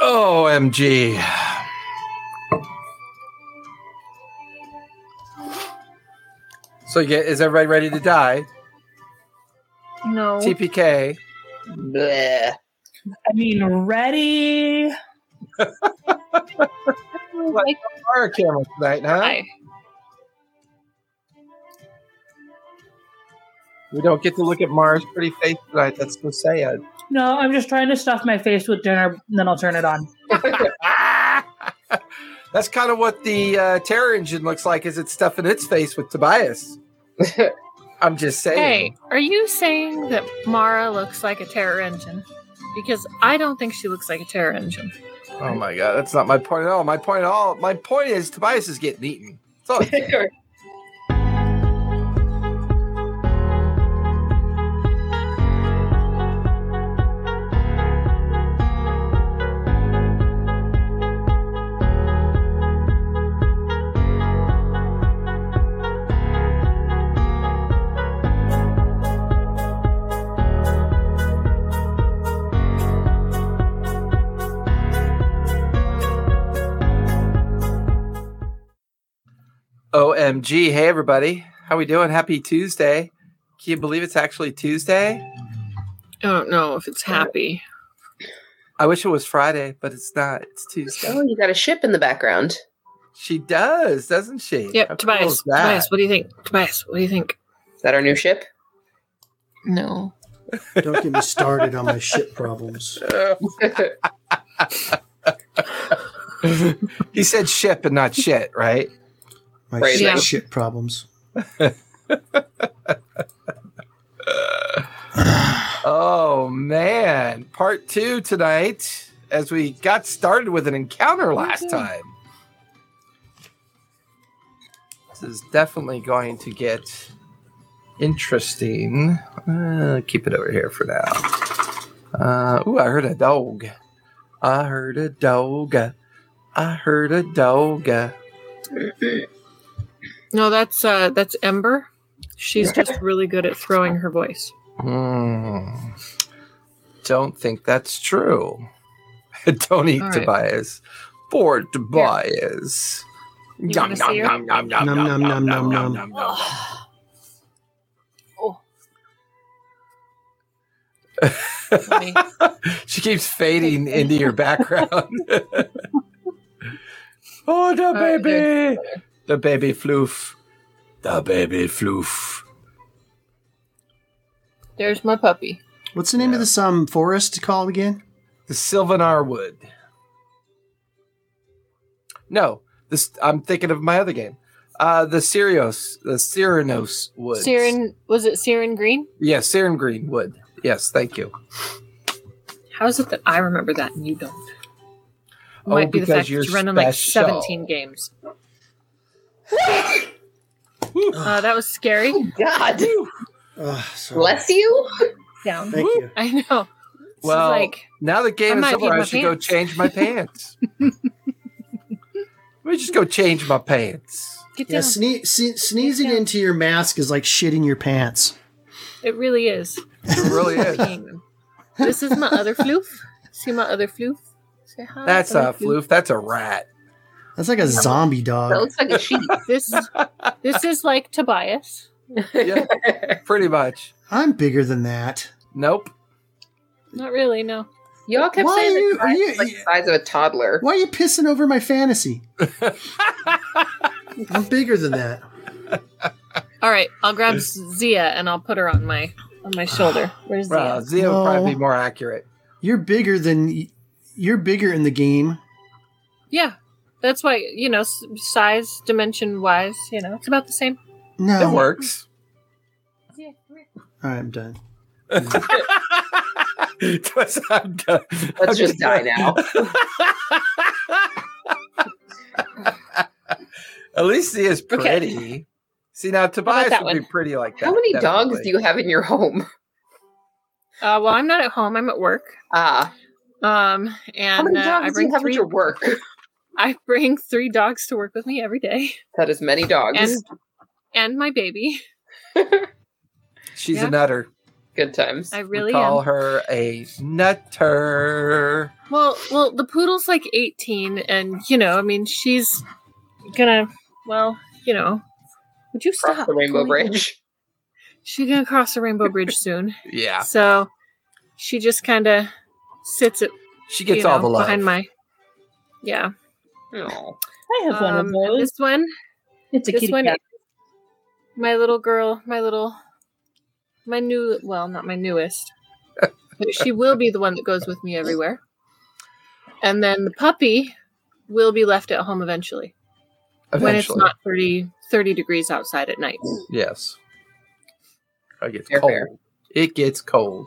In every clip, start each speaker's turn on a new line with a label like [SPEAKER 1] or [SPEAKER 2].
[SPEAKER 1] OMG. So yeah, is everybody ready to die?
[SPEAKER 2] No.
[SPEAKER 1] TPK.
[SPEAKER 3] Bleh.
[SPEAKER 2] I mean, ready.
[SPEAKER 3] Like,
[SPEAKER 1] Fire camera tonight, huh?
[SPEAKER 3] I-
[SPEAKER 1] We don't get to look at Mars' pretty face tonight. That's so sad.
[SPEAKER 2] No, I'm just trying to stuff my face with dinner, and then I'll turn it on.
[SPEAKER 1] That's kind of what the uh, terror engine looks like. Is it stuffing its face with Tobias? I'm just saying.
[SPEAKER 3] Hey, are you saying that Mara looks like a terror engine? Because I don't think she looks like a terror engine.
[SPEAKER 1] Oh my god, that's not my point at all. My point at all. My point is Tobias is getting eaten. That's all I'm saying. OMG. Hey everybody. How we doing? Happy Tuesday. Can you believe it's actually Tuesday?
[SPEAKER 3] I don't know if it's happy.
[SPEAKER 1] I wish it was Friday, but it's not. It's Tuesday.
[SPEAKER 4] Oh, you got a ship in the background.
[SPEAKER 1] She does, doesn't she?
[SPEAKER 3] Yep,
[SPEAKER 1] How cool
[SPEAKER 3] Tobias.
[SPEAKER 1] is that?
[SPEAKER 3] Tobias, what do you think? Tobias, what do you think?
[SPEAKER 4] Is that our new ship?
[SPEAKER 3] No.
[SPEAKER 5] Don't get me started on my ship problems.
[SPEAKER 1] he said ship and not shit, right?
[SPEAKER 5] My
[SPEAKER 4] Right,
[SPEAKER 5] ship,
[SPEAKER 3] yeah.
[SPEAKER 5] ship problems.
[SPEAKER 1] Oh man, part two tonight. As we got started with an encounter last time, this is definitely going to get interesting. Uh, keep it over here for now. Uh, ooh, I heard a dog. I heard a dog. I heard a dog.
[SPEAKER 3] No, that's uh that's Ember. She's just really good at throwing her voice.
[SPEAKER 1] Hmm. Don't think that's true. Don't eat
[SPEAKER 3] All right.
[SPEAKER 1] Tobias. Poor Tobias.
[SPEAKER 3] You
[SPEAKER 1] Yum,
[SPEAKER 3] wanna
[SPEAKER 1] yum,
[SPEAKER 3] see her?
[SPEAKER 1] yum, yum, yum,
[SPEAKER 5] Nom,
[SPEAKER 1] yum,
[SPEAKER 5] nom,
[SPEAKER 1] yum,
[SPEAKER 5] nom,
[SPEAKER 1] yum,
[SPEAKER 5] nom,
[SPEAKER 1] yum, yum,
[SPEAKER 5] nom.
[SPEAKER 1] yum.
[SPEAKER 3] Funny.
[SPEAKER 1] She keeps fading into your background. oh, the
[SPEAKER 3] Oh, it
[SPEAKER 1] baby. The baby floof. The baby floof.
[SPEAKER 3] There's my puppy.
[SPEAKER 5] What's the name of this um forest called again?
[SPEAKER 1] The Sylvanar Wood. No, this I'm thinking of my other game. Uh, the Sirios, the Cyranos Woods.
[SPEAKER 3] Siren was it Siren Green?
[SPEAKER 1] Yeah, Siren Green Wood. Yes, thank you.
[SPEAKER 3] How is it that I remember that and you don't?
[SPEAKER 1] Oh,
[SPEAKER 3] Might be the
[SPEAKER 1] because
[SPEAKER 3] fact
[SPEAKER 1] you're
[SPEAKER 3] that you ran on like
[SPEAKER 1] special.
[SPEAKER 3] 17 games. uh, that was scary.
[SPEAKER 4] God
[SPEAKER 5] Oh, sorry.
[SPEAKER 4] bless you.
[SPEAKER 3] Down.
[SPEAKER 5] Thank you.
[SPEAKER 3] I know. This
[SPEAKER 1] Well,
[SPEAKER 3] is like
[SPEAKER 1] now the
[SPEAKER 3] I
[SPEAKER 1] game is
[SPEAKER 3] might need
[SPEAKER 1] over. I
[SPEAKER 3] my
[SPEAKER 1] should
[SPEAKER 3] pants.
[SPEAKER 1] go change my pants. Let me just go change my pants.
[SPEAKER 3] get
[SPEAKER 5] Yeah,
[SPEAKER 3] down.
[SPEAKER 5] sne- sne- sneezing
[SPEAKER 3] Yeah.
[SPEAKER 5] into your mask is like shitting your pants.
[SPEAKER 3] It really is.
[SPEAKER 1] It really is.
[SPEAKER 3] Peeing. this is my other floof. See my other floof. Say hi.
[SPEAKER 1] That's
[SPEAKER 3] other
[SPEAKER 1] a floof. That's a rat.
[SPEAKER 5] That's like a zombie dog.
[SPEAKER 4] That looks like a sheep.
[SPEAKER 3] This this is like Tobias.
[SPEAKER 1] Yeah, pretty much.
[SPEAKER 5] I'm bigger than that.
[SPEAKER 1] Nope.
[SPEAKER 3] Not really. No.
[SPEAKER 4] Y'all kept
[SPEAKER 5] Why
[SPEAKER 4] saying
[SPEAKER 5] are you-
[SPEAKER 4] the size,
[SPEAKER 5] are you-
[SPEAKER 4] is like the size of a toddler.
[SPEAKER 5] Why are you pissing over my fantasy? I'm bigger than that.
[SPEAKER 3] All right. I'll grab Zia and I'll put her on my on my shoulder. Where's Zia?
[SPEAKER 1] Well, Zia Uh, would probably be
[SPEAKER 5] No.
[SPEAKER 1] more accurate.
[SPEAKER 5] You're bigger than you're bigger in the game.
[SPEAKER 3] Yeah. That's why you know s- size dimension wise you know it's about the same.
[SPEAKER 5] No,
[SPEAKER 1] It works.
[SPEAKER 3] Zia, come here.
[SPEAKER 5] All right, I'm done.
[SPEAKER 1] Twas- I'm done.
[SPEAKER 4] Let's just die now.
[SPEAKER 1] At least he is
[SPEAKER 3] Okay.
[SPEAKER 1] pretty. See now, Tobias
[SPEAKER 3] that
[SPEAKER 1] would be
[SPEAKER 3] one?
[SPEAKER 1] pretty like that.
[SPEAKER 4] How many dogs
[SPEAKER 1] definitely.
[SPEAKER 4] do you have in your home?
[SPEAKER 3] Uh, well, I'm not at home. I'm at work.
[SPEAKER 4] Ah,
[SPEAKER 3] Um,
[SPEAKER 4] how
[SPEAKER 3] and
[SPEAKER 4] many
[SPEAKER 3] uh,
[SPEAKER 4] dogs
[SPEAKER 3] I
[SPEAKER 4] do you
[SPEAKER 3] bring
[SPEAKER 4] have
[SPEAKER 3] three.
[SPEAKER 4] at your work?
[SPEAKER 3] I bring three dogs to work with me every day,
[SPEAKER 4] That is many dogs.
[SPEAKER 3] and and my baby.
[SPEAKER 1] She's
[SPEAKER 3] Yeah.
[SPEAKER 1] a nutter.
[SPEAKER 4] Good times.
[SPEAKER 3] I
[SPEAKER 4] I,
[SPEAKER 1] We
[SPEAKER 3] really am.
[SPEAKER 1] call her a nutter.
[SPEAKER 3] Well, well, the poodle's like 18, and you know, I mean, she's gonna, well, you know, would you
[SPEAKER 4] Cross
[SPEAKER 3] stop
[SPEAKER 4] the Rainbow
[SPEAKER 3] going-
[SPEAKER 4] Bridge.
[SPEAKER 3] She's gonna cross the Rainbow Bridge soon,
[SPEAKER 1] Yeah,
[SPEAKER 3] so she just kind of sits it
[SPEAKER 1] she
[SPEAKER 3] you
[SPEAKER 1] gets all
[SPEAKER 3] know,
[SPEAKER 1] the love.
[SPEAKER 3] behind my. Yeah,
[SPEAKER 4] Oh,
[SPEAKER 2] I have one of
[SPEAKER 3] Um, and
[SPEAKER 2] those.
[SPEAKER 3] this one,
[SPEAKER 2] it's a
[SPEAKER 3] this
[SPEAKER 2] kitty
[SPEAKER 3] one-
[SPEAKER 2] cat.
[SPEAKER 3] my little girl, my little, my new, well, not my newest, but she will be the one that goes with me everywhere, and then the puppy will be left at home eventually. when it's
[SPEAKER 1] Eventually,
[SPEAKER 3] not 30, 30 degrees outside at night.
[SPEAKER 1] yes. It gets
[SPEAKER 4] Fair,
[SPEAKER 1] cold.
[SPEAKER 4] fair.
[SPEAKER 1] It gets cold.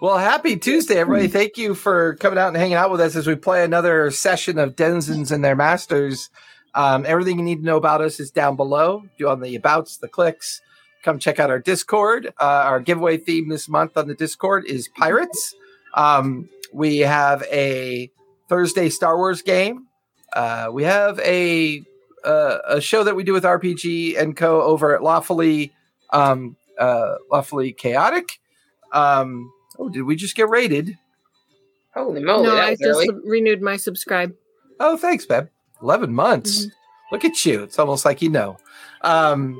[SPEAKER 1] Well, happy Tuesday,
[SPEAKER 4] Mm.
[SPEAKER 1] everybody! Thank you for coming out and hanging out with us as we play another session of Denizens and Their Masters. Um, everything you need to know about us is down below. Do on the abouts, the clicks. Come check out our Discord. Uh, our giveaway theme this month on the Discord is pirates. Um, we have a Thursday Star Wars game. Uh, we have a uh, a show that we do with RPG and Co. over at Lawfully um, uh, Lawfully Chaotic. Um, oh, did we just get rated?
[SPEAKER 4] holy moly!
[SPEAKER 3] no,
[SPEAKER 4] that
[SPEAKER 3] I
[SPEAKER 4] was
[SPEAKER 3] just
[SPEAKER 4] early.
[SPEAKER 3] sub- renewed my subscribe.
[SPEAKER 1] Oh, thanks, Beb. Eleven months. Look at you. It's almost like you know. Um,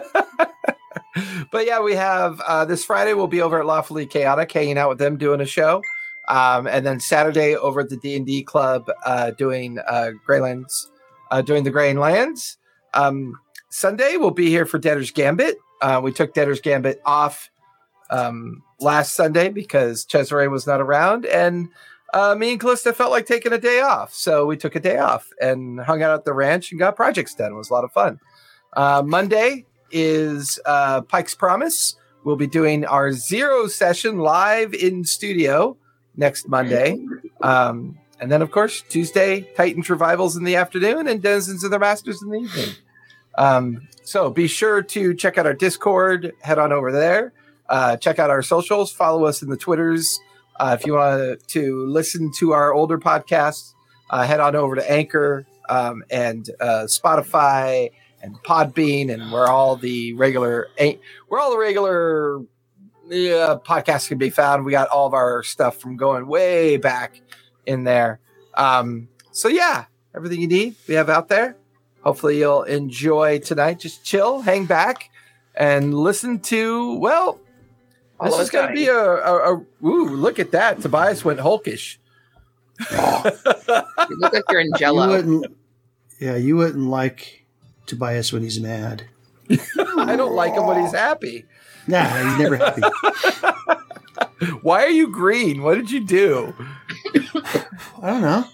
[SPEAKER 1] but yeah, we have uh, this Friday. We'll be over at Lawfully Chaotic, hanging out with them, doing a show, um, and then Saturday over at the D and D Club, uh, doing uh, Greylands, uh, doing the Greylands. Lands. Um, Sunday we'll be here for Debtor's Gambit. Uh, we took Debtor's Gambit off um, last Sunday because Cesare was not around, and uh, me and Callista felt like taking a day off, so we took a day off and hung out at the ranch and got projects done. It was a lot of fun. Uh, Monday is uh, Pike's Promise. We'll be doing our zero session live in studio next Monday. Um, and then, of course, Tuesday, Titan's Revivals in the afternoon and Denizens of the Masters in the evening. Um, so be sure to check out our Discord, head on over there, uh, check out our socials, follow us in the Twitters. Uh, if you want to listen to our older podcasts, uh, head on over to Anchor um, and uh, Spotify and Podbean, and where all the regular eh, where all the regular yeah, podcasts can be found. We got all of our stuff from going way back in there. Um, so yeah, everything you need we have out there. Hopefully you'll enjoy tonight. Just chill, hang back, and listen to well.
[SPEAKER 4] All
[SPEAKER 1] This
[SPEAKER 4] of
[SPEAKER 1] is
[SPEAKER 4] us
[SPEAKER 1] going to
[SPEAKER 4] dying.
[SPEAKER 1] be a, a, a ooh. Look at that! Tobias went hulkish.
[SPEAKER 4] You look like you're in
[SPEAKER 5] You
[SPEAKER 4] Jello.
[SPEAKER 5] wouldn't. Yeah, you wouldn't like Tobias when he's mad.
[SPEAKER 1] I don't like him when he's happy.
[SPEAKER 5] Nah, he's never happy.
[SPEAKER 1] Why are you green? What did you do?
[SPEAKER 5] I don't know.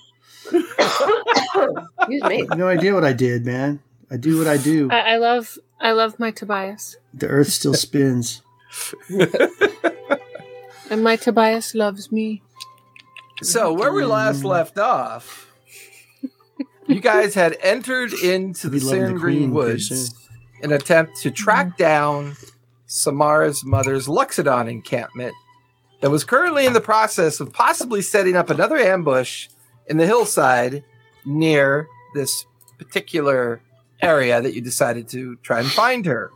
[SPEAKER 4] Excuse
[SPEAKER 5] I
[SPEAKER 4] me.
[SPEAKER 5] have no idea what I did, man. I do what I do.
[SPEAKER 3] I, I love, I love my Tobias,
[SPEAKER 5] The Earth still spins.
[SPEAKER 3] and my Tobias loves me.
[SPEAKER 1] So where we last
[SPEAKER 5] Mm.
[SPEAKER 1] left off, you guys had entered into the
[SPEAKER 5] Be loving
[SPEAKER 1] Saren
[SPEAKER 5] the
[SPEAKER 1] Green
[SPEAKER 5] queen Mm-hmm. pretty
[SPEAKER 1] Woods
[SPEAKER 5] soon.
[SPEAKER 1] in an attempt to track down Samara's mother's Luxodon encampment that was currently in the process of possibly setting up another ambush in the hillside near this particular area that you decided to try and find her.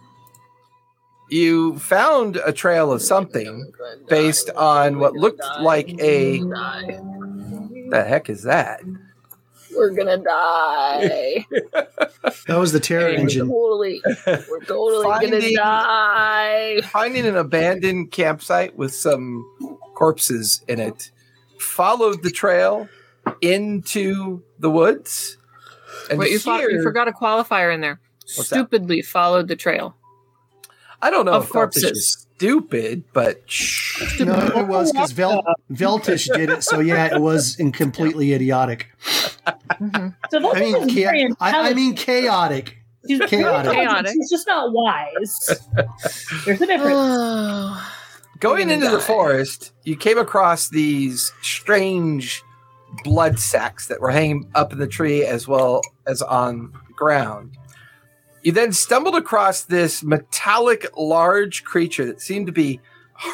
[SPEAKER 1] You found a trail of something based on what looked like a the heck is that?
[SPEAKER 3] We're gonna die.
[SPEAKER 5] That was the terror
[SPEAKER 1] Hey,
[SPEAKER 5] engine.
[SPEAKER 3] totally, we're totally
[SPEAKER 1] Finding-
[SPEAKER 3] gonna die.
[SPEAKER 1] Finding an abandoned campsite with some corpses in it, followed the trail into the woods. And
[SPEAKER 3] Wait, you, fo- you
[SPEAKER 1] here-
[SPEAKER 3] forgot a qualifier in there.
[SPEAKER 1] What's that?
[SPEAKER 3] Stupidly followed the trail.
[SPEAKER 1] I don't know
[SPEAKER 3] of
[SPEAKER 1] if corpses
[SPEAKER 3] corpses.
[SPEAKER 1] is stupid, but shh.
[SPEAKER 5] No, it was because Vel-
[SPEAKER 2] Uh,
[SPEAKER 5] Veltish did it. So yeah, it was in completely idiotic.
[SPEAKER 3] Mhm.
[SPEAKER 2] So that
[SPEAKER 5] I mean,
[SPEAKER 2] is very
[SPEAKER 5] cha- I, I
[SPEAKER 2] intelligent.
[SPEAKER 5] mean chaotic.
[SPEAKER 2] she's very
[SPEAKER 5] chaotic.
[SPEAKER 2] intelligent,
[SPEAKER 3] Chaotic.
[SPEAKER 2] She's just not wise. There's a difference.
[SPEAKER 3] Oh,
[SPEAKER 1] Going
[SPEAKER 3] gonna
[SPEAKER 1] into the
[SPEAKER 3] die.
[SPEAKER 1] forest, you came across these strange blood sacks that were hanging up in the tree as well as on the ground. You then stumbled across this metallic large creature that seemed to be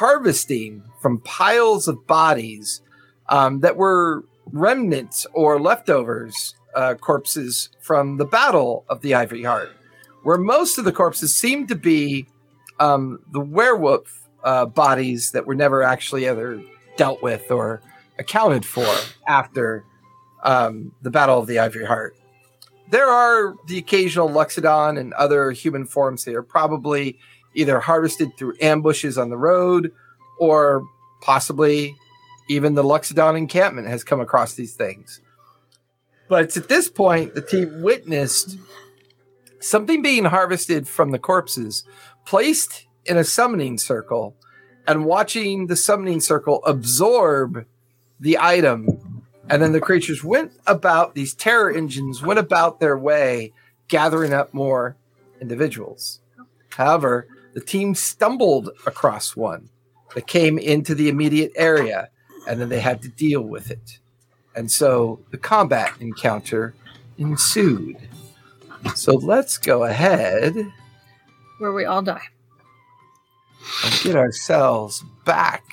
[SPEAKER 1] harvesting from piles of bodies um, that were remnants or leftovers, uh, corpses from the Battle of the Ivory Heart, where most of the corpses seemed to be um, the werewolf uh, bodies that were never actually ever dealt with or accounted for after um, the Battle of the Ivory Heart. There are the occasional Luxodon and other human forms here, probably either harvested through ambushes on the road or possibly even the Luxodon encampment has come across these things. But it's at this point the team witnessed something being harvested from the corpses, placed in a summoning circle, and watching the summoning circle absorb the item. And then the creatures went about, these terror engines went about their way, gathering up more individuals. However, the team stumbled across one that came into the immediate area, and then they had to deal with it. And so the combat encounter ensued. So let's go ahead and
[SPEAKER 3] where we all die.
[SPEAKER 1] get ourselves back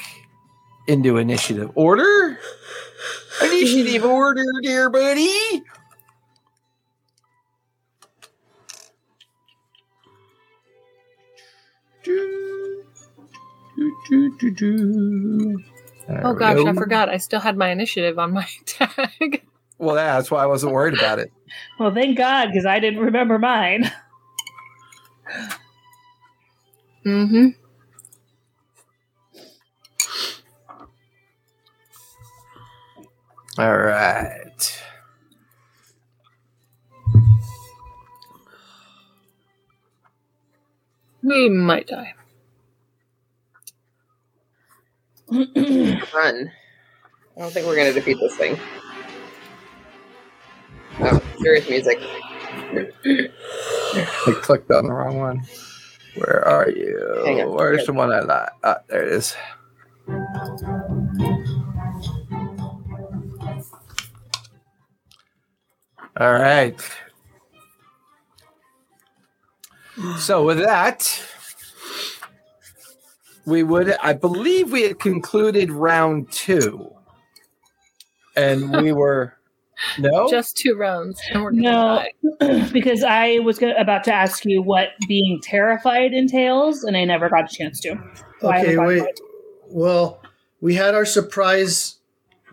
[SPEAKER 1] into initiative order. Initiative order, dear buddy. Do, do, do, do, do. There
[SPEAKER 3] Oh
[SPEAKER 1] we
[SPEAKER 3] gosh,
[SPEAKER 1] go.
[SPEAKER 3] I forgot. I still had my initiative on my tag.
[SPEAKER 1] Well, yeah, that's why I wasn't worried about it.
[SPEAKER 2] Well, thank God, because I didn't remember mine.
[SPEAKER 3] mm-hmm.
[SPEAKER 1] All right.
[SPEAKER 3] We might die.
[SPEAKER 4] Run. I don't think we're gonna defeat this thing. Oh, serious music.
[SPEAKER 1] I clicked on the wrong one. Where are
[SPEAKER 4] Hang
[SPEAKER 1] you?
[SPEAKER 4] on.
[SPEAKER 1] Where's the one I like? Ah, there it is. All right. So with that, we would I believe we had concluded round two. And we were no
[SPEAKER 3] Just two rounds, and we're gonna
[SPEAKER 2] No.
[SPEAKER 3] die.
[SPEAKER 2] because I was go- about to ask you what being terrified entails, and I never got a chance to. So I haven't
[SPEAKER 5] Okay,
[SPEAKER 2] gone
[SPEAKER 5] wait.
[SPEAKER 2] by.
[SPEAKER 5] Well, we had our surprise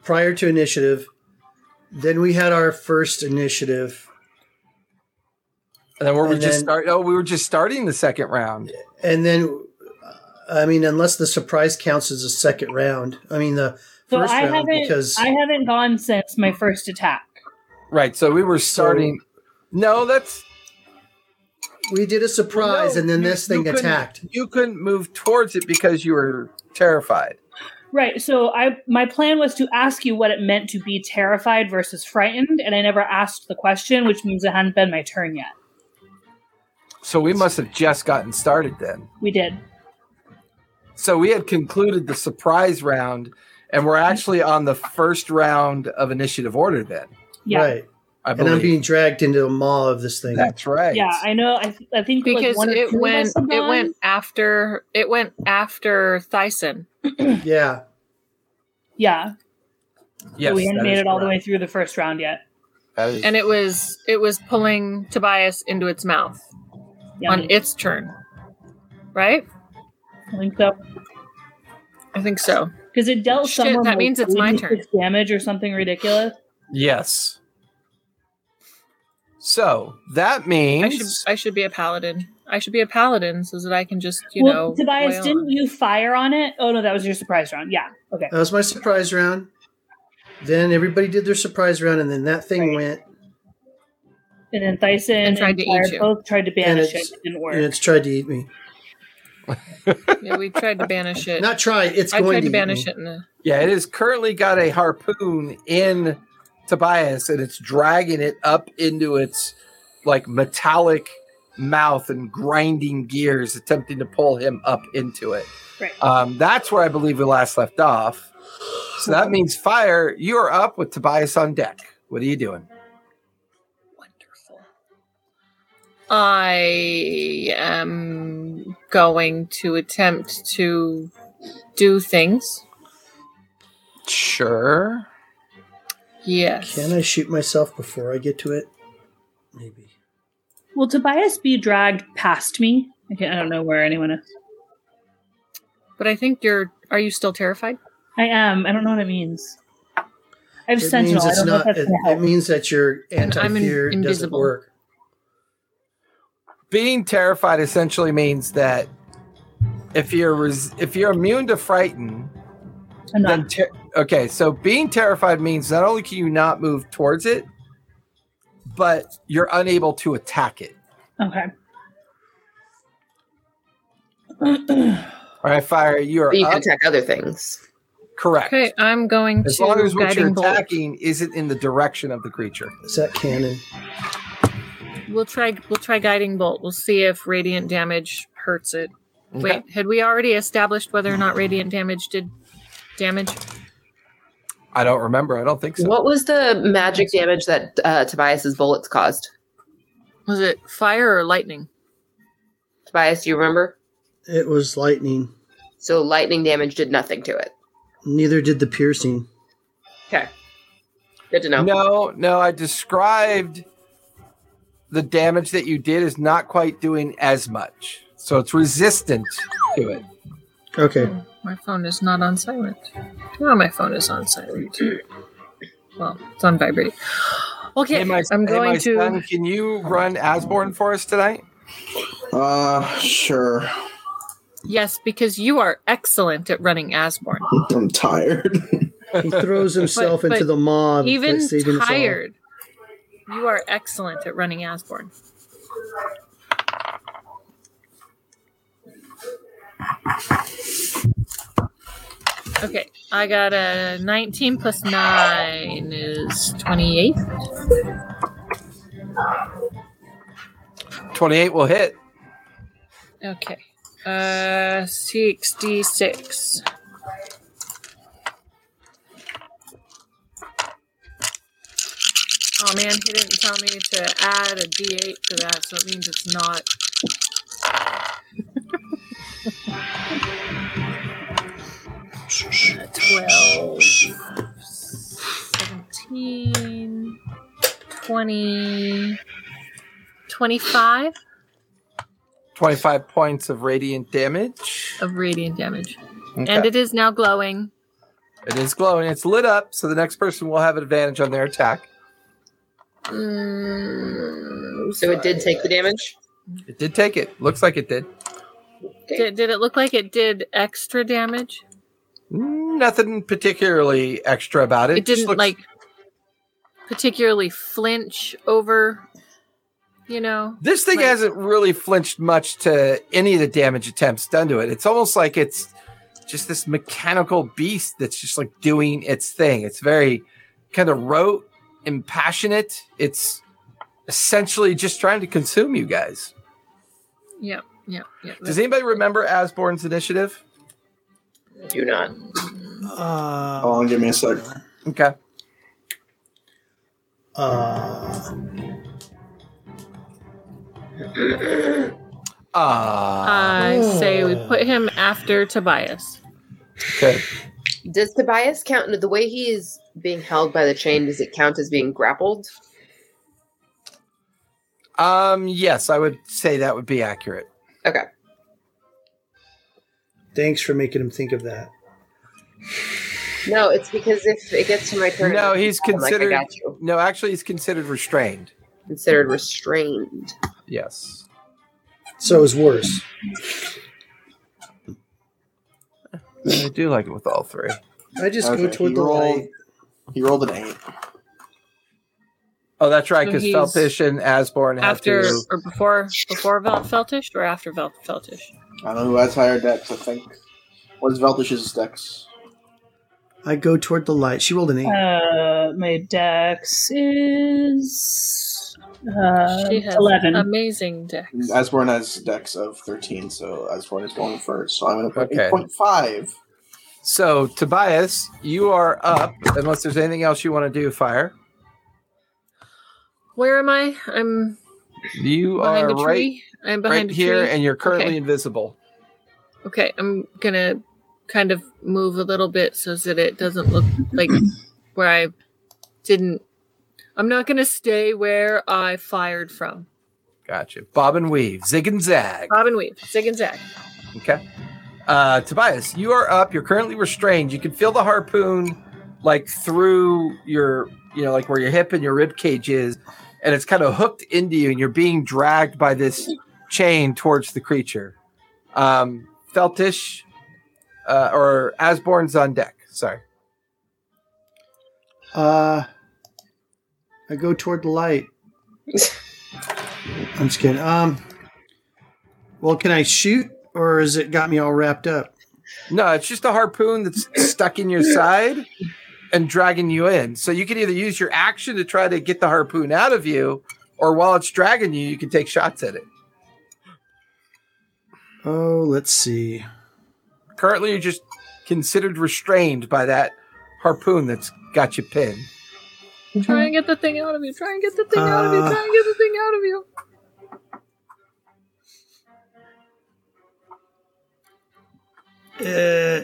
[SPEAKER 5] prior to initiative. Then we had our first initiative,
[SPEAKER 1] and then were we
[SPEAKER 5] and
[SPEAKER 1] just
[SPEAKER 5] then-
[SPEAKER 1] start oh we were just starting the second round.
[SPEAKER 5] and then, I mean, unless the surprise counts as a second round. I mean, the
[SPEAKER 2] So
[SPEAKER 5] first
[SPEAKER 2] I
[SPEAKER 5] round
[SPEAKER 2] haven't.
[SPEAKER 5] because
[SPEAKER 2] I haven't gone since my first attack.
[SPEAKER 1] Right. So we were starting. no, that's
[SPEAKER 5] we did a surprise,
[SPEAKER 1] no,
[SPEAKER 5] and then
[SPEAKER 1] you-
[SPEAKER 5] this
[SPEAKER 1] you
[SPEAKER 5] thing
[SPEAKER 1] couldn't-
[SPEAKER 5] attacked.
[SPEAKER 1] You couldn't move towards it because you were terrified.
[SPEAKER 2] Right. So I my plan was to ask you what it meant to be terrified versus frightened, and I never asked the question, which means it hadn't been my turn yet.
[SPEAKER 1] So we must have just gotten started then.
[SPEAKER 2] We did.
[SPEAKER 1] So we had concluded the surprise round, and we're actually on the first round of initiative order. Then
[SPEAKER 2] Yeah.
[SPEAKER 5] Right,
[SPEAKER 1] I
[SPEAKER 5] and
[SPEAKER 1] believe
[SPEAKER 5] I'm being dragged into a maw of this thing.
[SPEAKER 1] that's right.
[SPEAKER 2] Yeah, I know. I, th- I think like,
[SPEAKER 3] because
[SPEAKER 2] one or
[SPEAKER 3] it
[SPEAKER 2] two of
[SPEAKER 3] went.
[SPEAKER 2] us have
[SPEAKER 3] It
[SPEAKER 2] gone.
[SPEAKER 3] went after. It went after Thyson.
[SPEAKER 5] yeah,
[SPEAKER 2] Yeah,
[SPEAKER 1] Yes,
[SPEAKER 2] we
[SPEAKER 1] that
[SPEAKER 2] hadn't
[SPEAKER 1] is
[SPEAKER 2] made it all the
[SPEAKER 1] correct.
[SPEAKER 2] way through the first round yet.
[SPEAKER 1] That is-
[SPEAKER 3] and it was it was pulling Tobias into its mouth
[SPEAKER 2] Yeah,
[SPEAKER 3] on its turn, right?
[SPEAKER 2] I think so.
[SPEAKER 3] I think so.
[SPEAKER 2] Because it dealt
[SPEAKER 3] Shit,
[SPEAKER 2] someone
[SPEAKER 3] that
[SPEAKER 2] like,
[SPEAKER 3] means it's my
[SPEAKER 2] 86 damage or something ridiculous.
[SPEAKER 1] yes. So that means
[SPEAKER 3] I should I should be a paladin. I should be a paladin so that I can just you
[SPEAKER 2] well,
[SPEAKER 3] know.
[SPEAKER 2] Tobias,
[SPEAKER 3] wail
[SPEAKER 2] didn't
[SPEAKER 3] on-
[SPEAKER 2] you fire on it? Oh no, that was your surprise round. Yeah. Okay.
[SPEAKER 5] that was my surprise round. Then everybody did their surprise round, and then that thing
[SPEAKER 2] Right.
[SPEAKER 5] went
[SPEAKER 2] And then Thyson
[SPEAKER 3] And tried to eat
[SPEAKER 2] Fire
[SPEAKER 3] you.
[SPEAKER 2] Both tried to banish
[SPEAKER 5] it's-
[SPEAKER 2] it. It didn't work.
[SPEAKER 5] and it's tried to eat me.
[SPEAKER 3] Yeah, we tried to banish it.
[SPEAKER 5] Not try. It's
[SPEAKER 3] I
[SPEAKER 5] going
[SPEAKER 3] tried to
[SPEAKER 5] eat
[SPEAKER 3] banish
[SPEAKER 5] me.
[SPEAKER 3] it in the.
[SPEAKER 1] Yeah, it has currently got a harpoon in Tobias and it's dragging it up into its like metallic mouth and grinding gears, attempting to pull him up into it.
[SPEAKER 2] Right.
[SPEAKER 1] Um, that's where I believe we last left off. So that means fire, you're up with Tobias on deck. What are you doing?
[SPEAKER 3] Wonderful. I am going to attempt to do things.
[SPEAKER 1] Sure.
[SPEAKER 3] Yes.
[SPEAKER 5] Can I shoot myself before I get to it? Maybe.
[SPEAKER 2] Will Tobias be dragged past me? I, can't, I don't know where anyone is.
[SPEAKER 3] But I think you're. Are you still terrified?
[SPEAKER 2] I am. I don't know what it means. I have
[SPEAKER 5] It
[SPEAKER 2] Sentinel.
[SPEAKER 5] means
[SPEAKER 2] I
[SPEAKER 5] it's
[SPEAKER 2] don't know if
[SPEAKER 5] not.
[SPEAKER 2] that's
[SPEAKER 5] It,
[SPEAKER 2] gonna
[SPEAKER 5] it
[SPEAKER 2] help.
[SPEAKER 5] means that your
[SPEAKER 3] And I'm in-
[SPEAKER 5] anti-fear doesn't
[SPEAKER 3] invisible.
[SPEAKER 5] work.
[SPEAKER 1] being terrified essentially means that if you're res- if you're immune to frighten,
[SPEAKER 2] I'm not.
[SPEAKER 1] then ter- okay. So being terrified means not only can you not move towards it, but you're unable to attack it.
[SPEAKER 2] Okay.
[SPEAKER 1] All right, fire. You are
[SPEAKER 4] But you can
[SPEAKER 1] up.
[SPEAKER 4] attack other things.
[SPEAKER 1] correct.
[SPEAKER 3] Okay, I'm going
[SPEAKER 1] As
[SPEAKER 3] to
[SPEAKER 1] long as what you're
[SPEAKER 3] guiding bolt.
[SPEAKER 1] attacking isn't in the direction of the creature.
[SPEAKER 5] Is that canon?
[SPEAKER 3] We'll try. We'll try guiding bolt. We'll see if radiant damage hurts it. Wait, had we already established whether or not radiant damage did damage?
[SPEAKER 1] I don't remember. I don't think so.
[SPEAKER 4] What was the magic damage that uh, Tobias's bullets caused?
[SPEAKER 3] Was it fire or lightning?
[SPEAKER 4] Tobias, do you remember?
[SPEAKER 5] It was lightning.
[SPEAKER 4] So lightning damage did nothing to it.
[SPEAKER 5] Neither did the piercing.
[SPEAKER 4] Okay. Good to know.
[SPEAKER 1] No, no, I described the damage that you did is not quite doing as much. So it's resistant to it.
[SPEAKER 5] Okay.
[SPEAKER 3] My phone is not on silent. Now my phone is on silent. Well, it's on vibrating. Okay,
[SPEAKER 1] Hey, my,
[SPEAKER 3] I'm
[SPEAKER 1] hey, my
[SPEAKER 3] going to.
[SPEAKER 1] son, can you run Asborn for us tonight?
[SPEAKER 6] Uh, sure.
[SPEAKER 3] Yes, because you are excellent at running Asborn.
[SPEAKER 6] I'm tired.
[SPEAKER 5] He throws himself
[SPEAKER 3] But-
[SPEAKER 5] into
[SPEAKER 3] but
[SPEAKER 5] the mob.
[SPEAKER 3] Even
[SPEAKER 5] that's saving us all.
[SPEAKER 3] tired, you are excellent at running Asborn. Okay, I got a 19 plus 9 is 28.
[SPEAKER 1] 28 will hit.
[SPEAKER 3] Okay. Uh, 66. Oh man, he didn't tell me to add a d8 to that, so it means it's not. A 12, 17, 20, 25
[SPEAKER 1] 25 points of radiant damage.
[SPEAKER 3] of radiant damage.
[SPEAKER 1] Okay.
[SPEAKER 3] And it is now glowing.
[SPEAKER 1] it is glowing. It's lit up, so the next person will have advantage on their attack.
[SPEAKER 3] Mm,
[SPEAKER 4] So it did take the damage?
[SPEAKER 1] It did take it. Looks like it did.
[SPEAKER 3] Did, did it look like it did extra damage?
[SPEAKER 1] Nothing particularly extra about it.
[SPEAKER 3] It,
[SPEAKER 1] just
[SPEAKER 3] didn't
[SPEAKER 1] looks-
[SPEAKER 3] like particularly flinch over, you know.
[SPEAKER 1] This thing
[SPEAKER 3] Like-
[SPEAKER 1] hasn't really flinched much to any of the damage attempts done to it. It's almost like it's just this mechanical beast that's just like doing its thing. It's very kind of rote and passionate. It's essentially just trying to consume you guys.
[SPEAKER 3] Yeah, yeah, yeah.
[SPEAKER 1] Does anybody remember Asborn's initiative?
[SPEAKER 4] Do not.
[SPEAKER 5] Uh,
[SPEAKER 6] Hold on, give me a sec.
[SPEAKER 1] Okay.
[SPEAKER 5] Uh,
[SPEAKER 1] Ah,
[SPEAKER 3] I say we put him after Tobias.
[SPEAKER 1] okay.
[SPEAKER 4] Does Tobias count the way he is being held by the chain? Does it count as being grappled?
[SPEAKER 1] Um, yes, I would say that would be accurate.
[SPEAKER 4] Okay.
[SPEAKER 5] thanks for making him think of that.
[SPEAKER 4] No, it's because if it gets to my turn,
[SPEAKER 1] No, he's
[SPEAKER 4] I'm like,
[SPEAKER 1] considered.
[SPEAKER 4] I got you.
[SPEAKER 1] No, actually, he's considered restrained.
[SPEAKER 4] Considered restrained.
[SPEAKER 1] Yes.
[SPEAKER 5] So it was worse.
[SPEAKER 1] I do like it with all three.
[SPEAKER 5] I just go
[SPEAKER 6] Okay,
[SPEAKER 5] toward
[SPEAKER 6] he
[SPEAKER 5] the
[SPEAKER 6] rolled-
[SPEAKER 5] light.
[SPEAKER 6] He rolled an eight.
[SPEAKER 1] Oh, that's right,
[SPEAKER 3] So
[SPEAKER 1] because
[SPEAKER 3] he's-
[SPEAKER 1] Felpish and Asborn have
[SPEAKER 3] After
[SPEAKER 1] to.
[SPEAKER 3] or before before Vel- Feltish or after Vel- Feltish?
[SPEAKER 6] I know who has higher dex, I think. What is Veltish's dex?
[SPEAKER 5] I go toward the light. She rolled an eight.
[SPEAKER 2] Uh, my dex is uh,
[SPEAKER 3] she has
[SPEAKER 2] eleven.
[SPEAKER 3] amazing deck.
[SPEAKER 6] Asborn has dex of 13, so Asborn is going first. So I'm going to put
[SPEAKER 1] Okay.
[SPEAKER 6] 8.5.
[SPEAKER 1] So, Tobias, you are up, unless there's anything else you want to do, Fire.
[SPEAKER 3] Where am I? I'm
[SPEAKER 1] You are
[SPEAKER 3] behind a tree.
[SPEAKER 1] Uh, right,
[SPEAKER 3] I'm behind
[SPEAKER 1] right
[SPEAKER 3] a
[SPEAKER 1] here,
[SPEAKER 3] tree.
[SPEAKER 1] and you're currently
[SPEAKER 3] Okay.
[SPEAKER 1] invisible.
[SPEAKER 3] Okay, I'm gonna kind of move a little bit so that it doesn't look like where I didn't. I'm not gonna stay where I fired from.
[SPEAKER 1] Gotcha. Bob and weave, zig and zag.
[SPEAKER 3] Bob and weave, zig and zag.
[SPEAKER 1] Okay. Uh, Tobias, you are up. You're currently restrained. You can feel the harpoon like through your, you know, like where your hip and your rib cage is, and it's kind of hooked into you, and you're being dragged by this chain towards the creature. Um, Feltish, uh, or Asborn's on deck. Sorry.
[SPEAKER 5] Uh, I go toward the light. I'm just kidding. Um, well, can I shoot, or has it got me all wrapped up?
[SPEAKER 1] No, it's just a harpoon that's stuck in your side and dragging you in. So you can either use your action to try to get the harpoon out of you, or while it's dragging you, you can take shots at it.
[SPEAKER 5] Oh, let's see.
[SPEAKER 1] Currently, you're just considered restrained by that harpoon that's got you pinned.
[SPEAKER 3] Try and get the thing out of you. Try and get the thing out of you. Try and get the thing out of you.
[SPEAKER 5] Uh,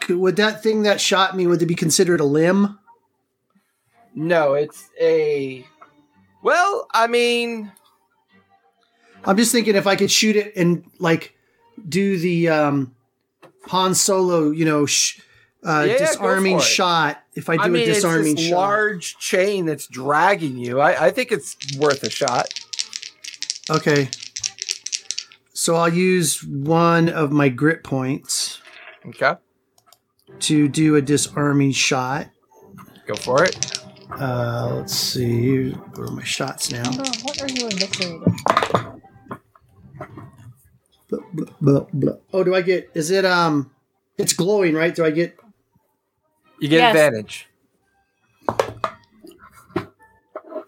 [SPEAKER 5] could- would that thing that shot me would it be considered a limb?
[SPEAKER 1] No, it's a. Well, I mean,
[SPEAKER 5] I'm just thinking if I could shoot it and like do the um, Han Solo, you know, sh- uh,
[SPEAKER 1] Yeah, yeah, go
[SPEAKER 5] disarming
[SPEAKER 1] for it.
[SPEAKER 5] shot. If I do
[SPEAKER 1] I mean,
[SPEAKER 5] a disarming
[SPEAKER 1] it's this
[SPEAKER 5] shot,
[SPEAKER 1] large chain that's dragging you. I, I think it's worth a shot.
[SPEAKER 5] okay. So I'll use one of my grip points
[SPEAKER 1] Okay,
[SPEAKER 5] to do a disarming shot.
[SPEAKER 1] go for it.
[SPEAKER 5] Uh, let's see. Where are my shots now?
[SPEAKER 3] what are you investigating?
[SPEAKER 5] Blah, blah, blah, blah. Oh, do I get? Is it um? It's glowing, right? Do I get?
[SPEAKER 1] You get
[SPEAKER 2] Yes.
[SPEAKER 1] advantage.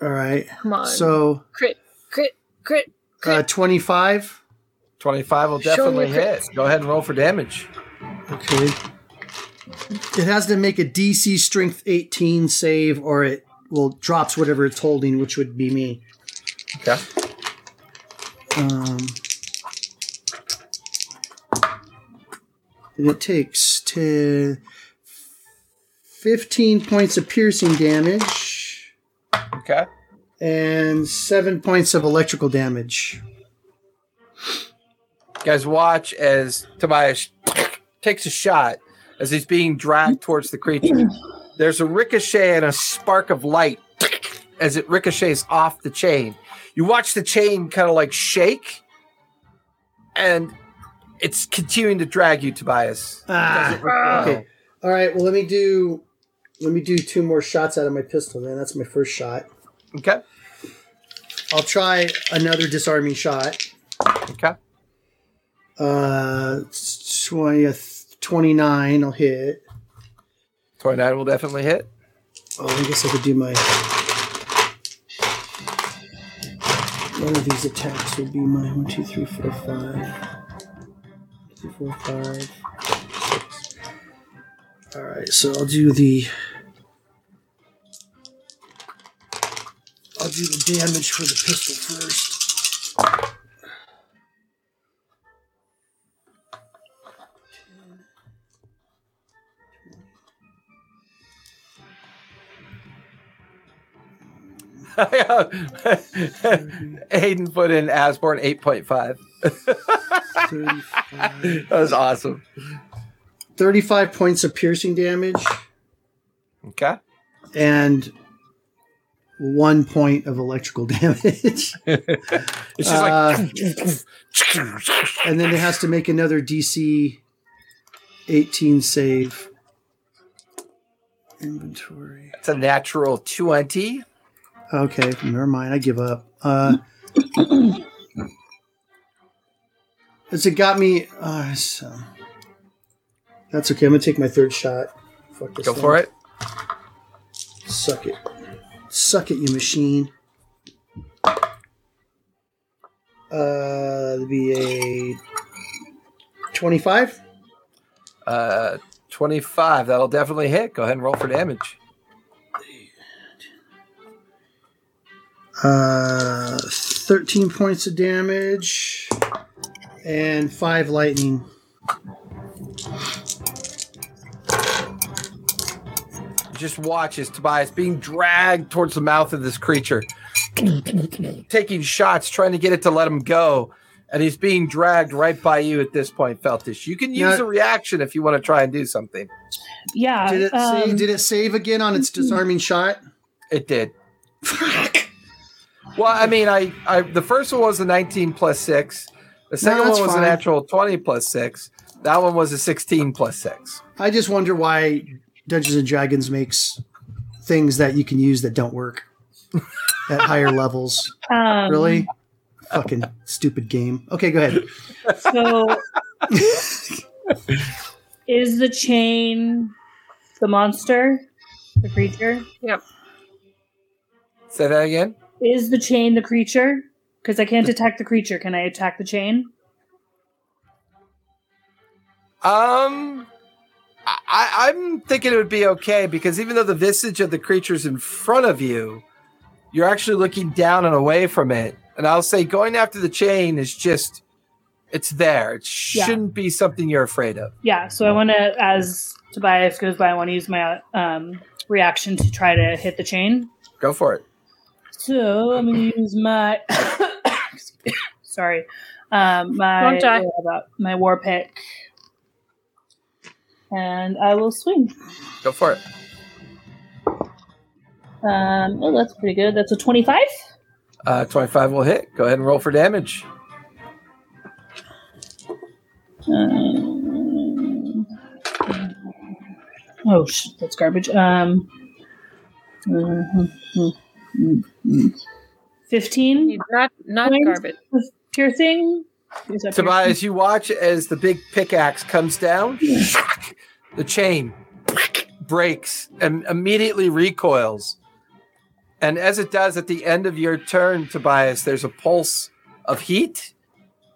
[SPEAKER 5] All right.
[SPEAKER 3] Come on.
[SPEAKER 5] So
[SPEAKER 3] crit, crit, crit.
[SPEAKER 5] uh, twenty-five.
[SPEAKER 1] Twenty-five will
[SPEAKER 3] Show me
[SPEAKER 1] definitely
[SPEAKER 3] your
[SPEAKER 1] hit. Go ahead and roll for damage.
[SPEAKER 5] Okay. It has to make a DC Strength 18 save, or it will drops whatever it's holding, which would be me.
[SPEAKER 1] Okay.
[SPEAKER 5] Um, and it takes to 15 points of piercing damage
[SPEAKER 1] Okay.
[SPEAKER 5] and seven points of electrical damage.
[SPEAKER 1] guys watch as Tobias takes a shot as he's being dragged towards the creature. There's a ricochet and a spark of light as it ricochets off the chain. You watch the chain kind of like shake, and it's continuing to drag you, Tobias.
[SPEAKER 5] Ah. Okay. All right. Well, let me do. Let me do two more shots out of my pistol. Then that's my first shot.
[SPEAKER 1] Okay.
[SPEAKER 5] I'll try another disarming shot.
[SPEAKER 1] Okay.
[SPEAKER 5] Uh, 20, 29, I'll hit.
[SPEAKER 1] 29 will definitely hit.
[SPEAKER 5] Oh, I guess I could do my. One of these attacks would be my 1, 2, 3, 4, 5. 2, 4, 5. Alright, so I'll do the. I'll do the damage for the pistol first.
[SPEAKER 1] Aiden put in Asborn 8.5.
[SPEAKER 5] 35.
[SPEAKER 1] That was awesome.
[SPEAKER 5] 35 points of piercing damage.
[SPEAKER 1] Okay.
[SPEAKER 5] and one point of electrical
[SPEAKER 1] It's
[SPEAKER 5] damage.
[SPEAKER 1] just
[SPEAKER 5] Uh,
[SPEAKER 1] like.
[SPEAKER 5] and then it has to make another DC 18 save. Inventory.
[SPEAKER 1] It's a natural 20.
[SPEAKER 5] Okay, never mind. I give up. Uh, as it got me. Uh, so. That's okay. I'm going to take my third shot. Fuck this
[SPEAKER 1] Go
[SPEAKER 5] thing.
[SPEAKER 1] for it.
[SPEAKER 5] Suck it. Suck it, you machine. Uh, that'd be a 25.
[SPEAKER 1] Uh, 25. That'll definitely hit. Go ahead and roll for damage.
[SPEAKER 5] Uh, 13 points of damage and 5 lightning.
[SPEAKER 1] Just watch as Tobias being dragged towards the mouth of this creature, taking shots, trying to get it to let him go. and he's being dragged right by you at this point, Feltish. You can
[SPEAKER 5] Yeah.
[SPEAKER 1] use a reaction if you want to try and do something.
[SPEAKER 2] Yeah.
[SPEAKER 5] Did it
[SPEAKER 2] um,
[SPEAKER 5] save? Did it save again on its disarming shot?
[SPEAKER 1] It did.
[SPEAKER 5] Fuck.
[SPEAKER 1] Well, I mean, I, I the first one was a 19 plus six. The second
[SPEAKER 5] that's
[SPEAKER 1] one was
[SPEAKER 5] fine.
[SPEAKER 1] a natural 20 plus six. That one was a 16 plus six.
[SPEAKER 5] I just wonder why Dungeons and Dragons makes things that you can use that don't work at higher levels.
[SPEAKER 2] um,
[SPEAKER 5] Really? Fucking stupid game. Okay, go ahead.
[SPEAKER 2] So, is the chain the monster, the creature?
[SPEAKER 1] Say that again.
[SPEAKER 2] Is the chain the creature? Because I can't attack the creature. Can I attack the chain?
[SPEAKER 1] Um, I- I, I'm thinking it would be okay because even though the visage of the creature's in front of you, you're actually looking down and away from it. And I'll say going after the chain is just, it's there. It
[SPEAKER 2] Yeah.
[SPEAKER 1] shouldn't be something you're afraid of.
[SPEAKER 2] Yeah. So I
[SPEAKER 5] Oh.
[SPEAKER 2] want to, as Tobias goes by, I want to use my um, reaction to try to hit the chain.
[SPEAKER 1] Go for it.
[SPEAKER 2] So I'm gonna use my sorry, um, my
[SPEAKER 3] Don't die.
[SPEAKER 2] my war pick, and I will swing.
[SPEAKER 1] Go for it.
[SPEAKER 2] Um, oh, that's pretty good. That's a twenty-five.
[SPEAKER 1] Uh, 25 will hit. Go ahead and roll for damage.
[SPEAKER 2] Um, oh, sh- that's garbage. Um, fifteen
[SPEAKER 3] Not not
[SPEAKER 2] Point.
[SPEAKER 3] garbage.
[SPEAKER 2] piercing. Is that
[SPEAKER 1] Tobias, you watch as the big pickaxe comes down. The chain breaks and immediately recoils. And as it does at the end of your turn, Tobias, there's a pulse of heat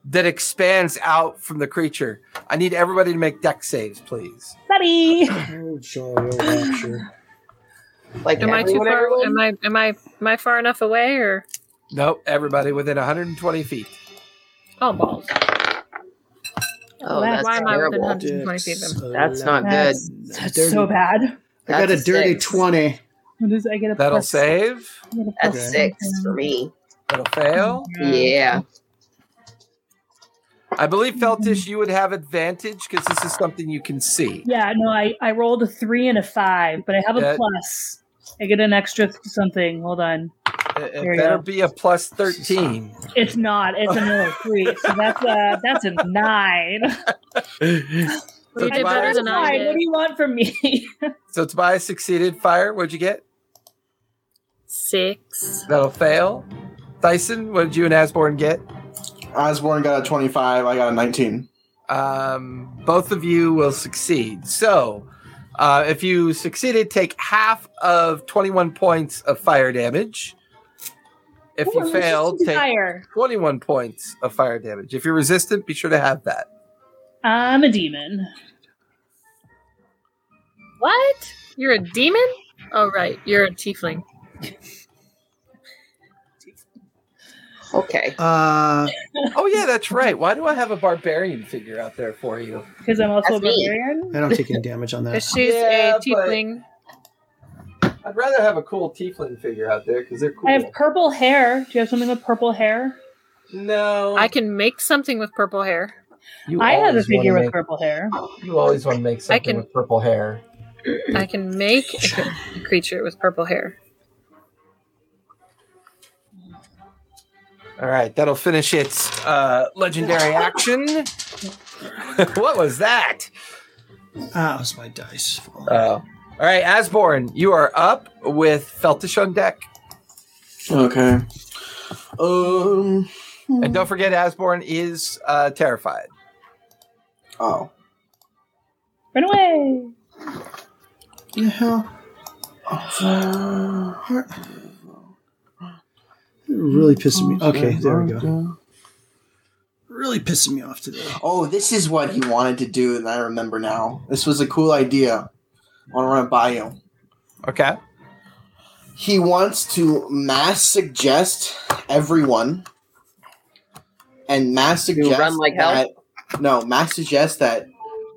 [SPEAKER 1] that expands out from the creature. I need everybody to make deck saves, please.
[SPEAKER 2] piercing? Buddy.
[SPEAKER 5] Oh, jolly old rapture.
[SPEAKER 4] Like
[SPEAKER 3] Am I too
[SPEAKER 4] everyone,
[SPEAKER 3] far?
[SPEAKER 4] everyone?
[SPEAKER 3] Am I am I am I far enough away or
[SPEAKER 1] Nope, everybody within 120 feet.
[SPEAKER 3] oh balls?
[SPEAKER 4] Oh,
[SPEAKER 2] Why
[SPEAKER 4] that's
[SPEAKER 3] Why am I within
[SPEAKER 4] terrible.
[SPEAKER 3] hundreds of my feet? of them?
[SPEAKER 4] That's not good.
[SPEAKER 2] That's, that's so bad.
[SPEAKER 5] I got a
[SPEAKER 4] That's
[SPEAKER 5] dirty
[SPEAKER 4] six.
[SPEAKER 5] 20.
[SPEAKER 2] What is I get a
[SPEAKER 1] That'll
[SPEAKER 2] plus-
[SPEAKER 1] save.
[SPEAKER 2] I get a
[SPEAKER 4] That's
[SPEAKER 2] plus
[SPEAKER 4] six
[SPEAKER 2] something.
[SPEAKER 4] for me.
[SPEAKER 1] That'll fail.
[SPEAKER 3] Hmm.
[SPEAKER 4] Yeah.
[SPEAKER 1] I believe, Feltish, you would have advantage because this is something you can see.
[SPEAKER 2] Yeah, no, I, I rolled a three and a five, but I have a
[SPEAKER 1] That-
[SPEAKER 2] plus. I get an extra something. Hold on.
[SPEAKER 1] It, it
[SPEAKER 2] There you
[SPEAKER 1] better
[SPEAKER 2] go.
[SPEAKER 1] be a plus 13.
[SPEAKER 2] It's not. It's another three. So that's a, that's a nine.
[SPEAKER 1] So
[SPEAKER 3] You did better
[SPEAKER 1] Tobias,
[SPEAKER 3] than I
[SPEAKER 2] Nine, What do
[SPEAKER 3] did.
[SPEAKER 2] you want from me?
[SPEAKER 1] so Tobias succeeded. Fire, what'd you get?
[SPEAKER 3] Six.
[SPEAKER 1] That'll fail. Dyson, what did you and Asborn get?
[SPEAKER 6] Osborne got a 25. I got a 19.
[SPEAKER 1] Um, both of you will succeed. So uh, if you succeeded, take half of 21 points of fire damage. If
[SPEAKER 2] Ooh,
[SPEAKER 1] you
[SPEAKER 2] resistant
[SPEAKER 1] fail,
[SPEAKER 2] to
[SPEAKER 1] take
[SPEAKER 2] fire.
[SPEAKER 1] 21 points of fire damage. If you're resistant, be sure to have that.
[SPEAKER 2] I'm a demon.
[SPEAKER 3] What? You're a demon? Oh right, you're a tiefling.
[SPEAKER 4] Okay.
[SPEAKER 5] Uh,
[SPEAKER 1] Oh yeah, that's right. Why do I have a barbarian figure out there for you?
[SPEAKER 2] Because I'm also
[SPEAKER 4] That's
[SPEAKER 2] a
[SPEAKER 4] me.
[SPEAKER 2] barbarian.
[SPEAKER 5] I don't take any damage on that.
[SPEAKER 3] Because she's
[SPEAKER 1] Uh, Yeah,
[SPEAKER 3] a
[SPEAKER 1] but-
[SPEAKER 3] tiefling.
[SPEAKER 1] I'd rather have a cool tiefling figure out there because they're cool.
[SPEAKER 2] I have purple hair. Do you have something with purple hair?
[SPEAKER 1] no,
[SPEAKER 3] I can make something with purple hair.
[SPEAKER 1] You
[SPEAKER 2] I have a
[SPEAKER 1] always
[SPEAKER 2] figure
[SPEAKER 1] wanna
[SPEAKER 2] with purple hair.
[SPEAKER 1] make- You always want to make something
[SPEAKER 3] can-
[SPEAKER 1] with purple hair.
[SPEAKER 3] I can make a cr- creature with purple hair.
[SPEAKER 1] All right, that'll finish its uh, legendary action. what was that?
[SPEAKER 5] Ah, it was my dice. falling.
[SPEAKER 1] Oh, all right, Asborn, you are up with Feltish on deck,
[SPEAKER 6] Okay. Um.
[SPEAKER 1] and don't forget, Asborn is uh, terrified.
[SPEAKER 6] Oh.
[SPEAKER 2] Run away.
[SPEAKER 5] the hell?
[SPEAKER 6] Oh, It
[SPEAKER 5] It really pissing
[SPEAKER 6] oh,
[SPEAKER 5] me. Okay, there we go. Really pissing me off today.
[SPEAKER 6] Oh, this is what he wanted to do, and I remember now. This was a cool idea. I want to run it by you.
[SPEAKER 1] Okay.
[SPEAKER 6] He wants to mass suggest everyone and mass suggest
[SPEAKER 4] run like hell?
[SPEAKER 6] that, No, mass suggest that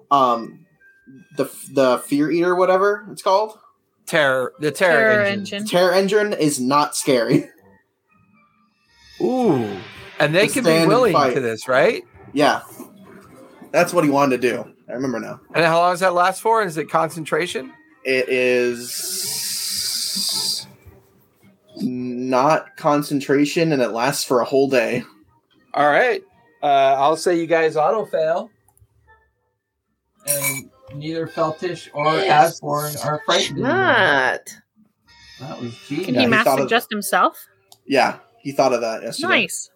[SPEAKER 6] um the the fear eater whatever it's called
[SPEAKER 1] Terror, the terror,
[SPEAKER 3] Terror
[SPEAKER 1] engine.
[SPEAKER 3] engine.
[SPEAKER 6] terror engine is not scary.
[SPEAKER 1] Ooh, And they
[SPEAKER 6] To
[SPEAKER 1] can be
[SPEAKER 6] stand and
[SPEAKER 1] willing
[SPEAKER 6] fight.
[SPEAKER 1] to this, right?
[SPEAKER 6] Yeah, that's what he wanted to do. I remember now.
[SPEAKER 1] And how long does that last for? Is it concentration?
[SPEAKER 6] It is not concentration, and it lasts for a whole day.
[SPEAKER 1] All right. Uh, I'll say you guys auto fail. And neither Feltish or Asborn are frightened. anymore.
[SPEAKER 4] Not.
[SPEAKER 1] That was
[SPEAKER 3] Can he
[SPEAKER 6] Yeah, he
[SPEAKER 1] genius.
[SPEAKER 3] math
[SPEAKER 6] thought of-
[SPEAKER 3] adjust himself?
[SPEAKER 6] Yeah, he thought of that yesterday.
[SPEAKER 3] Nice.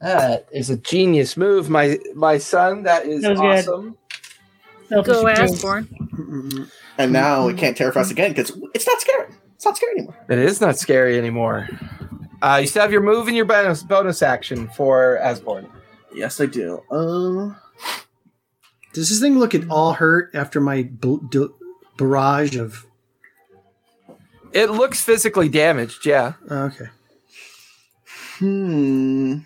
[SPEAKER 1] That is a genius move, my my son. That is
[SPEAKER 2] That was good.
[SPEAKER 1] awesome.
[SPEAKER 3] Go
[SPEAKER 2] Selfish
[SPEAKER 3] Asborn.
[SPEAKER 5] Mm-mm.
[SPEAKER 6] And now it can't terrify us again because it's not scary. It's not scary anymore.
[SPEAKER 1] It is not scary anymore. Uh, you still have your move and your bonus bonus action for Asborn.
[SPEAKER 6] Yes, I do. Um,
[SPEAKER 5] Does this thing look at all hurt after my bl- d- barrage of?
[SPEAKER 1] It looks physically damaged, yeah.
[SPEAKER 5] oh, okay.
[SPEAKER 6] hmm.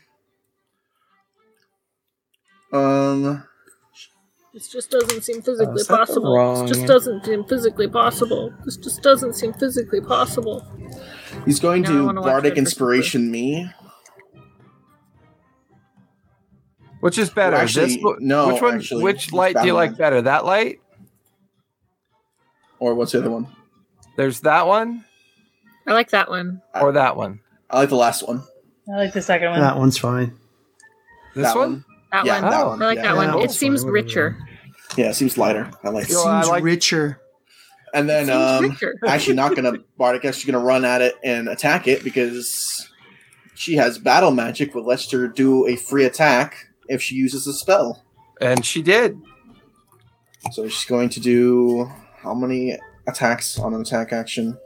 [SPEAKER 6] Um,
[SPEAKER 3] This just doesn't seem physically
[SPEAKER 1] is that the
[SPEAKER 3] possible.
[SPEAKER 1] wrong-
[SPEAKER 3] This just doesn't seem physically possible. This just doesn't seem physically possible.
[SPEAKER 6] he's going
[SPEAKER 3] Now I
[SPEAKER 6] to
[SPEAKER 3] wanna watch
[SPEAKER 6] bardic
[SPEAKER 3] it for
[SPEAKER 6] inspiration me.
[SPEAKER 1] Which is better?
[SPEAKER 6] Well, actually,
[SPEAKER 1] this,
[SPEAKER 6] no,
[SPEAKER 1] Which one?
[SPEAKER 6] actually,
[SPEAKER 1] which
[SPEAKER 6] it's
[SPEAKER 1] light do you like
[SPEAKER 6] Batman.
[SPEAKER 1] better? That light?
[SPEAKER 6] Or what's the other one?
[SPEAKER 1] There's that one
[SPEAKER 3] I like that one.
[SPEAKER 6] Uh,
[SPEAKER 1] or that one.
[SPEAKER 6] I like the last one.
[SPEAKER 2] I like the second one.
[SPEAKER 5] That one's fine.
[SPEAKER 1] This
[SPEAKER 6] That
[SPEAKER 1] one?
[SPEAKER 6] one.
[SPEAKER 3] That
[SPEAKER 6] yeah,
[SPEAKER 3] one.
[SPEAKER 6] that
[SPEAKER 1] Oh.
[SPEAKER 6] one.
[SPEAKER 3] I like
[SPEAKER 6] yeah.
[SPEAKER 3] that
[SPEAKER 5] Yeah,
[SPEAKER 3] one. It
[SPEAKER 5] that's
[SPEAKER 3] seems
[SPEAKER 5] fine, whatever.
[SPEAKER 3] richer.
[SPEAKER 6] Yeah, it seems lighter. I like
[SPEAKER 1] Yo,
[SPEAKER 6] it.
[SPEAKER 1] Well, I
[SPEAKER 5] Seems
[SPEAKER 1] like-
[SPEAKER 5] richer.
[SPEAKER 6] And
[SPEAKER 3] It
[SPEAKER 6] then,
[SPEAKER 3] seems
[SPEAKER 6] um,
[SPEAKER 3] richer.
[SPEAKER 6] actually, not gonna bardic. Actually, gonna run at it and attack it because she has battle magic, which lets her do a free attack if she uses a spell.
[SPEAKER 1] And she did.
[SPEAKER 6] So she's going to do how many attacks on an attack action?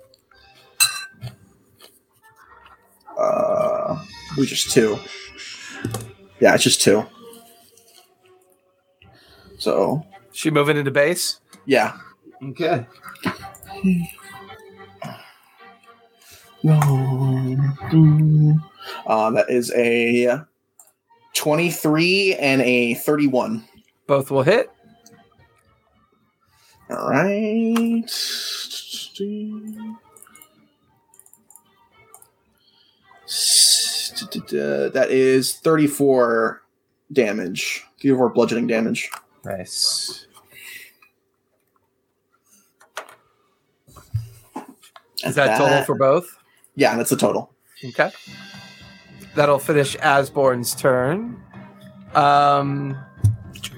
[SPEAKER 6] Uh, we just two. Yeah, it's just two. So
[SPEAKER 1] She moving into base.
[SPEAKER 6] yeah.
[SPEAKER 1] Okay.
[SPEAKER 6] Uh, that is a twenty-three and a thirty-one.
[SPEAKER 1] Both will hit.
[SPEAKER 6] All right. That is 34 damage. 34 bludgeoning damage.
[SPEAKER 1] Nice. Is that, total for both?
[SPEAKER 6] Yeah, that's the total.
[SPEAKER 1] Okay. That'll finish Asborn's turn. Um,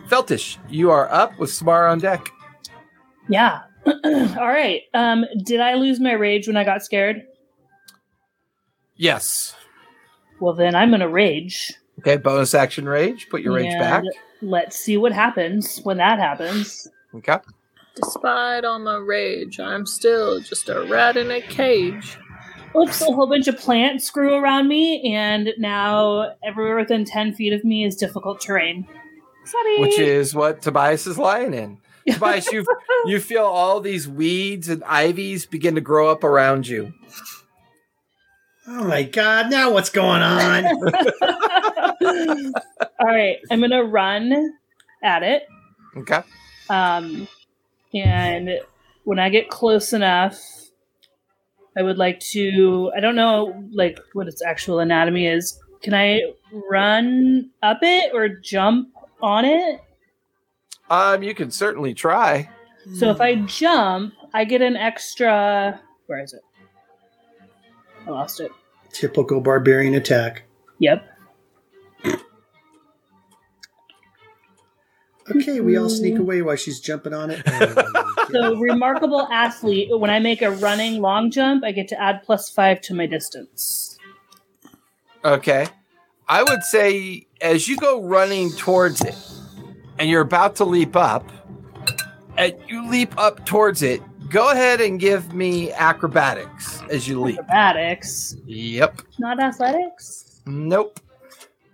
[SPEAKER 1] Feltish, you are up with Smar on deck.
[SPEAKER 2] Yeah. All right. Um, did I lose my rage when I got scared?
[SPEAKER 1] Yes.
[SPEAKER 2] Well, then I'm going to rage.
[SPEAKER 1] Okay. Bonus action rage. Put your rage
[SPEAKER 2] And
[SPEAKER 1] back.
[SPEAKER 2] Let's see what happens when that happens.
[SPEAKER 1] Okay.
[SPEAKER 3] Despite all my rage, I'm still just a rat in a cage.
[SPEAKER 2] Oops, a whole bunch of plants grew around me, and now everywhere within 10 feet of me is difficult terrain. Sorry.
[SPEAKER 1] Which is what Tobias is lying in. Tobias, you you feel all these weeds and ivies begin to grow up around you.
[SPEAKER 5] Oh my god! Now what's going on?
[SPEAKER 2] All right, I'm going to run at it.
[SPEAKER 1] Okay.
[SPEAKER 2] Um, and when I get close enough, I would like to. I don't know, like what its actual anatomy is. Can I run up it or jump on it?
[SPEAKER 1] Um, you can certainly try.
[SPEAKER 2] So if I jump, I get an extra. Where is it? I lost it.
[SPEAKER 5] typical barbarian attack.
[SPEAKER 2] Yep.
[SPEAKER 5] Okay, we all
[SPEAKER 4] Hmm.
[SPEAKER 5] sneak away while she's jumping on it. Oh,
[SPEAKER 2] So remarkable athlete. When I make a running long jump, I get to add plus five to my distance.
[SPEAKER 1] Okay. I would say as you go running towards it and you're about to leap up, and you leap up towards it, go ahead and give me acrobatics as you leap.
[SPEAKER 2] Acrobatics,
[SPEAKER 1] Yep.
[SPEAKER 2] not athletics.
[SPEAKER 1] Nope.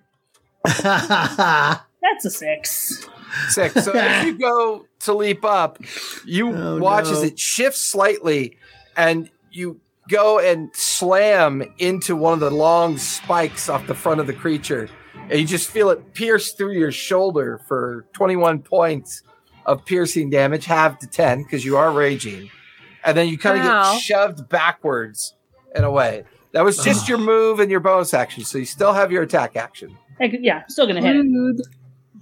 [SPEAKER 2] That's a six.
[SPEAKER 1] Six. So as you go to leap up, you
[SPEAKER 5] Oh,
[SPEAKER 1] watch as
[SPEAKER 5] no.
[SPEAKER 1] it shifts slightly and you go and slam into one of the long spikes off the front of the creature. And you just feel it pierce through your shoulder for 21 points of piercing damage, half to 10, because you are raging. And then you kind of
[SPEAKER 3] Ow.
[SPEAKER 1] get shoved backwards and away. That was just your move and your bonus action, so you still have your attack action.
[SPEAKER 2] I could, yeah, I'm still gonna hit. it.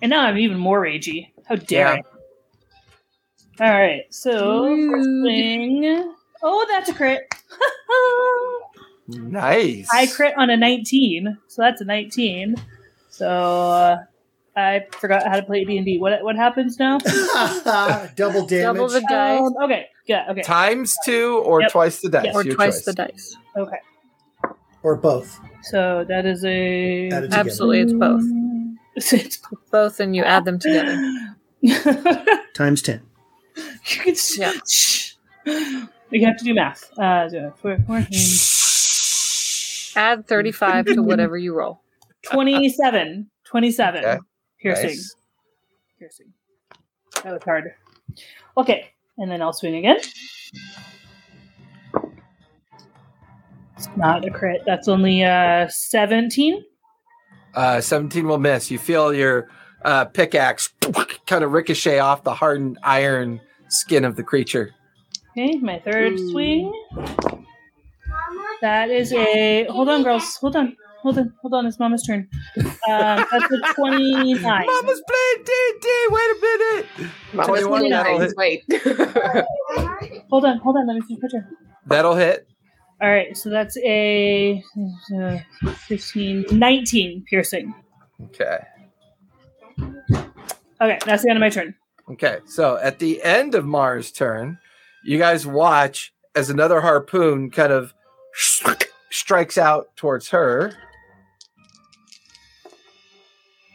[SPEAKER 2] And now I'm even more ragey. How dare I? All right, so first swing. Oh, that's a crit.
[SPEAKER 5] Mm.
[SPEAKER 1] Nice.
[SPEAKER 2] I crit on a 19, so that's a 19. So uh, I forgot how to play D and D. What what happens now?
[SPEAKER 5] Double damage.
[SPEAKER 3] Double the die.
[SPEAKER 2] Um, okay, yeah, okay,
[SPEAKER 1] Times two or
[SPEAKER 2] Yep.
[SPEAKER 1] twice the dice.
[SPEAKER 3] or
[SPEAKER 1] your
[SPEAKER 3] twice
[SPEAKER 1] choice.
[SPEAKER 3] the dice.
[SPEAKER 2] okay.
[SPEAKER 5] or both.
[SPEAKER 2] So that is a
[SPEAKER 5] Add it together.
[SPEAKER 3] Absolutely, it's both.
[SPEAKER 2] It's both.
[SPEAKER 3] Both, and you add them together.
[SPEAKER 2] you
[SPEAKER 5] Times 10.
[SPEAKER 2] can s-
[SPEAKER 3] Yeah.
[SPEAKER 2] shh. You have to do math. Uh, so four- four-
[SPEAKER 3] Add 35 to whatever you roll.
[SPEAKER 2] 27. 27.
[SPEAKER 1] Okay.
[SPEAKER 2] Piercing.
[SPEAKER 1] Nice.
[SPEAKER 2] Piercing. That was hard. Okay. And then I'll swing again. It's not a crit. That's only uh 17.
[SPEAKER 1] Uh, 17 will miss. You feel your uh, pickaxe kind of ricochet off the hardened iron skin of the creature.
[SPEAKER 2] Okay, my third
[SPEAKER 1] Hmm.
[SPEAKER 4] Ooh.
[SPEAKER 2] swing. That is a hold on, girls. Hold on. Hold on. Hold on. It's Mama's turn. Um, that's a 29.
[SPEAKER 1] Mama's playing D&D. Wait a minute.
[SPEAKER 4] Mama's
[SPEAKER 1] 21
[SPEAKER 4] playing
[SPEAKER 1] that'll
[SPEAKER 4] nice.
[SPEAKER 1] hit.
[SPEAKER 4] Wait.
[SPEAKER 2] Hold on. Hold on. Let me see the picture.
[SPEAKER 1] That'll hit.
[SPEAKER 2] All right, so that's a uh, 15, 19 piercing.
[SPEAKER 1] Okay.
[SPEAKER 2] Okay, that's the end of my turn.
[SPEAKER 1] Okay, so at the end of Mars' turn, you guys watch as another harpoon kind of strikes out towards her,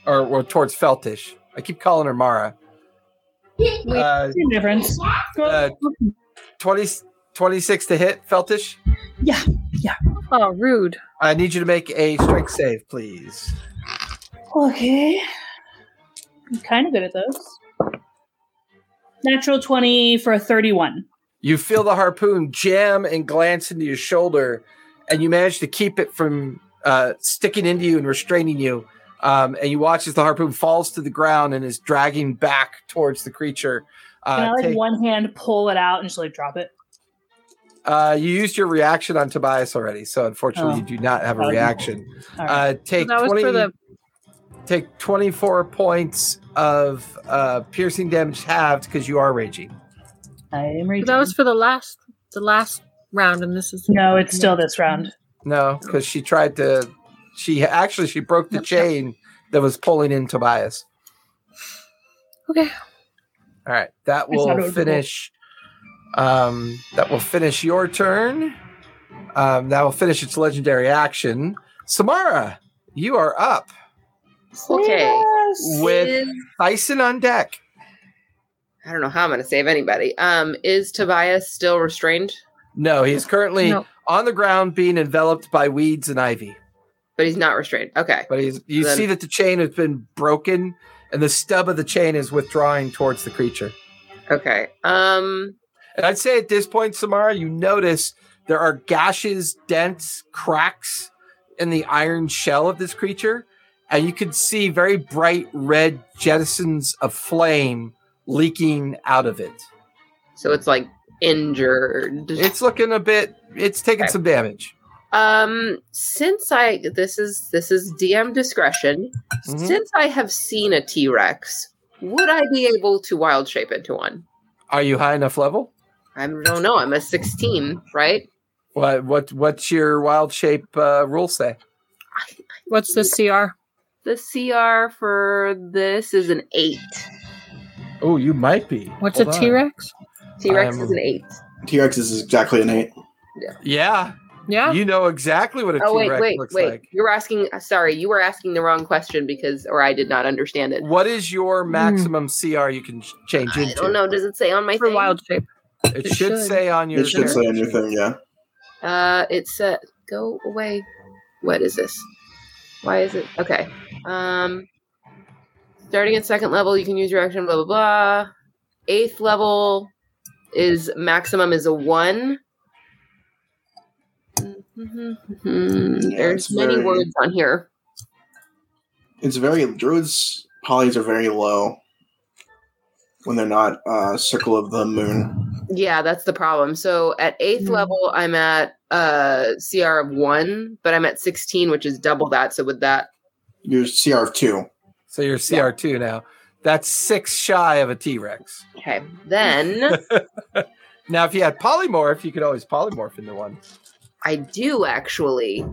[SPEAKER 1] or well, towards Feltish. I keep calling her Mara. Uh,
[SPEAKER 2] Same difference. Go-
[SPEAKER 1] uh, 20, 26 to hit, Feltish.
[SPEAKER 3] Oh, rude.
[SPEAKER 1] I need you to make a strength save, please.
[SPEAKER 2] okay. I'm kind of good at those. Natural 20 for a 31.
[SPEAKER 1] You feel the harpoon jam and glance into your shoulder, and you manage to keep it from uh, sticking into you and restraining you. Um, and you watch as the harpoon falls to the ground and is dragging back towards the creature.
[SPEAKER 2] Can I
[SPEAKER 1] Uh,
[SPEAKER 2] like
[SPEAKER 1] take-
[SPEAKER 2] one hand pull it out and just like drop it?
[SPEAKER 1] uh, you used your reaction on Tobias already, so unfortunately,
[SPEAKER 2] Oh.
[SPEAKER 1] you do not have a
[SPEAKER 2] Oh, no.
[SPEAKER 1] reaction.
[SPEAKER 2] All right.
[SPEAKER 1] Uh, take
[SPEAKER 3] that was
[SPEAKER 1] 20,
[SPEAKER 3] for the
[SPEAKER 1] take twenty four points of uh, piercing damage halved because you are raging.
[SPEAKER 2] I am reading.
[SPEAKER 3] that was for the last the last round, and this is
[SPEAKER 2] no, it's still this round.
[SPEAKER 1] No, because she tried to. She actually she broke the chain that was pulling in Tobias.
[SPEAKER 3] Okay.
[SPEAKER 1] All right, that
[SPEAKER 2] thought it
[SPEAKER 1] will
[SPEAKER 2] was cool.
[SPEAKER 1] finish. Um, that will finish your turn. Um, that will finish its legendary action. Samara, you are up
[SPEAKER 4] Okay.
[SPEAKER 2] Yes!
[SPEAKER 1] with
[SPEAKER 4] Is-
[SPEAKER 1] Tyson on deck.
[SPEAKER 4] I don't know how I'm going to save anybody. Um, is Tobias still restrained?
[SPEAKER 1] No, he's currently
[SPEAKER 3] No.
[SPEAKER 1] on the ground being enveloped by weeds and ivy.
[SPEAKER 4] But he's not restrained. Okay.
[SPEAKER 1] But he's, you
[SPEAKER 4] Then-
[SPEAKER 1] see that the chain has been broken and the stub of the chain is withdrawing towards the creature.
[SPEAKER 4] Okay. Um,
[SPEAKER 1] And I'd say at this point, Samara, you notice there are gashes, dents, cracks in the iron shell of this creature. And you can see very bright red jettisons of flame leaking out of it.
[SPEAKER 4] so it's like injured.
[SPEAKER 1] It's looking a bit, it's taking
[SPEAKER 4] Okay.
[SPEAKER 1] some damage.
[SPEAKER 4] Um, since I this is this is DM discretion.
[SPEAKER 1] Mhm.
[SPEAKER 4] Since I have seen a T Rex, would I be able to wild shape into one?
[SPEAKER 1] Are you high enough level?
[SPEAKER 4] I don't know. I'm a 16, right?
[SPEAKER 1] What, what, what's your wild shape uh, rule say?
[SPEAKER 3] what's the CR?
[SPEAKER 4] The CR for this is an eight.
[SPEAKER 1] Oh, you might be.
[SPEAKER 3] What's
[SPEAKER 1] Hold
[SPEAKER 3] a
[SPEAKER 1] on.
[SPEAKER 3] T Rex?
[SPEAKER 4] T Rex
[SPEAKER 1] I'm-
[SPEAKER 4] is an eight.
[SPEAKER 6] T Rex is exactly an eight.
[SPEAKER 1] Yeah,
[SPEAKER 3] Yeah.
[SPEAKER 1] you know exactly what a
[SPEAKER 4] Oh wait,
[SPEAKER 1] T-Rex
[SPEAKER 4] wait,
[SPEAKER 1] looks
[SPEAKER 4] wait!
[SPEAKER 1] like.
[SPEAKER 4] You're asking. uh, Sorry, you were asking the wrong question because, or I did not understand it.
[SPEAKER 1] What is your
[SPEAKER 4] Hmm.
[SPEAKER 1] maximum CR you can ch- change
[SPEAKER 4] I
[SPEAKER 1] into?
[SPEAKER 4] don't know. Does Oh, it say on my
[SPEAKER 3] for
[SPEAKER 4] thing?
[SPEAKER 3] wild shape.
[SPEAKER 1] It,
[SPEAKER 3] It
[SPEAKER 1] should,
[SPEAKER 3] should.
[SPEAKER 1] say on your.
[SPEAKER 6] It should say anything, yeah.
[SPEAKER 4] Uh, it said, "Go away." What is this? Why is it okay? Um, starting at second level, you can use your action. Blah blah blah. Eighth level is maximum is a one.
[SPEAKER 3] Mm-hmm.
[SPEAKER 4] Mhm.
[SPEAKER 6] Yeah,
[SPEAKER 4] There's
[SPEAKER 6] it's
[SPEAKER 4] many
[SPEAKER 6] very-
[SPEAKER 4] words on here.
[SPEAKER 6] It's very druids. Polys are very low when they're not uh, circle of the moon. Mm.
[SPEAKER 4] Yeah, that's the problem. So at eighth
[SPEAKER 3] Hmm.
[SPEAKER 4] level, I'm at uh CR of one, but I'm at 16, which is double that. So with that,
[SPEAKER 6] Your CR of two.
[SPEAKER 1] So you're CR2 now. That's six shy of a T Rex.
[SPEAKER 4] okay. Then
[SPEAKER 1] Now, if you had polymorph, you could always polymorph into one
[SPEAKER 4] I do actually.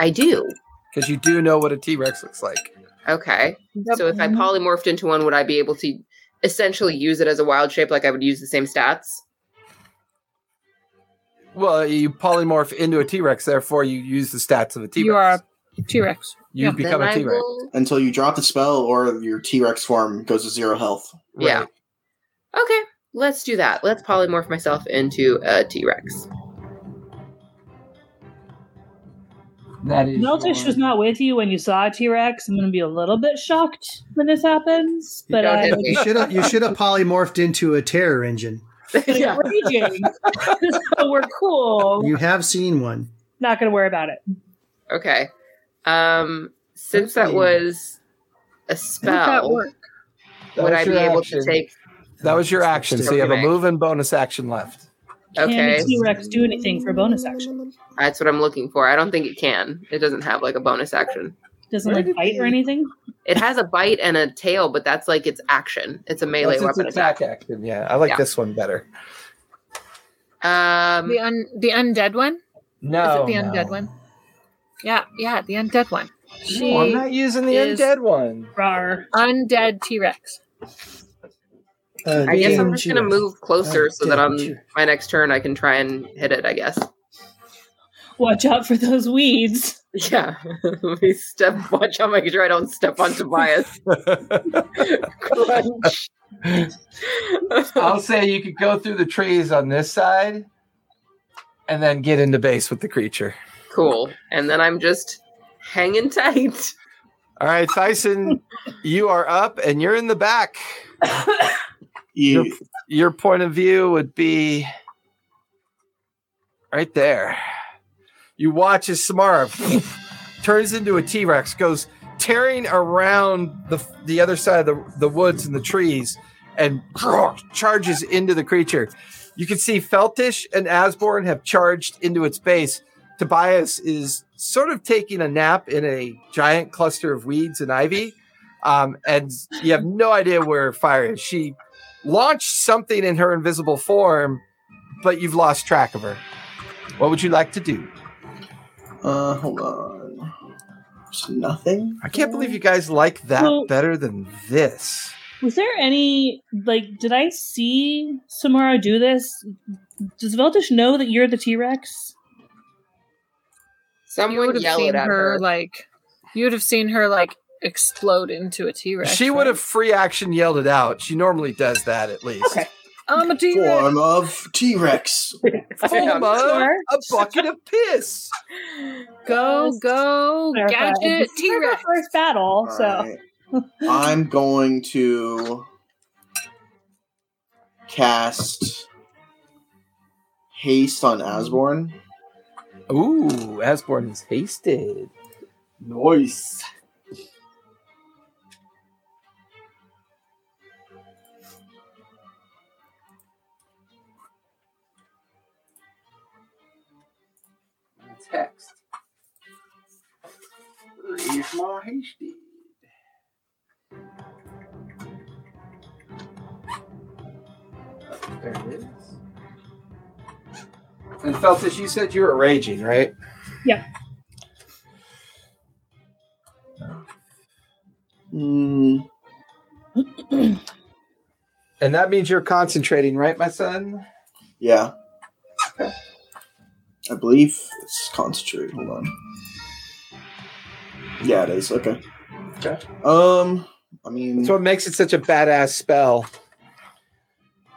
[SPEAKER 4] I do.
[SPEAKER 1] because you do know what a T Rex looks like.
[SPEAKER 4] Okay. So if I
[SPEAKER 6] Mm-hmm.
[SPEAKER 4] polymorphed into one, would I be able to essentially use it as a wild shape like I would use the same stats?
[SPEAKER 1] Well, you polymorph into a T Rex, therefore you use the stats of a T Rex.
[SPEAKER 3] You are T Rex.
[SPEAKER 1] You
[SPEAKER 3] yeah,
[SPEAKER 1] become
[SPEAKER 4] then
[SPEAKER 1] a
[SPEAKER 4] I
[SPEAKER 1] T Rex.
[SPEAKER 4] will-
[SPEAKER 6] Until you drop the spell or your T Rex form goes to zero health.
[SPEAKER 4] Yeah. Okay. Let's do that. Let's polymorph myself into a T Rex.
[SPEAKER 1] That is.
[SPEAKER 2] Meltish was not with you when you saw a T Rex. I'm going to be a little bit shocked when this happens, but
[SPEAKER 4] Yeah,
[SPEAKER 2] I
[SPEAKER 4] okay.
[SPEAKER 5] You should have you should have polymorphed into a terror engine.
[SPEAKER 4] yeah.
[SPEAKER 2] raging. so we're cool.
[SPEAKER 5] You have seen one.
[SPEAKER 2] Not going to worry about it.
[SPEAKER 4] Okay. Um, since that
[SPEAKER 5] Okay.
[SPEAKER 4] was a
[SPEAKER 3] How did that
[SPEAKER 4] spell,
[SPEAKER 3] work?
[SPEAKER 4] would I be able to take?
[SPEAKER 1] That was your action. So you have a
[SPEAKER 4] Okay.
[SPEAKER 1] move and bonus action left.
[SPEAKER 2] Can
[SPEAKER 4] Okay,
[SPEAKER 2] a T Rex do anything for a bonus action?
[SPEAKER 4] that's what I'm looking for. I don't think it can. It doesn't have like a bonus action.
[SPEAKER 2] Doesn't
[SPEAKER 1] Where
[SPEAKER 2] like
[SPEAKER 1] did
[SPEAKER 2] bite or
[SPEAKER 1] we-
[SPEAKER 2] anything?
[SPEAKER 4] It has a bite and a tail, but that's like its action. It's a melee
[SPEAKER 1] That's its
[SPEAKER 4] weapon attack.
[SPEAKER 1] attack action. Yeah, I like
[SPEAKER 4] Yeah.
[SPEAKER 1] this one better.
[SPEAKER 4] Um,
[SPEAKER 3] The un the undead one?
[SPEAKER 1] No,
[SPEAKER 3] Is it the
[SPEAKER 1] no.
[SPEAKER 3] undead one? Yeah, yeah, the undead one. She
[SPEAKER 1] No, I'm not using the
[SPEAKER 3] is-
[SPEAKER 1] undead one.
[SPEAKER 2] Rawr.
[SPEAKER 3] undead T Rex.
[SPEAKER 5] Uh,
[SPEAKER 4] I guess I'm
[SPEAKER 5] damn
[SPEAKER 4] just gonna
[SPEAKER 5] T-Rex.
[SPEAKER 4] move closer so that
[SPEAKER 5] damn
[SPEAKER 4] on
[SPEAKER 5] T-Rex.
[SPEAKER 4] my next turn I can try and hit it. I guess.
[SPEAKER 2] Watch out for those weeds.
[SPEAKER 4] Yeah. Let me step. Watch out. Make sure I don't step on Tobias. Crunch.
[SPEAKER 1] I'll say you could go through the trees on this side, and then get into base with the creature.
[SPEAKER 4] Cool. And then I'm just hanging tight.
[SPEAKER 1] All right, Tyson, you are up, and you're in the back.
[SPEAKER 6] You,
[SPEAKER 1] Yep. Your point of view would be right there. You watch as Samara turns into a T Rex, goes tearing around the the other side of the, the woods and the trees, and charges into the creature. You can see Feltish and Asborn have charged into its base. Tobias is sort of taking a nap in a giant cluster of weeds and ivy. Um, and you have no idea where fire is. She launched something in her invisible form, but you've lost track of her. What would you like to do?
[SPEAKER 6] uh, hold on. There's nothing.
[SPEAKER 1] I can't believe you guys like that
[SPEAKER 2] Well-
[SPEAKER 1] better than this.
[SPEAKER 2] Was there any like? Did I see Samara do this? Does Veltish know that you're the T Rex?
[SPEAKER 3] You would
[SPEAKER 4] Someone
[SPEAKER 3] have
[SPEAKER 4] yell it
[SPEAKER 3] seen
[SPEAKER 4] at her.
[SPEAKER 3] her, like you would have seen her like explode into a T Rex.
[SPEAKER 1] She would have free action yelled it out. She normally does that at least.
[SPEAKER 2] Okay.
[SPEAKER 3] I'm a T Rex.
[SPEAKER 6] Form of T Rex.
[SPEAKER 1] Form of
[SPEAKER 2] Sure.
[SPEAKER 1] a bucket of piss.
[SPEAKER 3] Go,
[SPEAKER 2] Yes.
[SPEAKER 3] go,
[SPEAKER 2] Clarify.
[SPEAKER 3] gadget
[SPEAKER 2] This is
[SPEAKER 3] T
[SPEAKER 2] our
[SPEAKER 3] Rex.
[SPEAKER 2] First battle,
[SPEAKER 6] All
[SPEAKER 2] so
[SPEAKER 6] right. I'm going to cast haste on Asborn.
[SPEAKER 1] Ooh, Asborn is hasted.
[SPEAKER 6] Nice.
[SPEAKER 1] Text. He's more hasted. Oh, There it is. And Feltus, you said you were raging, right?
[SPEAKER 6] Mm,
[SPEAKER 1] And that means you're concentrating, right, my son?
[SPEAKER 6] yeah. I believe it's concentrate. Hold on. Yeah, it is. Okay.
[SPEAKER 1] Okay.
[SPEAKER 6] Um, I mean,
[SPEAKER 1] That's what makes it such a badass spell.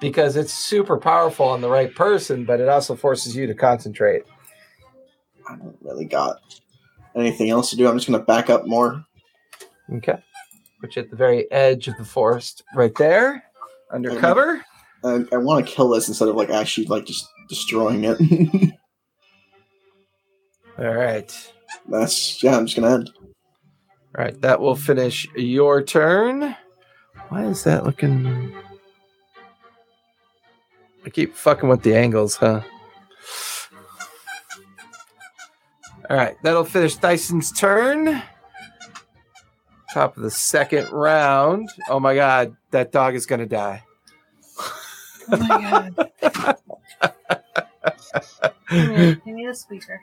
[SPEAKER 1] Because it's super powerful on the right person, but it also forces you to concentrate.
[SPEAKER 6] I don't really got anything else to do. I'm just gonna back up more.
[SPEAKER 1] Okay. Which at the very edge of the forest, right there, undercover.
[SPEAKER 6] I, I want to kill this instead of like actually like just destroying it.
[SPEAKER 1] All right.
[SPEAKER 6] That's yeah. I'm just gonna end.
[SPEAKER 1] All right. That will finish your turn. Why is that looking. I keep fucking with the angles, huh? All right, that'll finish Dyson's turn. Top of the second round. Oh my god, that dog is gonna die.
[SPEAKER 3] Oh my god.
[SPEAKER 2] Give me a squeaker.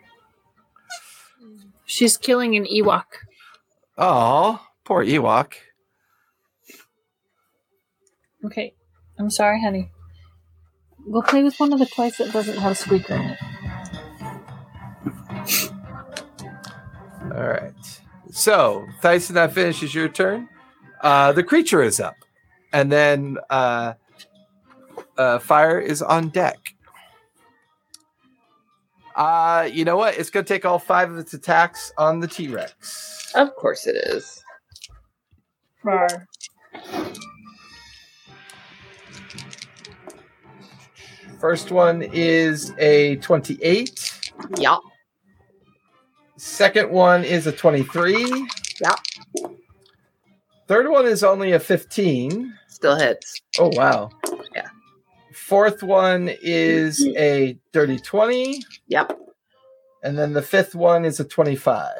[SPEAKER 3] She's killing an Ewok.
[SPEAKER 1] Oh, poor Ewok.
[SPEAKER 3] Okay. I'm sorry, honey. Go play with one of the toys that doesn't have a squeaker in it.
[SPEAKER 1] All right. So, Tyson, that finishes your turn. Uh, the creature is up. And then uh, uh, fire is on deck. Uh, you know what? It's going to take all five of its attacks on the T Rex.
[SPEAKER 4] Of course it is.
[SPEAKER 2] Rar.
[SPEAKER 1] First one is a 28.
[SPEAKER 4] Yeah.
[SPEAKER 1] Second one is a 23.
[SPEAKER 4] Yeah.
[SPEAKER 1] Third one is only a 15.
[SPEAKER 4] Still hits.
[SPEAKER 1] Oh, wow.
[SPEAKER 4] Yeah. Mm-hmm.
[SPEAKER 1] Fourth one is a dirty 20.
[SPEAKER 4] Yep.
[SPEAKER 1] And then the fifth one is a 25.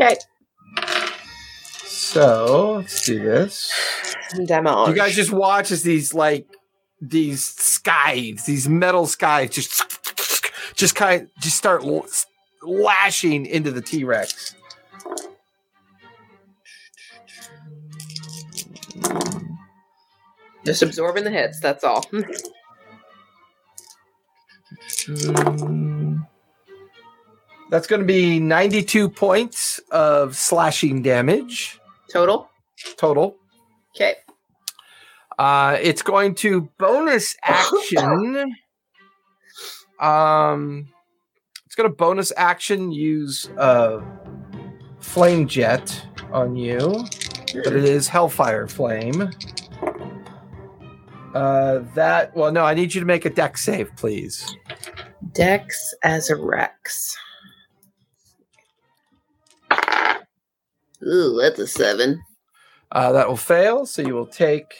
[SPEAKER 4] Okay.
[SPEAKER 1] So let's do this.
[SPEAKER 4] Demo.
[SPEAKER 1] You guys just watch as these, like, these skies, these metal skies, just, just kind of, just start l- lashing into the T Rex.
[SPEAKER 4] just absorbing the hits. That's all. Hmm. Mm.
[SPEAKER 1] That's going to be 92 points of slashing damage
[SPEAKER 4] Total.
[SPEAKER 1] total.
[SPEAKER 4] Okay.
[SPEAKER 1] Uh, it's going to bonus action. um, it's going to bonus action use uh, flame jet on you, but it is hellfire flame. Uh, that well, no, I need you to make a deck save, please.
[SPEAKER 4] Dex as a Rex. Ooh, that's a seven.
[SPEAKER 1] Uh, that will fail, so you will take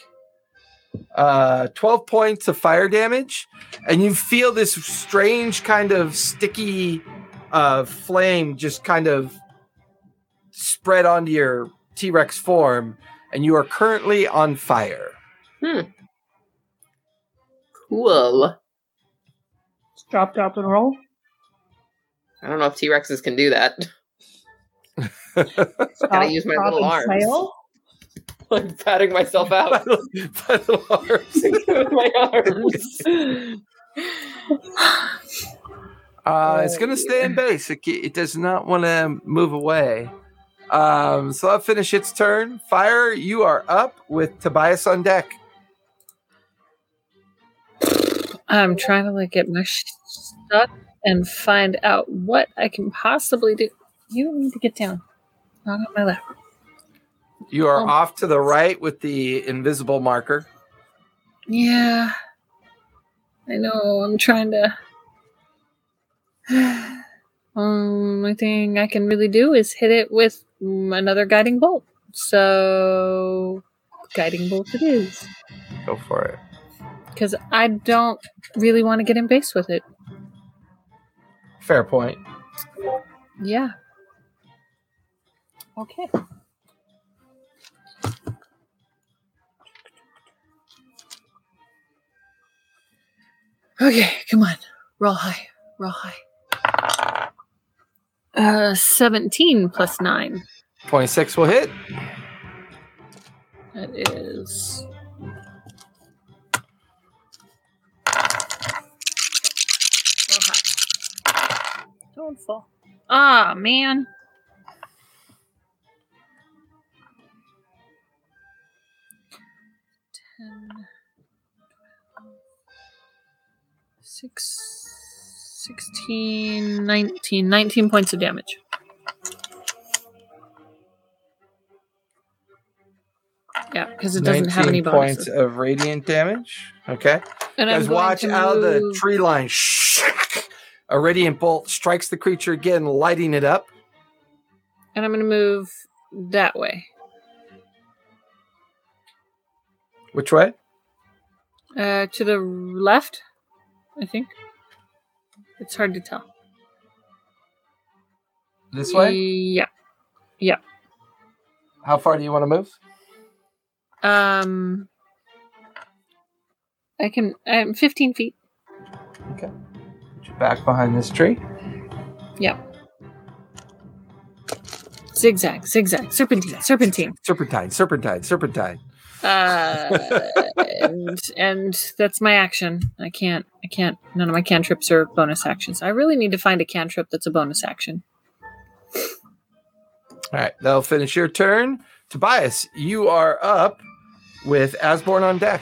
[SPEAKER 1] uh, 12 points of fire damage, and you feel this strange kind of sticky uh, flame just kind of spread onto your T Rex form, and you are currently on fire.
[SPEAKER 4] Cool.
[SPEAKER 2] Drop, drop, and roll.
[SPEAKER 4] I don't know if T Rexes can do that.
[SPEAKER 2] Stop,
[SPEAKER 4] Gotta use my
[SPEAKER 2] drop,
[SPEAKER 4] little
[SPEAKER 2] and
[SPEAKER 4] arms.
[SPEAKER 2] fail.
[SPEAKER 4] I'm patting myself out
[SPEAKER 1] Battle arms.
[SPEAKER 4] with my arms.
[SPEAKER 1] Uh, it's
[SPEAKER 4] Oh,
[SPEAKER 1] going to stay in base. It, ca- it does not want to move away. Um, so I'll finish its turn. Fire, you are up with Tobias on deck.
[SPEAKER 3] I'm trying to like get my sh- stuff and find out what I can possibly do. You need to get down. Not on my lap.
[SPEAKER 1] You are
[SPEAKER 3] Oh.
[SPEAKER 1] off to the right with the invisible marker.
[SPEAKER 3] Yeah. I know. I'm trying to. Only thing um, I can really do is hit it with mm, another guiding bolt. So, guiding bolt it is.
[SPEAKER 1] Go for it.
[SPEAKER 3] Because I don't really want to get in base with it.
[SPEAKER 1] Fair point.
[SPEAKER 3] Yeah. Okay. Okay, come on. Roll high. Roll high. Uh, 17 plus 9.
[SPEAKER 1] 26 will hit.
[SPEAKER 3] That is. Roll high. Don't fall. Ah, man. Ten, six, 16, 19, 19 points of damage. Yeah, because it doesn't have any
[SPEAKER 1] 19 points
[SPEAKER 3] bonuses.
[SPEAKER 1] of radiant damage. Okay.
[SPEAKER 3] And I'm
[SPEAKER 1] Guys,
[SPEAKER 3] going
[SPEAKER 1] watch
[SPEAKER 3] to
[SPEAKER 1] out the
[SPEAKER 3] move-
[SPEAKER 1] tree line. Shack! A radiant bolt strikes the creature again, lighting it up.
[SPEAKER 3] and I'm going to move that way.
[SPEAKER 1] Which way?
[SPEAKER 3] Uh, to the left, I think. It's hard to tell.
[SPEAKER 1] This way?
[SPEAKER 3] Yeah.
[SPEAKER 1] How far do you want to move?
[SPEAKER 3] Um. I can. I'm 15 feet.
[SPEAKER 1] Put you back behind this tree.
[SPEAKER 3] Zigzag, zigzag, serpentine, serpentine.
[SPEAKER 1] Serpentine, serpentine, serpentine.
[SPEAKER 3] Uh, and, and that's my action. I can't. I can't. None of my cantrips are bonus actions. I really need to find a cantrip that's a bonus action.
[SPEAKER 1] All right, that'll finish your turn. Tobias, you are up with Asborn on deck.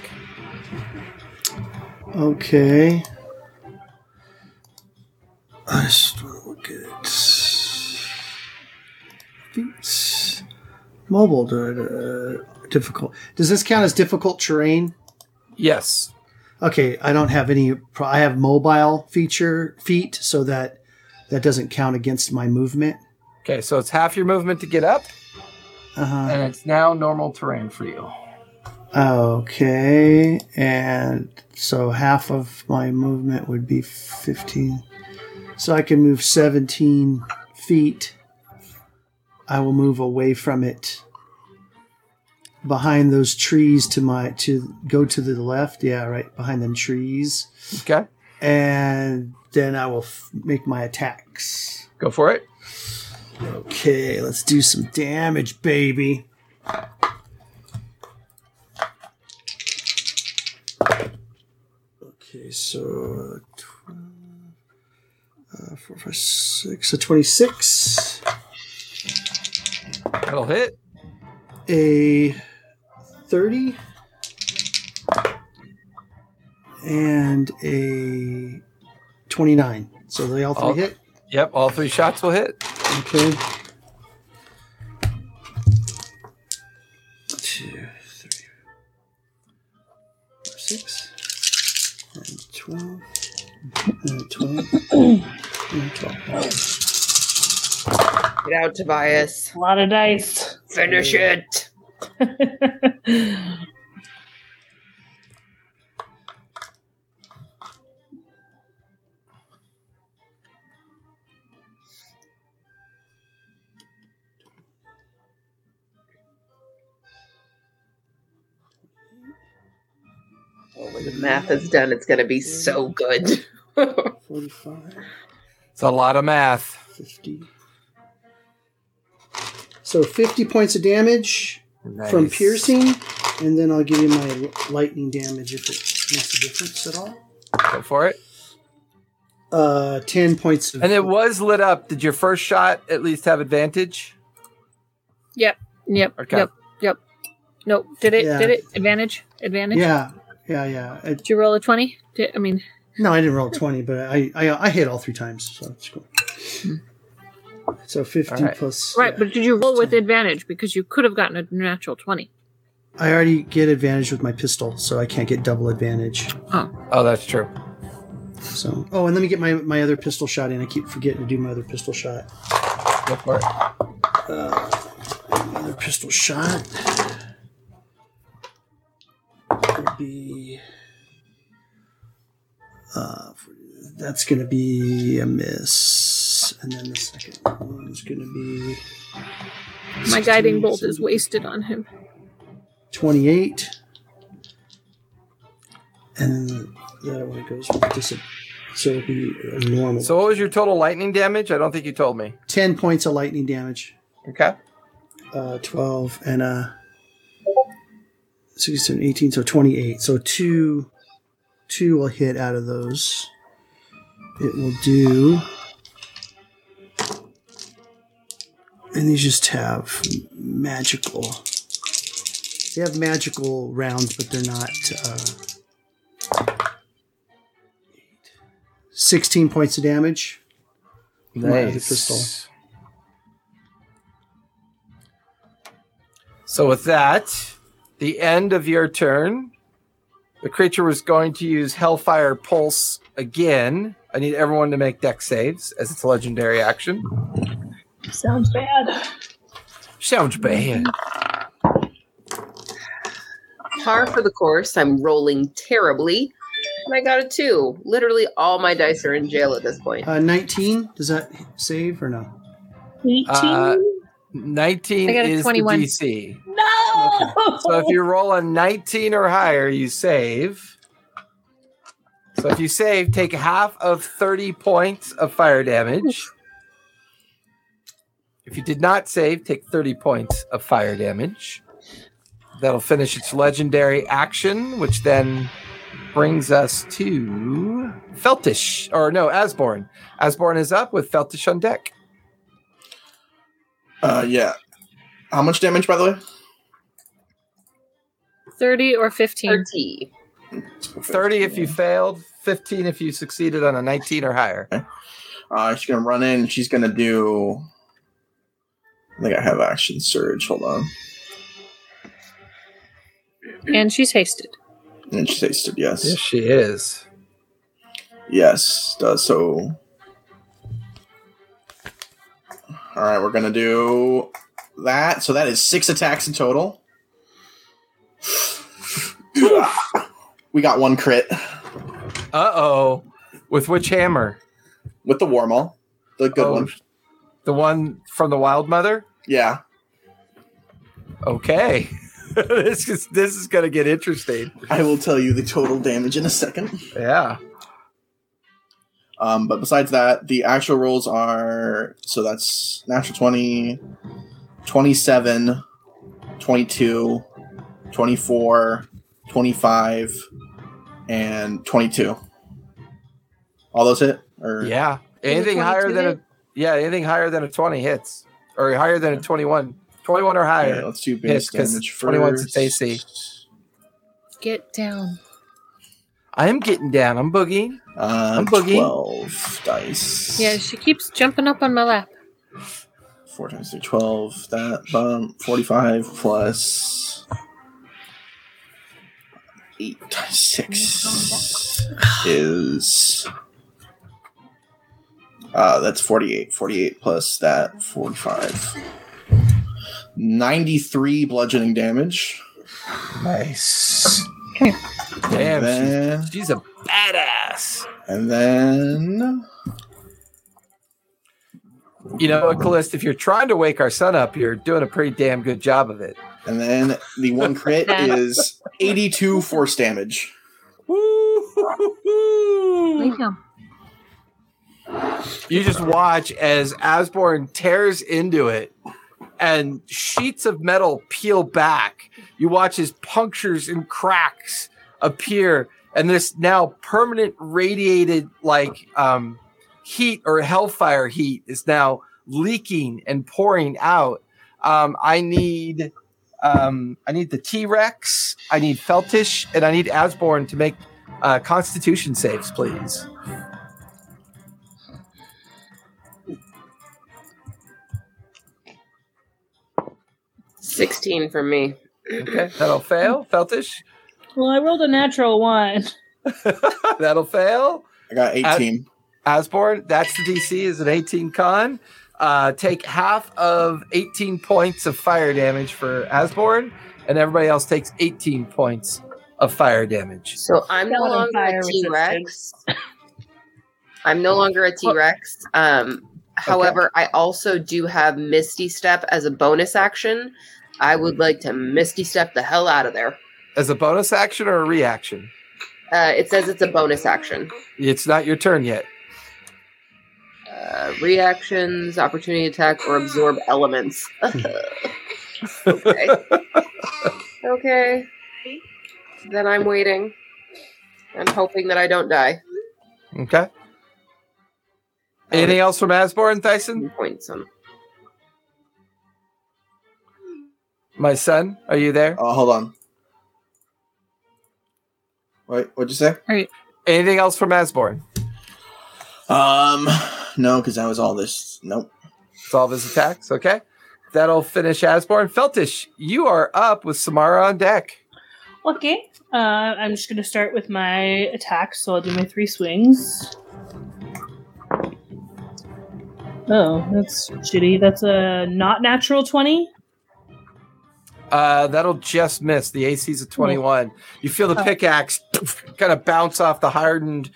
[SPEAKER 5] Okay. I just want to look at feats. Mobile da- da- difficult. Does this count as difficult terrain?
[SPEAKER 1] Yes.
[SPEAKER 5] Okay, I don't have any. pro- I have mobile feature feet, so that that doesn't count against my movement.
[SPEAKER 1] Okay, so it's half your movement to get up,
[SPEAKER 5] Uh-huh.
[SPEAKER 1] and it's now normal terrain for you.
[SPEAKER 5] Okay, and so half of my movement would be fifteen, so I can move seventeen feet. I will move away from it, behind those trees to my to go to the left. Yeah, right behind them trees,
[SPEAKER 1] Okay,
[SPEAKER 5] and then I will f- make my attacks.
[SPEAKER 1] go for it.
[SPEAKER 5] Okay, let's do some damage, baby. Okay, so 12, uh, 4, 5, 6, so 26,
[SPEAKER 1] That'll hit.
[SPEAKER 5] a 30, and a 29. So they all three
[SPEAKER 1] All-
[SPEAKER 5] hit.
[SPEAKER 1] Yep, all three shots will hit.
[SPEAKER 5] Okay. Two, three, four, six, and twelve, and twelve, and twelve.
[SPEAKER 4] Get out, Tobias.
[SPEAKER 2] A lot of dice.
[SPEAKER 4] Finish it. Oh, when the math is done, it's gonna be so good.
[SPEAKER 5] 45,
[SPEAKER 1] It's a lot of math.
[SPEAKER 5] 50. So 50 points of damage from
[SPEAKER 1] Nice.
[SPEAKER 5] piercing, and then I'll give you my lightning damage if it makes a difference at all.
[SPEAKER 1] Go for it.
[SPEAKER 5] Uh, 10 points of
[SPEAKER 1] And it was lit up. Did your first shot at least have advantage?
[SPEAKER 3] Yep.
[SPEAKER 1] Okay.
[SPEAKER 3] Yep. Yep. Nope. Did it?
[SPEAKER 5] Yeah.
[SPEAKER 3] Did it? Advantage. Advantage.
[SPEAKER 5] Yeah, yeah, yeah. It-
[SPEAKER 3] Did you roll a twenty? Did, I mean,
[SPEAKER 5] No, I didn't roll a 20, but I, I I hit all three times, so it's cool. So 50
[SPEAKER 1] Hmm. All right.
[SPEAKER 5] plus.
[SPEAKER 3] right?
[SPEAKER 5] yeah.
[SPEAKER 3] But did you roll with advantage because you could have gotten a natural twenty?
[SPEAKER 5] I already get advantage with my pistol, so I can't get double advantage.
[SPEAKER 1] Oh, that's true.
[SPEAKER 5] So Oh, and let me get my, my other pistol shot in. I keep forgetting to do my other pistol shot.
[SPEAKER 1] Go for it.
[SPEAKER 5] My other pistol shot would be. Uh, that's going to be a miss. And then the second one's going to be.
[SPEAKER 3] My guiding
[SPEAKER 5] 16,
[SPEAKER 3] bolt is
[SPEAKER 5] 17.
[SPEAKER 3] wasted on him.
[SPEAKER 5] 28. And then the other one goes with dis- so it'll be a normal.
[SPEAKER 1] So, what was your total lightning damage? I don't think you told me.
[SPEAKER 5] 10 points of lightning damage,
[SPEAKER 1] Okay.
[SPEAKER 5] uh, 12, and uh, 16, 18, so 28. So two, two will hit out of those. It will do. And these just have magical. They have magical rounds, but they're not. Uh, 16 points of damage. My other pistol.
[SPEAKER 1] So with that, the end of your turn, the creature was going to use Hellfire Pulse again. I need everyone to make deck saves as it's a legendary action.
[SPEAKER 2] Sounds
[SPEAKER 1] Uh,
[SPEAKER 2] bad.
[SPEAKER 1] Sounds bad.
[SPEAKER 4] Par for the course. I'm rolling terribly. And I got a two. Literally all my dice are in jail at this point.
[SPEAKER 5] Uh, 19. Does that save or no?
[SPEAKER 2] 18?
[SPEAKER 1] Uh, 19
[SPEAKER 3] I got a
[SPEAKER 1] is
[SPEAKER 3] 21.
[SPEAKER 1] the DC.
[SPEAKER 2] no!
[SPEAKER 1] So if you roll a 19 or higher, you save. So if you save, take half of 30 points of fire damage. If you did not save, take 30 points of fire damage. That'll finish its legendary action, which then brings us to Feltish, or no, Asborn. Asborn is up with Feltish on deck.
[SPEAKER 6] Uh, yeah. How much damage, by the way?
[SPEAKER 3] 30 or 15.
[SPEAKER 4] 30.
[SPEAKER 1] 30 if you failed, 15 if you succeeded on a 19 or higher.
[SPEAKER 6] Uh, she's gonna run in. She's gonna do. I think I have action surge. Hold on.
[SPEAKER 3] And she's hasted.
[SPEAKER 6] And she tasted yes.
[SPEAKER 1] Yes, she is.
[SPEAKER 6] Yes, does so. All right, we're gonna do that. So that is six attacks in total. we got one crit
[SPEAKER 1] Uh oh. With which hammer?
[SPEAKER 6] with the warmall, the good
[SPEAKER 1] Oh,
[SPEAKER 6] one.
[SPEAKER 1] The one from the Wild Mother?
[SPEAKER 6] Yeah,
[SPEAKER 1] Okay. this is this is gonna get interesting.
[SPEAKER 6] I will tell you the total damage in a second.
[SPEAKER 1] Yeah.
[SPEAKER 6] Um, but besides that, the actual rolls are so that's natural 20, 27, 22, 24, 25, and 22. All those hit? Or
[SPEAKER 1] Yeah. Anything
[SPEAKER 3] 22
[SPEAKER 1] higher than a
[SPEAKER 3] hit?
[SPEAKER 1] yeah, anything higher than a 20 hits. Or higher than a 21. 21 or
[SPEAKER 6] All
[SPEAKER 1] higher.
[SPEAKER 6] right, let's do
[SPEAKER 1] Hits,
[SPEAKER 6] base
[SPEAKER 1] 'cause
[SPEAKER 6] damage
[SPEAKER 1] 21's
[SPEAKER 6] first.
[SPEAKER 1] its AC.
[SPEAKER 3] Get down.
[SPEAKER 1] I am getting down. I'm boogieing.
[SPEAKER 6] Uh,
[SPEAKER 1] I'm boogieing.
[SPEAKER 6] 12 dice.
[SPEAKER 3] Yeah, she keeps jumping up on my lap.
[SPEAKER 6] 4 times 3, 12. That bump, 45 plus 8 times 6 is. Uh, that's 48. 48 plus that, 45. 93 bludgeoning damage.
[SPEAKER 1] Nice.
[SPEAKER 6] And
[SPEAKER 1] Damn,
[SPEAKER 6] then-
[SPEAKER 1] she's, she's a badass.
[SPEAKER 6] and then.
[SPEAKER 1] You know what, Callist, if you're trying to wake our son up, you're doing a pretty damn good job of it.
[SPEAKER 6] And then the one crit is 82 force damage.
[SPEAKER 1] Woo!
[SPEAKER 3] Lay down.
[SPEAKER 1] You just watch as Asborn tears into it and sheets of metal peel back. You watch as punctures and cracks appear, and this now permanent radiated like um, heat or hellfire heat is now leaking and pouring out. Um, I need um, I need the T Rex, I need Feltish, and I need Asborn to make uh, Constitution saves, please.
[SPEAKER 4] Sixteen for me.
[SPEAKER 1] Okay, that'll fail. Feltish,
[SPEAKER 2] well, I rolled a natural one.
[SPEAKER 1] That'll fail.
[SPEAKER 6] I got 18.
[SPEAKER 1] Asborn, that's the DC, is an 18 con. Uh, take half of 18 points of fire damage for Asborn, and everybody else takes 18 pones of fire damage.
[SPEAKER 4] So I'm no
[SPEAKER 2] Selling
[SPEAKER 4] longer
[SPEAKER 2] fire
[SPEAKER 4] a T Rex. I'm no longer a T Rex. Um, however, I also do have Misty Step as a bonus action. I would like to Misty Step the hell out of there.
[SPEAKER 1] As a bonus action or a reaction?
[SPEAKER 4] Uh, it says it's a bonus action.
[SPEAKER 1] It's not your turn yet.
[SPEAKER 4] Uh, reactions, opportunity attack, or absorb elements. okay. Okay. Then I'm waiting. I'm hoping that I don't die.
[SPEAKER 1] Okay. Anything else from Asborn, Tyson?
[SPEAKER 4] Points on.
[SPEAKER 1] My son, are you there?
[SPEAKER 6] Oh, hold on. Wait, what'd you say?
[SPEAKER 1] Anything else from Asborn?
[SPEAKER 6] Um, no, because that was all this. Nope.
[SPEAKER 1] Solve his attacks. Okay. That'll finish Asborn. Feltish, you are up with Samara on deck.
[SPEAKER 2] Okay. Uh, I'm just going to start with my attack, so I'll do my three swings. Oh, that's shitty. That's a not natural 20.
[SPEAKER 1] Uh, that'll just miss. The AC's a 21. You feel the
[SPEAKER 2] Oh.
[SPEAKER 1] pickaxe kind of bounce off the hardened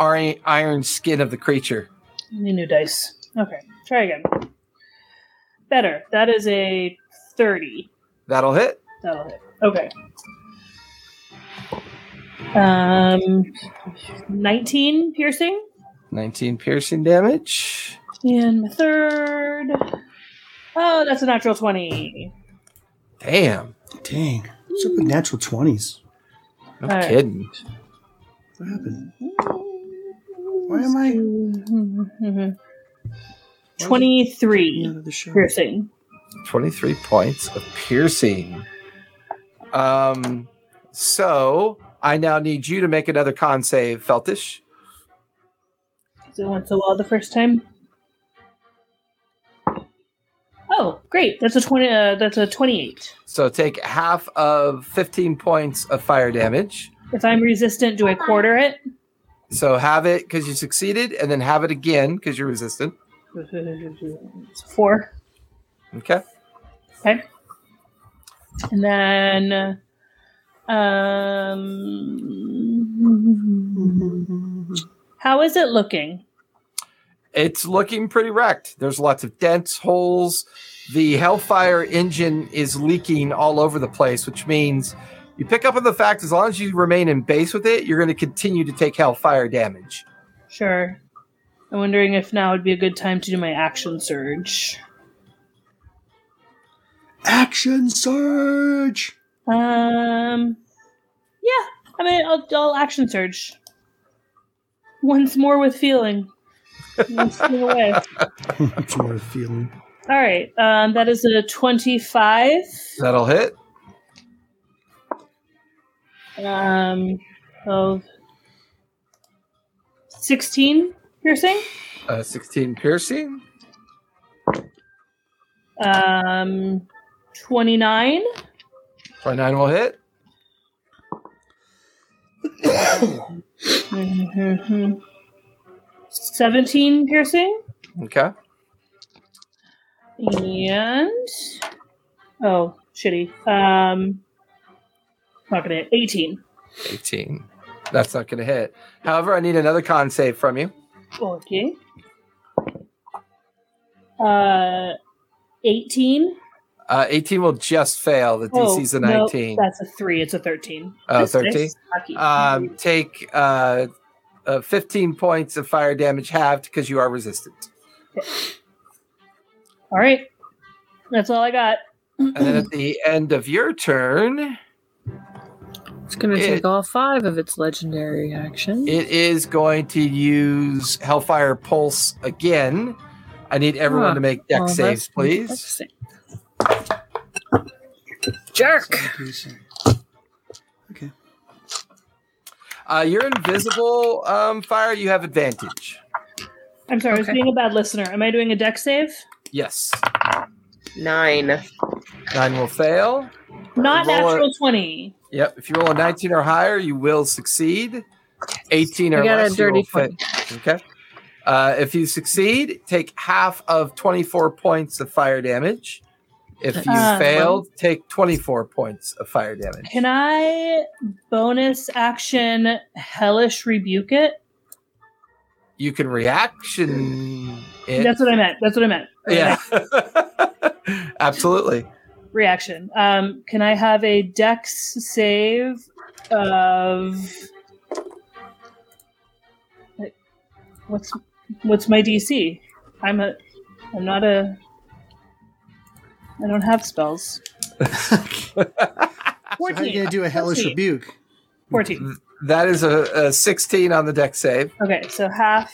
[SPEAKER 1] iron, iron skin of the creature.
[SPEAKER 2] Need new dice. Okay, try again. Better. That is a 30.
[SPEAKER 1] That'll hit.
[SPEAKER 2] That'll hit. Okay. Um, 19 piercing.
[SPEAKER 1] 19 piercing damage.
[SPEAKER 2] And my third. Oh, that's a natural 20.
[SPEAKER 1] Damn.
[SPEAKER 5] Dang. What's up with natural 20s?
[SPEAKER 1] No
[SPEAKER 2] Alright.
[SPEAKER 1] kidding.
[SPEAKER 5] What happened? Why am I-
[SPEAKER 2] Mm-hmm. 23
[SPEAKER 5] of the show.
[SPEAKER 2] piercing.
[SPEAKER 1] 23 points of piercing. Um, so I now need you to make another con save, Feltish.
[SPEAKER 2] So it went so well the first time. Oh, great. That's a 20 uh, that's a 28.
[SPEAKER 1] So take half of 15 points of fire damage.
[SPEAKER 2] If I'm resistant, do I quarter it?
[SPEAKER 1] So have it because you succeeded, and then have it again because you're resistant.
[SPEAKER 2] It's a 4.
[SPEAKER 1] Okay.
[SPEAKER 2] And then uh, um How is it looking?
[SPEAKER 1] It's looking pretty wrecked. There's lots of dents, holes. The Hellfire engine is leaking all over the place, which means you pick up on the fact as long as you remain in base with it, you're going to continue to take Hellfire damage.
[SPEAKER 2] Sure. I'm wondering if now would be a good time to do my action surge.
[SPEAKER 5] Action surge!
[SPEAKER 2] Um, yeah. I mean, I'll, I'll action surge once more with feeling. Once in a way.
[SPEAKER 5] it's more feeling.
[SPEAKER 2] All right. Um, that is a twenty-five.
[SPEAKER 1] That'll hit.
[SPEAKER 2] Um, of sixteen piercing.
[SPEAKER 1] Uh, 16 piercing.
[SPEAKER 2] Um, twenty-nine.
[SPEAKER 1] 29 will hit.
[SPEAKER 2] Mm-hmm. Seventeen piercing.
[SPEAKER 1] Okay.
[SPEAKER 2] And oh, shitty. Um, not gonna hit. eighteen.
[SPEAKER 1] 18. That's not going to hit. However, I need another con save from you.
[SPEAKER 2] Okay. Uh, eighteen.
[SPEAKER 1] Uh, 18 will just fail. The DC's
[SPEAKER 2] oh,
[SPEAKER 1] a 19.
[SPEAKER 2] No, that's a three. It's a thirteen.
[SPEAKER 1] Oh,
[SPEAKER 2] That's
[SPEAKER 1] 13?
[SPEAKER 2] nice. Lucky.
[SPEAKER 1] um, take uh, uh, 15 points of fire damage halved because you are resistant.
[SPEAKER 2] all right. That's all I got.
[SPEAKER 1] And then at the end of your turn,
[SPEAKER 3] It's gonna
[SPEAKER 1] It-
[SPEAKER 3] take all five of its legendary action.
[SPEAKER 1] it is going to use Hellfire Pulse again. I need everyone
[SPEAKER 3] Huh.
[SPEAKER 1] to make deck
[SPEAKER 3] Well,
[SPEAKER 1] saves,
[SPEAKER 3] that's
[SPEAKER 1] please.
[SPEAKER 3] interesting. Jerk.
[SPEAKER 5] Okay.
[SPEAKER 1] Uh, you're invisible, um, Fire. You have advantage.
[SPEAKER 2] I'm sorry. I
[SPEAKER 3] Okay.
[SPEAKER 2] was being a bad listener. Am I doing a deck save?
[SPEAKER 1] Yes.
[SPEAKER 4] Nine.
[SPEAKER 1] Nine will fail.
[SPEAKER 2] Not
[SPEAKER 1] Roll it.
[SPEAKER 2] natural twenty.
[SPEAKER 1] Yep. If you roll a 19 or higher, you will succeed. 18 or
[SPEAKER 3] I got
[SPEAKER 1] less,
[SPEAKER 3] a dirty
[SPEAKER 1] you will fail.
[SPEAKER 3] 20.
[SPEAKER 1] Okay. Uh, if you succeed, take half of 24 points of fire damage. If you
[SPEAKER 2] Uh,
[SPEAKER 1] fail, take 24 points of fire damage.
[SPEAKER 2] Can I bonus action hellish rebuke it?
[SPEAKER 1] you can reaction it.
[SPEAKER 2] That's what I meant. That's what I meant.
[SPEAKER 1] yeah. Absolutely.
[SPEAKER 2] reaction. Um, can I have a dex save of what's what's my DC? I'm a I'm not a I don't have spells.
[SPEAKER 5] How are you
[SPEAKER 2] Fourteen.
[SPEAKER 5] going to do a hellish
[SPEAKER 2] Fourteen.
[SPEAKER 5] rebuke?
[SPEAKER 2] Fourteen.
[SPEAKER 1] That is a, a 16 on the deck save.
[SPEAKER 2] Okay, so half.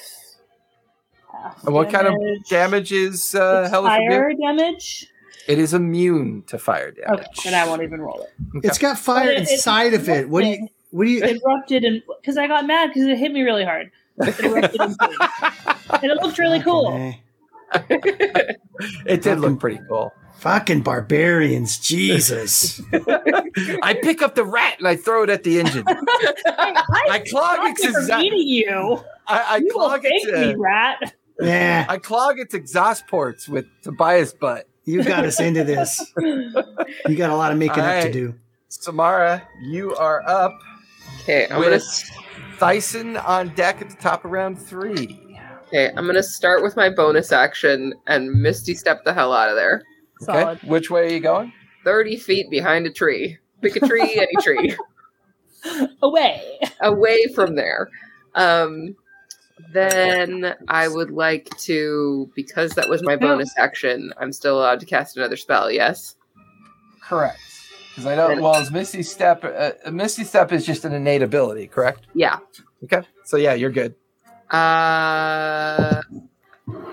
[SPEAKER 2] half
[SPEAKER 1] And what kind of Damage is uh,
[SPEAKER 2] It's
[SPEAKER 1] hellish rebuke.
[SPEAKER 2] fire damage.
[SPEAKER 1] It is immune to fire damage.
[SPEAKER 2] Okay, then I won't even roll it.
[SPEAKER 5] It's got fire
[SPEAKER 2] Well, it-
[SPEAKER 5] inside of it. What do you. What do you?
[SPEAKER 2] It erupted and because I got mad because it hit me really hard. It erupted in flames. and it looked really cool.
[SPEAKER 5] Fucking A.
[SPEAKER 1] It did look pretty cool.
[SPEAKER 5] Fucking barbarians, Jesus!
[SPEAKER 1] I pick up the rat and I throw it at the engine. I clog
[SPEAKER 2] Not
[SPEAKER 1] its
[SPEAKER 2] for me
[SPEAKER 1] exact.
[SPEAKER 2] to you.
[SPEAKER 1] I, I
[SPEAKER 2] you will
[SPEAKER 1] clog
[SPEAKER 2] thank
[SPEAKER 1] its.
[SPEAKER 2] me,
[SPEAKER 1] Uh,
[SPEAKER 2] rat.
[SPEAKER 5] yeah,
[SPEAKER 1] I clog its exhaust ports with Tobias butt.
[SPEAKER 5] you got us into this. You got a lot of making up to
[SPEAKER 1] Alright.
[SPEAKER 5] do.
[SPEAKER 1] Samara, you are up.
[SPEAKER 4] Okay, I'm
[SPEAKER 1] With-
[SPEAKER 4] gonna. s-
[SPEAKER 1] Thyson on deck at the top of round three.
[SPEAKER 4] Okay, I'm gonna start with my bonus action and Misty step the hell out of there.
[SPEAKER 2] Solid.
[SPEAKER 1] Okay. Which way are you going?
[SPEAKER 4] 30 feet behind a tree. Pick a tree, any tree.
[SPEAKER 2] Away.
[SPEAKER 4] Away from there. Um, then I would like to, because that was my bonus action, I'm still allowed to cast another spell, yes?
[SPEAKER 1] Correct. Because I know. Well, is Misty Step? Uh, Misty Step is just an innate ability, correct?
[SPEAKER 4] Yeah.
[SPEAKER 1] Okay. So yeah, you're good.
[SPEAKER 4] Uh,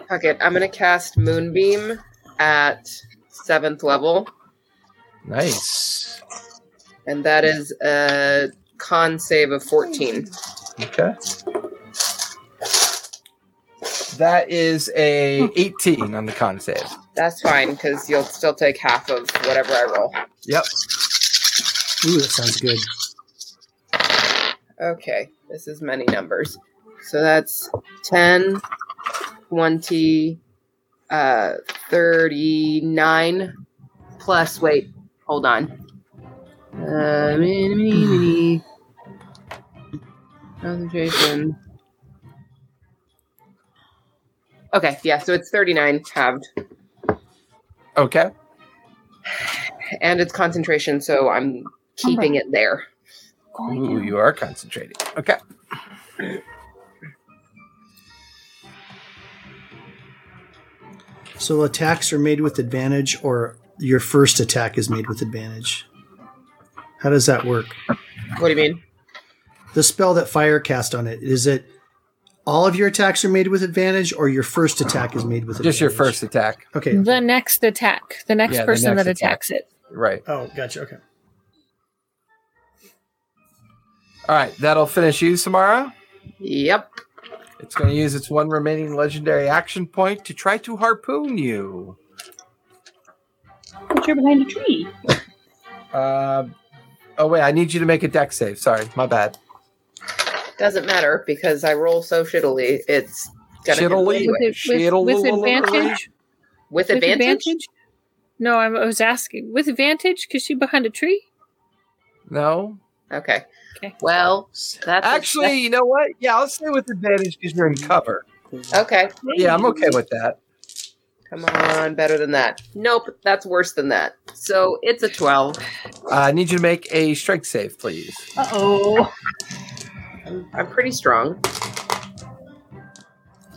[SPEAKER 4] fuck it. I'm gonna cast Moonbeam at seventh level,
[SPEAKER 1] Nice.
[SPEAKER 4] and that is a con save of 14.
[SPEAKER 1] Okay. That is a 18 on the con save.
[SPEAKER 4] That's fine because you'll still take half of whatever I roll.
[SPEAKER 1] Yep.
[SPEAKER 5] Ooh, that sounds good.
[SPEAKER 4] Okay, this is many numbers. So that's 10, 20, uh, 39, plus, wait, hold on. Uh, mini, mini, mini. Concentration. Okay, yeah, so it's 39 halved,
[SPEAKER 1] Okay.
[SPEAKER 4] and it's concentration, so I'm keeping it there.
[SPEAKER 1] Ooh, you are concentrating. Okay.
[SPEAKER 5] So attacks are made with advantage, or your first attack is made with advantage. How does that work?
[SPEAKER 4] What do you mean?
[SPEAKER 5] The spell that fire cast on it is it all of your attacks are made with advantage, or your first attack is made with advantage?
[SPEAKER 1] Just your first attack.
[SPEAKER 5] Okay.
[SPEAKER 3] The next attack. The next
[SPEAKER 1] Yeah, the
[SPEAKER 3] person
[SPEAKER 1] next
[SPEAKER 3] that
[SPEAKER 1] attack.
[SPEAKER 3] attacks it.
[SPEAKER 1] Right.
[SPEAKER 5] Oh, gotcha. Okay.
[SPEAKER 1] All right. That'll finish you, Samara.
[SPEAKER 4] Yep.
[SPEAKER 1] It's going to use its one remaining legendary action point to try to harpoon you.
[SPEAKER 2] But you're behind a tree.
[SPEAKER 1] Uh, oh, wait. I need you to make a deck save. Sorry. My bad.
[SPEAKER 4] Doesn't matter because I roll so shittily. It's gonna hit
[SPEAKER 1] Shittily?
[SPEAKER 4] anyway.
[SPEAKER 3] With, it,
[SPEAKER 1] Shiddle-
[SPEAKER 3] with, with advantage?
[SPEAKER 4] With
[SPEAKER 3] With
[SPEAKER 4] advantage?
[SPEAKER 3] No, I'm, I was asking. With advantage? Because she behind a tree?
[SPEAKER 1] No?
[SPEAKER 4] Okay.
[SPEAKER 3] Okay.
[SPEAKER 4] Well, that's
[SPEAKER 1] Actually, you know what? Yeah, I'll stay with advantage because you're in cover.
[SPEAKER 4] okay.
[SPEAKER 1] Yeah, I'm okay with that.
[SPEAKER 4] Come on, better than that. Nope, that's worse than that. So it's a twelve.
[SPEAKER 1] Uh, I need you to make a strength save, please.
[SPEAKER 2] Uh oh.
[SPEAKER 4] I'm, I'm pretty strong.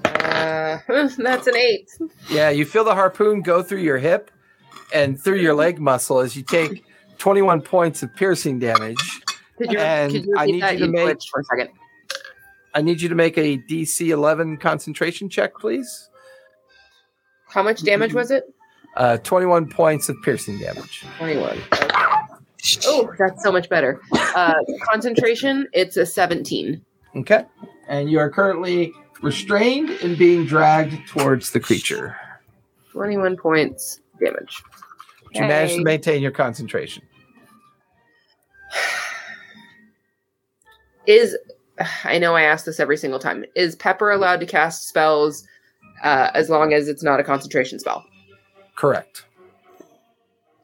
[SPEAKER 4] Uh, that's an eight.
[SPEAKER 1] Yeah, you feel the harpoon go through your hip and through your leg muscle as you take 21 points of piercing damage.
[SPEAKER 4] Could you,
[SPEAKER 1] And
[SPEAKER 4] could you
[SPEAKER 1] I
[SPEAKER 4] repeat
[SPEAKER 1] need
[SPEAKER 4] that?
[SPEAKER 1] you to make-
[SPEAKER 4] glitched for a second.
[SPEAKER 1] I need you to make a DC 11 concentration check, please.
[SPEAKER 4] How much damage was it?
[SPEAKER 1] Uh, 21 points of piercing damage.
[SPEAKER 4] Twenty-one. Okay. Oh, that's so much better. Uh, concentration. It's a seventeen.
[SPEAKER 1] Okay. And you are currently restrained and being dragged towards the creature.
[SPEAKER 4] Twenty-one points damage.
[SPEAKER 1] But You managed to
[SPEAKER 4] Yay.
[SPEAKER 1] maintain your concentration.
[SPEAKER 4] is I know I ask this every single time. Is Pepper allowed to cast spells uh, as long as it's not a concentration spell?
[SPEAKER 1] Correct.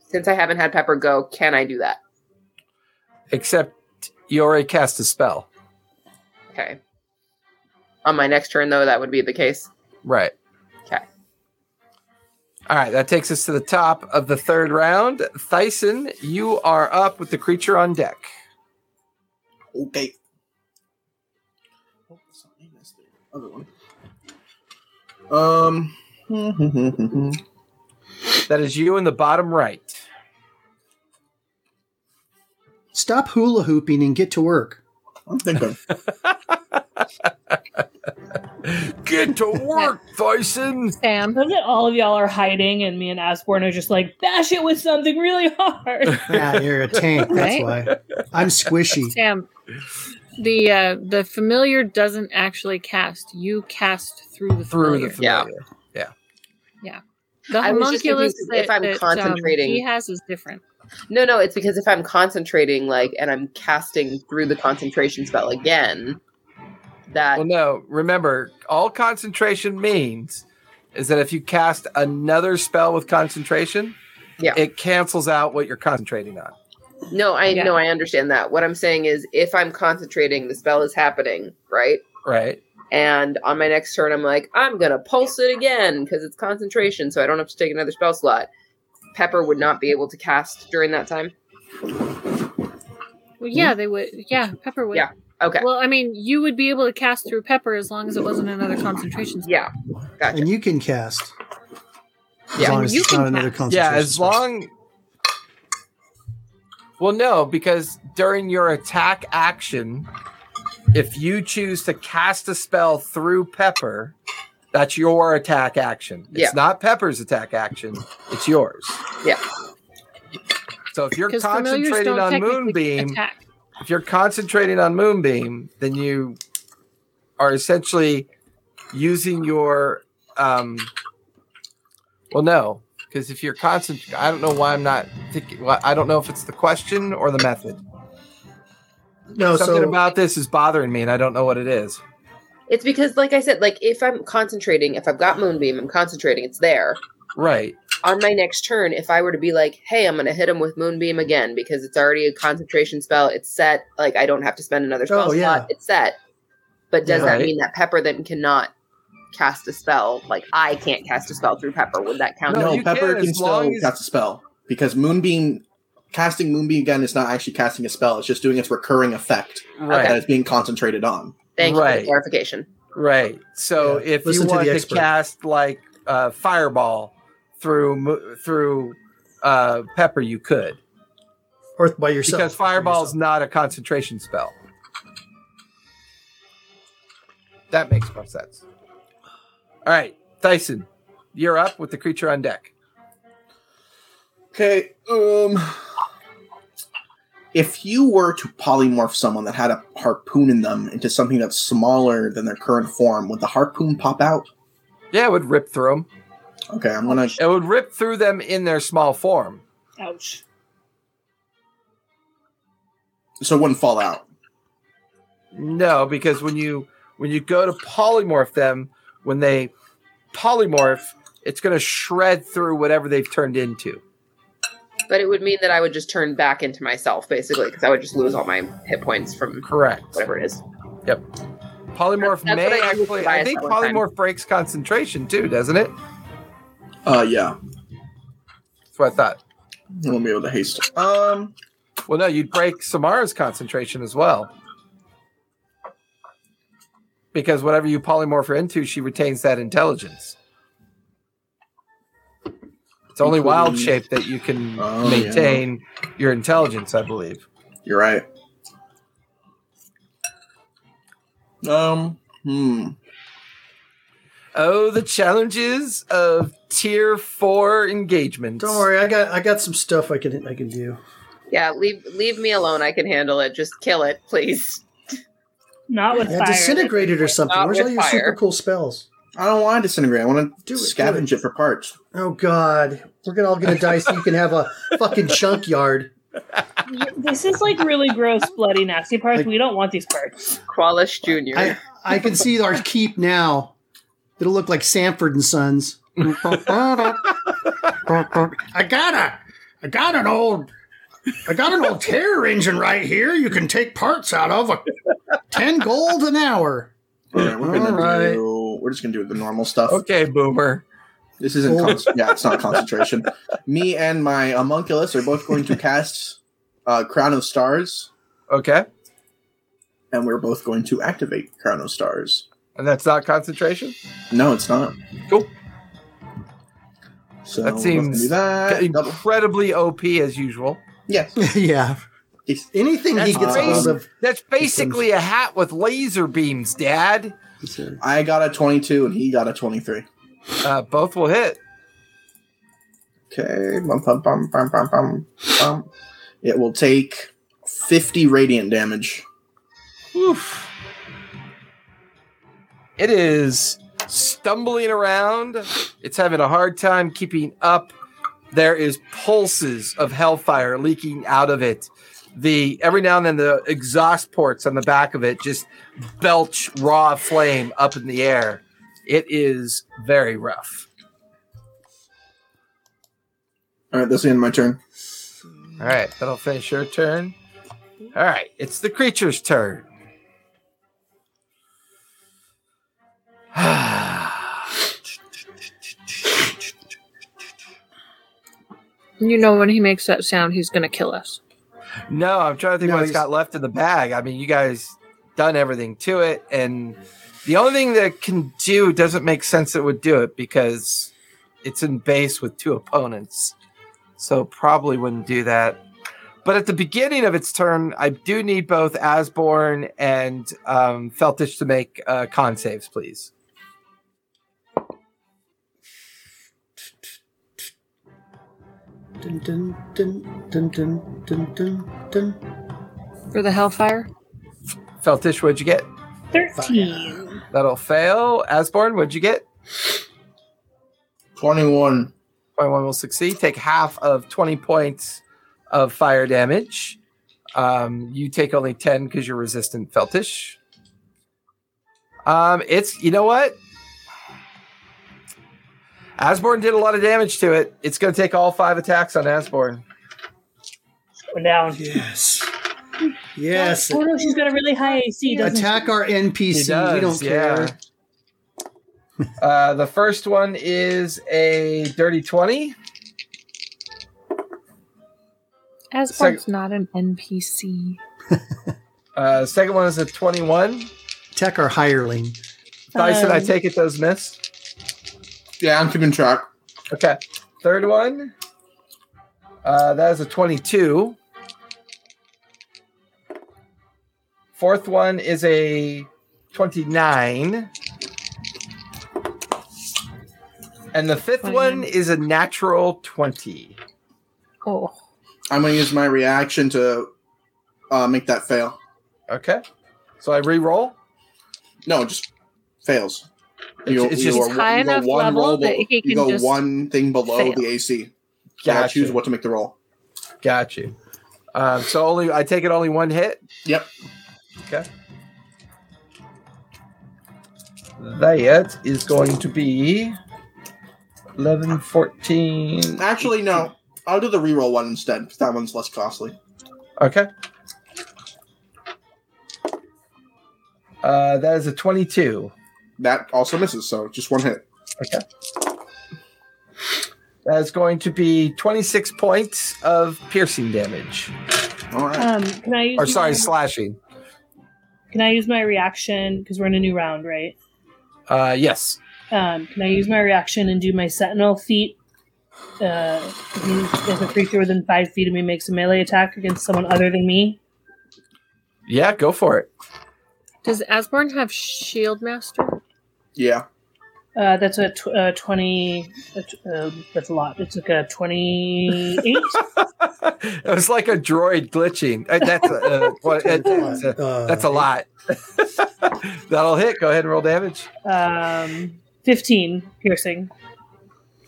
[SPEAKER 4] Since I haven't had Pepper go, can I do that?
[SPEAKER 1] Except you already cast a spell.
[SPEAKER 4] Okay. On my next turn, though, that would be the case.
[SPEAKER 1] Right.
[SPEAKER 4] Okay.
[SPEAKER 1] All right, that takes us to the top of the third round. Thyson, you are up with the creature on deck.
[SPEAKER 6] Okay. Oh, that's not me, that's the Other one. Um.
[SPEAKER 1] That is you in the bottom right.
[SPEAKER 5] Stop hula hooping and get to work.
[SPEAKER 6] I'm thinking.
[SPEAKER 1] Get to work, Thyson.
[SPEAKER 3] Sam.
[SPEAKER 2] Look at all of y'all are hiding, and me and Asborn are just like, bash it with something really hard.
[SPEAKER 5] Ah, you're a tank.
[SPEAKER 3] Right?
[SPEAKER 5] That's why I'm squishy.
[SPEAKER 3] Sam. The uh, the familiar doesn't actually cast. You cast through the
[SPEAKER 1] Through
[SPEAKER 3] familiar.
[SPEAKER 1] the familiar.
[SPEAKER 3] The
[SPEAKER 4] I was just
[SPEAKER 3] homunculus
[SPEAKER 4] confused
[SPEAKER 3] that,
[SPEAKER 4] if I'm
[SPEAKER 3] that, um,
[SPEAKER 4] concentrating.
[SPEAKER 3] he has is different.
[SPEAKER 4] No, no, it's because if I'm concentrating, like, and I'm casting through the concentration spell again, that
[SPEAKER 1] Well, no, remember, all concentration means is that if you cast another spell with concentration,
[SPEAKER 4] Yeah.
[SPEAKER 1] it cancels out what you're concentrating on.
[SPEAKER 4] no, I
[SPEAKER 3] Yeah.
[SPEAKER 4] no, I understand that. What I'm saying is, if I'm concentrating, the spell is happening, right?
[SPEAKER 1] Right?
[SPEAKER 4] And on my next turn, I'm like, I'm gonna pulse it again because it's concentration, so I don't have to take another spell slot. Pepper would not be able to cast during that time.
[SPEAKER 3] Well, yeah,
[SPEAKER 1] Hmm?
[SPEAKER 3] they would. Yeah, Pepper would.
[SPEAKER 4] Yeah, Okay.
[SPEAKER 3] Well, I mean, you would be able to cast through Pepper as long as it wasn't another concentration. spell.
[SPEAKER 4] Yeah. Gotcha.
[SPEAKER 5] And you can cast. As
[SPEAKER 1] Yeah.
[SPEAKER 5] long as
[SPEAKER 3] You
[SPEAKER 5] it's
[SPEAKER 3] can
[SPEAKER 5] not another
[SPEAKER 3] cast.
[SPEAKER 1] Yeah,
[SPEAKER 5] concentration.
[SPEAKER 1] as
[SPEAKER 5] spell.
[SPEAKER 1] long. Well, no, because during your attack action, if you choose to cast a spell through Pepper, that's your attack action. It's
[SPEAKER 4] Yeah.
[SPEAKER 1] not Pepper's attack action, it's yours.
[SPEAKER 4] Yeah.
[SPEAKER 1] So if you're
[SPEAKER 3] 'Cause familiars
[SPEAKER 1] concentrating
[SPEAKER 3] don't
[SPEAKER 1] on
[SPEAKER 3] technically
[SPEAKER 1] Moonbeam,
[SPEAKER 3] attack.
[SPEAKER 1] if you're concentrating on Moonbeam, then you are essentially using your. Um, well, no, because if you're concentrating, I don't know why I'm not thinking. Well, I don't know if it's the question or the method.
[SPEAKER 5] no,
[SPEAKER 1] Something
[SPEAKER 5] so
[SPEAKER 1] about this is bothering me, and I don't know what it is.
[SPEAKER 4] It's because, like I said, like if I'm concentrating, if I've got Moonbeam, I'm concentrating. It's there.
[SPEAKER 1] Right.
[SPEAKER 4] On my next turn, if I were to be like, "Hey, I'm gonna hit him with Moonbeam again because it's already a concentration spell. It's set. Like I don't have to spend another spell
[SPEAKER 5] Oh, yeah.
[SPEAKER 4] slot. It's set." But does
[SPEAKER 1] Yeah.
[SPEAKER 4] that
[SPEAKER 1] Right.
[SPEAKER 4] mean that Pepper then cannot cast a spell? Like I can't cast a spell through Pepper. Would that count?
[SPEAKER 1] No,
[SPEAKER 6] No,
[SPEAKER 1] you
[SPEAKER 6] Pepper
[SPEAKER 1] can,
[SPEAKER 6] can,
[SPEAKER 1] as
[SPEAKER 6] still
[SPEAKER 1] long as-
[SPEAKER 6] cast a spell because Moonbeam casting Moonbeam again is not actually casting a spell; it's just doing its recurring effect
[SPEAKER 1] Right.
[SPEAKER 6] that it's being concentrated on.
[SPEAKER 4] Thank you for
[SPEAKER 1] Right.
[SPEAKER 4] the clarification.
[SPEAKER 1] Right. So
[SPEAKER 5] Yeah,
[SPEAKER 1] if
[SPEAKER 5] listen to
[SPEAKER 1] you
[SPEAKER 5] the
[SPEAKER 1] want to,
[SPEAKER 5] expert.
[SPEAKER 1] cast like uh, fireball through mo- through uh, pepper, you could
[SPEAKER 5] or by yourself
[SPEAKER 1] because fireball's not a concentration spell. That makes more sense. All right, Tyson, you're up with the creature on deck.
[SPEAKER 6] Okay. Um. If you were to polymorph someone that had a harpoon in them into something that's smaller than their current form, would the harpoon pop out?
[SPEAKER 1] Yeah, it would rip through them.
[SPEAKER 6] Okay, I'm gonna.
[SPEAKER 1] It would rip through them in their small form.
[SPEAKER 2] Ouch.
[SPEAKER 6] So it wouldn't fall out.
[SPEAKER 1] No, because when you when you go to polymorph them, when they polymorph, it's going to shred through whatever they've turned into.
[SPEAKER 4] But it would mean that I would just turn back into myself, basically, because I would just lose all my hit points from
[SPEAKER 1] Correct.
[SPEAKER 4] whatever it is.
[SPEAKER 1] Polymorph
[SPEAKER 4] That's what
[SPEAKER 1] may
[SPEAKER 4] I did with
[SPEAKER 1] actually. I
[SPEAKER 4] Tobias
[SPEAKER 1] think
[SPEAKER 4] that one time.
[SPEAKER 1] polymorph breaks concentration too, doesn't it?
[SPEAKER 6] Uh, yeah,
[SPEAKER 1] That's what I thought.
[SPEAKER 6] I won't be able to haste. Um,
[SPEAKER 1] Well, no, you'd break Samara's concentration as well. Because whatever you polymorph her into, she retains that intelligence. It's only wild
[SPEAKER 6] Including-
[SPEAKER 1] shape that you can
[SPEAKER 6] Oh, yeah.
[SPEAKER 1] maintain your intelligence, I believe.
[SPEAKER 6] you're right. Um, hmm.
[SPEAKER 1] Oh, the challenges of tier four engagements.
[SPEAKER 5] Don't worry, I got I got some stuff I can I can do.
[SPEAKER 4] Yeah, leave leave me alone. I can handle it. Just kill it, please.
[SPEAKER 2] Not with
[SPEAKER 5] Yeah,
[SPEAKER 2] fire.
[SPEAKER 5] disintegrated or something.
[SPEAKER 4] Not
[SPEAKER 5] Where's all
[SPEAKER 4] with
[SPEAKER 5] your super
[SPEAKER 4] fire.
[SPEAKER 5] cool spells?
[SPEAKER 6] I don't want to disintegrate. I want to
[SPEAKER 5] Do it, do
[SPEAKER 6] scavenge it for parts.
[SPEAKER 5] Oh God, we're gonna all gonna die so you can have a fucking chunk yard.
[SPEAKER 2] This is like really gross, bloody, nasty parts.
[SPEAKER 5] Like-
[SPEAKER 2] we don't want these parts.
[SPEAKER 4] Qualish Junior.
[SPEAKER 5] I I can see our keep now. It'll look like Sanford and Sons. I got a I got an old I got an old terror engine right here. You can take parts out of ten gold an hour.
[SPEAKER 6] All right, we're gonna
[SPEAKER 5] Alright.
[SPEAKER 6] do. We're just gonna do the normal stuff.
[SPEAKER 1] Okay, boomer.
[SPEAKER 6] This isn't.
[SPEAKER 5] Oh.
[SPEAKER 6] Con- yeah, it's not concentration. Me and my homunculus are both going to cast uh, Crown of Stars,
[SPEAKER 1] Okay.
[SPEAKER 6] and we're both going to activate Crown of Stars.
[SPEAKER 1] And that's not concentration?
[SPEAKER 6] No, it's not.
[SPEAKER 1] Cool.
[SPEAKER 6] So
[SPEAKER 1] That
[SPEAKER 6] that
[SPEAKER 1] seems-
[SPEAKER 6] seems do that. Double.
[SPEAKER 1] Incredibly OP as usual.
[SPEAKER 6] Yes.
[SPEAKER 5] yeah.
[SPEAKER 6] Yes.
[SPEAKER 5] Anything he
[SPEAKER 1] That's
[SPEAKER 5] gets a
[SPEAKER 6] crazy.
[SPEAKER 5] hold of.
[SPEAKER 1] That's basically a hat with laser beams, Dad.
[SPEAKER 6] I got a 22 and he got a 23.
[SPEAKER 1] Uh, both will hit.
[SPEAKER 6] Okay. Bum, bum, bum, bum, bum, bum, bum. It will take 50 radiant damage.
[SPEAKER 1] Oof. It is stumbling around. It's having a hard time keeping up. There is pulses of hellfire leaking out of it. The every now and then the exhaust ports on the back of it just belch raw flame up in the air. It is very rough.
[SPEAKER 6] All right, that's the end of my turn.
[SPEAKER 1] All right, that'll finish your turn. All right, it's the creature's turn. Ah.
[SPEAKER 3] You know, when he makes that sound, he's going to kill us.
[SPEAKER 1] No, I'm trying to think
[SPEAKER 5] No,
[SPEAKER 1] what's
[SPEAKER 5] he's-
[SPEAKER 1] got left in the bag. I mean, you guys done everything to it, and the only thing that can do doesn't make sense that would do it because it's in base with two opponents. So probably wouldn't do that. But at the beginning of its turn, I do need both Asborn and um, Feltish to make uh, con saves, please.
[SPEAKER 5] Dun, dun, dun, dun, dun, dun, dun, dun.
[SPEAKER 3] For the Hellfire?
[SPEAKER 1] Feltish, what'd you get?
[SPEAKER 2] 13.
[SPEAKER 1] That'll fail. Asborn, what'd you get?
[SPEAKER 6] 21.
[SPEAKER 1] 21 will succeed. Take half of 20 points of fire damage. Um, you take only 10 because you're resistant feltish. Um, it's, you know what? Asborn did a lot of damage to it. It's going to take all five attacks on Asborn.
[SPEAKER 2] Going down.
[SPEAKER 5] Yes. Yes.
[SPEAKER 2] Oh no, she's got a really high AC, doesn't
[SPEAKER 5] Attack our
[SPEAKER 1] He
[SPEAKER 5] NPC. we don't
[SPEAKER 1] does, yeah.
[SPEAKER 5] care.
[SPEAKER 1] uh, the first one is a dirty 20.
[SPEAKER 3] Asborn's not an NPC.
[SPEAKER 1] Uh, second one is a 21.
[SPEAKER 5] Attack our hireling.
[SPEAKER 1] Dyson, I
[SPEAKER 2] Um,
[SPEAKER 1] take it those missed.
[SPEAKER 6] Yeah, I'm keeping track.
[SPEAKER 1] Okay. Third one. Uh, that is a 22. Fourth one is a 29. And the fifth one
[SPEAKER 3] 29.
[SPEAKER 1] is a natural 20.
[SPEAKER 3] Oh.
[SPEAKER 6] I'm going to use my reaction to uh, make that fail.
[SPEAKER 1] Okay. So I re roll.
[SPEAKER 6] No, it just fails.
[SPEAKER 1] It's- it's just-
[SPEAKER 6] are-
[SPEAKER 3] It's high
[SPEAKER 6] go
[SPEAKER 3] enough level that he
[SPEAKER 6] you
[SPEAKER 3] can
[SPEAKER 6] go
[SPEAKER 3] just
[SPEAKER 6] one thing below
[SPEAKER 3] fail.
[SPEAKER 6] the AC. Yeah,
[SPEAKER 1] Got
[SPEAKER 6] choose
[SPEAKER 1] you.
[SPEAKER 6] what to make the roll.
[SPEAKER 1] Got you. Um, so only I take it only one hit.
[SPEAKER 6] Yep.
[SPEAKER 1] Okay. That is going to be 11, 14.
[SPEAKER 6] Actually, no. I'll do the reroll one instead. 'cause That one's less costly.
[SPEAKER 1] Okay. Uh, that is a 22.
[SPEAKER 6] That also misses, so just one hit.
[SPEAKER 1] That is going to be 26 points of piercing damage.
[SPEAKER 6] All
[SPEAKER 3] Uh,
[SPEAKER 6] right.
[SPEAKER 2] Um, can I use
[SPEAKER 1] Or, sorry,
[SPEAKER 2] my,
[SPEAKER 1] slashing.
[SPEAKER 2] can I use my reaction because we're in a new round, right?
[SPEAKER 1] Uh, yes.
[SPEAKER 2] Um, can I use my reaction and do my sentinel feat? Uh, if you- if a creature within five feet of me makes a melee attack against someone other than me,
[SPEAKER 1] Yeah, go for it.
[SPEAKER 3] Does Asborn have Shield Master?
[SPEAKER 6] yeah.
[SPEAKER 2] uh, that's a tw- uh, twenty. a t- Uh, that's a lot. It's like a twenty-eight.
[SPEAKER 1] it was like a droid glitching. Uh, That's a, uh, what- it's a-
[SPEAKER 5] Uh,
[SPEAKER 1] that's a lot. That'll hit. Go ahead and roll damage.
[SPEAKER 2] um, fifteen piercing.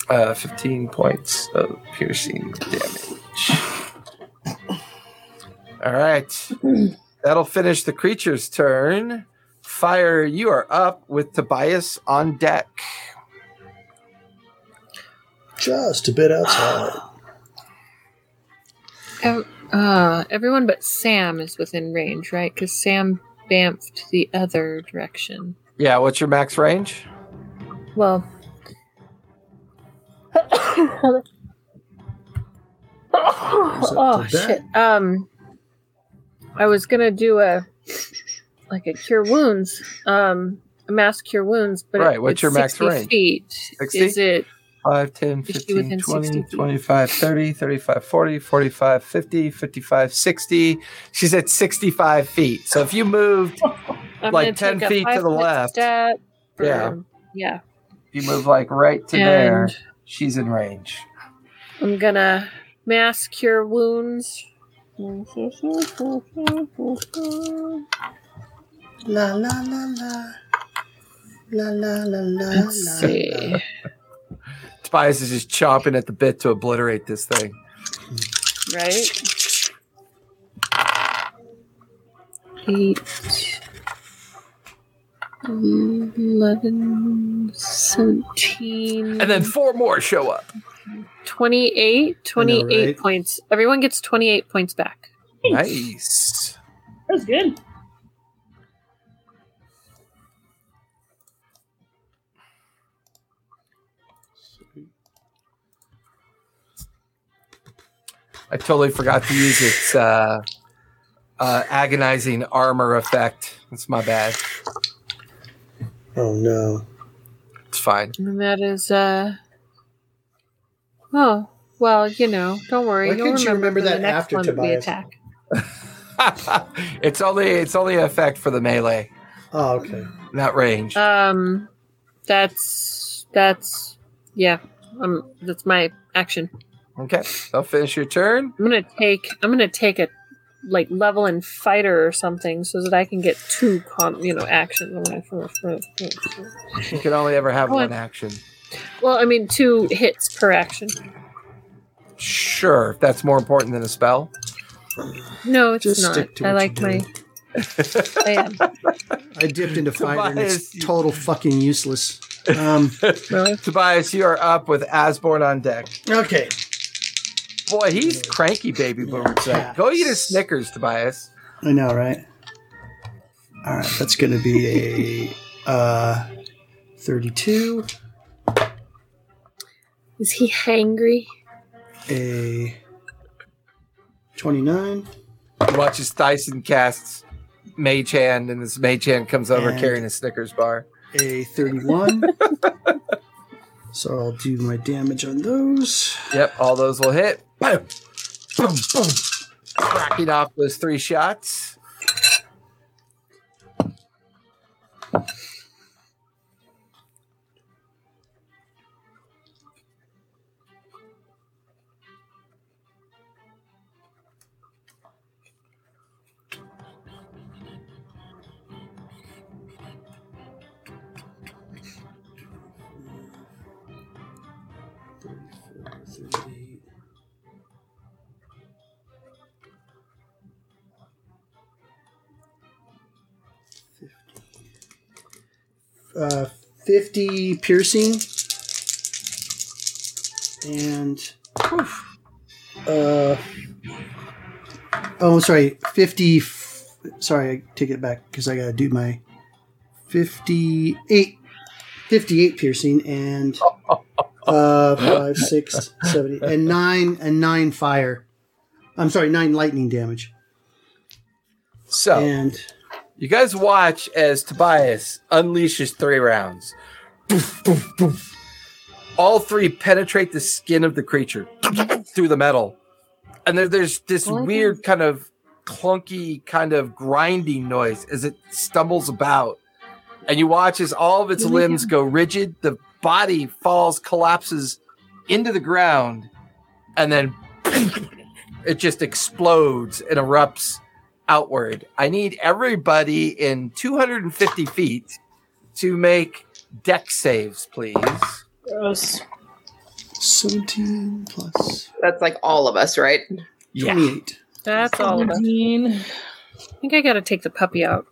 [SPEAKER 1] Uh, 15 points of piercing damage. All right. That'll finish the creature's turn. Fire, you are up with Tobias on deck.
[SPEAKER 7] Just a bit outside.
[SPEAKER 3] Ev- uh, everyone but Sam is within range, right? Because Sam bamfed the other direction.
[SPEAKER 1] Yeah, what's your max range?
[SPEAKER 3] Well. oh
[SPEAKER 5] to
[SPEAKER 3] shit. Um I was gonna do a like a cure wounds. Um a mass cure wounds, but
[SPEAKER 1] Right, what's
[SPEAKER 3] it's
[SPEAKER 1] your max
[SPEAKER 3] 60
[SPEAKER 1] range?
[SPEAKER 3] Feet.
[SPEAKER 1] 60?
[SPEAKER 3] Is it
[SPEAKER 1] 5, 10,
[SPEAKER 3] Is she
[SPEAKER 1] 15,
[SPEAKER 3] within 60
[SPEAKER 1] 20,
[SPEAKER 3] feet?
[SPEAKER 1] 25, 30, 35, 40, 45, 50, 55, 60. She's at 65 feet. So if you moved,
[SPEAKER 3] I'm
[SPEAKER 1] Like
[SPEAKER 3] gonna
[SPEAKER 1] 10
[SPEAKER 3] take a
[SPEAKER 1] feet to
[SPEAKER 3] five
[SPEAKER 1] the
[SPEAKER 3] foot
[SPEAKER 1] left.
[SPEAKER 3] Step or-
[SPEAKER 1] Yeah.
[SPEAKER 3] Yeah.
[SPEAKER 1] you move like right to there,
[SPEAKER 3] and
[SPEAKER 1] she's in range.
[SPEAKER 3] I'm gonna mass cure wounds.
[SPEAKER 7] La la la la. La la la la.
[SPEAKER 3] Let's see.
[SPEAKER 1] Tobias is just chomping at the bit to obliterate this thing.
[SPEAKER 3] right? Eight, eleven, seventeen,
[SPEAKER 1] And then four more show up.
[SPEAKER 3] 28, 28
[SPEAKER 5] right?
[SPEAKER 3] points. Everyone gets 28 points back.
[SPEAKER 1] Nice.
[SPEAKER 2] That was good.
[SPEAKER 1] I totally forgot to use its uh, uh, agonizing armor effect. That's my bad.
[SPEAKER 7] Oh no.
[SPEAKER 1] It's fine.
[SPEAKER 3] And that is, uh. Oh, well, you know, don't worry.
[SPEAKER 7] Why
[SPEAKER 3] you'll
[SPEAKER 7] couldn't you remember
[SPEAKER 3] for the
[SPEAKER 7] that
[SPEAKER 3] next
[SPEAKER 7] after,
[SPEAKER 3] one that we
[SPEAKER 7] Tobias?
[SPEAKER 3] attack.
[SPEAKER 1] it's only it's only an effect for the melee,
[SPEAKER 7] Oh, okay.
[SPEAKER 1] not range.
[SPEAKER 3] Um, that's. That's. Yeah. Um, that's my action.
[SPEAKER 1] Okay, I'll finish your turn.
[SPEAKER 3] I'm gonna take. I'm gonna take a like level in fighter or something so that I can get two con you know Oh, actions. I'm gonna-
[SPEAKER 1] You can only ever have
[SPEAKER 3] Oh, I-
[SPEAKER 1] one action.
[SPEAKER 3] Well, I mean two hits per action.
[SPEAKER 1] Sure, if that's more important than a spell.
[SPEAKER 3] No, it's
[SPEAKER 5] Just
[SPEAKER 3] not.
[SPEAKER 5] stick to
[SPEAKER 3] I
[SPEAKER 5] what
[SPEAKER 3] like
[SPEAKER 5] you're
[SPEAKER 3] my. I am
[SPEAKER 5] I dipped into fighter and it's
[SPEAKER 1] Tobias, you-
[SPEAKER 5] total fucking useless. Um,
[SPEAKER 3] really.
[SPEAKER 1] Tobias, you are up with Asborn on deck.
[SPEAKER 5] okay.
[SPEAKER 1] Boy, he's cranky, baby boomer. said. Go eat a Snickers, Tobias.
[SPEAKER 5] I know, right? All right, that's going to be a uh, 32,
[SPEAKER 3] Is he hangry?
[SPEAKER 5] a 29.
[SPEAKER 1] Watches Tyson casts Mage Hand, and this Mage Hand comes over
[SPEAKER 5] And-
[SPEAKER 1] carrying a Snickers bar.
[SPEAKER 5] a 31. so I'll do my damage on those.
[SPEAKER 1] Yep, all those will hit. Boom, boom, boom. Cracking off those three shots.
[SPEAKER 5] Uh, 50 piercing. And. Uh, oh, I'm sorry. 50. f- Sorry, I take it back because I got to do my 58. 58 piercing and uh five six seven eight and nine and nine fire i'm sorry nine lightning damage
[SPEAKER 1] So
[SPEAKER 5] and
[SPEAKER 1] you guys watch as Tobias unleashes three rounds. Poof, poof, poof. All three penetrate the skin of the creature through the metal. And there, there's this
[SPEAKER 3] What?
[SPEAKER 1] weird kind of clunky kind of grinding noise as it stumbles about. And you watch as all of its
[SPEAKER 3] Really?
[SPEAKER 1] limbs go rigid, the body falls, collapses into the ground, and then it just explodes and erupts outward. I need everybody in 250 feet to make deck saves, please.
[SPEAKER 2] Gross.
[SPEAKER 5] 17 plus
[SPEAKER 4] That's like all of us, right?
[SPEAKER 5] 28.
[SPEAKER 3] That's all of us.
[SPEAKER 2] 17.
[SPEAKER 3] I think I gotta take the puppy out.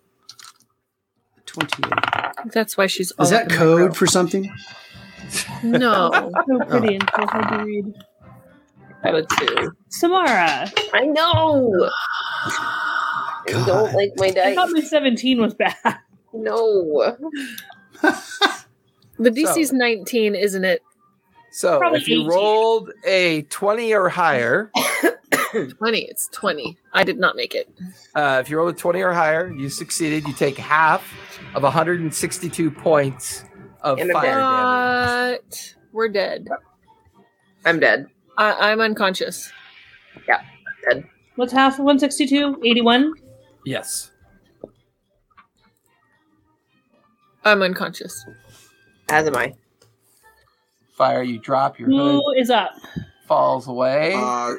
[SPEAKER 5] 28.
[SPEAKER 3] I think That's why she's. all
[SPEAKER 5] Is that
[SPEAKER 3] up in my
[SPEAKER 5] code
[SPEAKER 3] grill.
[SPEAKER 5] for something?
[SPEAKER 3] No.
[SPEAKER 2] So pretty and so hard to read.
[SPEAKER 4] I would too.
[SPEAKER 2] Samara.
[SPEAKER 4] I know. I don't
[SPEAKER 5] God.
[SPEAKER 4] like my
[SPEAKER 2] I
[SPEAKER 4] dice.
[SPEAKER 2] thought my 17 was bad.
[SPEAKER 4] No.
[SPEAKER 3] The DC's 19, isn't it?
[SPEAKER 1] So
[SPEAKER 2] Probably
[SPEAKER 1] if you
[SPEAKER 2] 18.
[SPEAKER 1] rolled a 20 or higher,
[SPEAKER 3] 20. It's 20. I did not make it.
[SPEAKER 1] Uh, if you rolled a 20 or higher, you succeeded. You take half of 162 points of
[SPEAKER 4] In a
[SPEAKER 1] fire
[SPEAKER 4] bit.
[SPEAKER 1] damage.
[SPEAKER 3] But we're dead.
[SPEAKER 4] I'm dead.
[SPEAKER 3] I- I'm unconscious.
[SPEAKER 2] What's half of 162? 81?
[SPEAKER 1] Yes.
[SPEAKER 3] I'm unconscious.
[SPEAKER 4] As am I.
[SPEAKER 1] Fire, you drop, your hood
[SPEAKER 2] Who is up?
[SPEAKER 1] falls away.
[SPEAKER 6] Uh,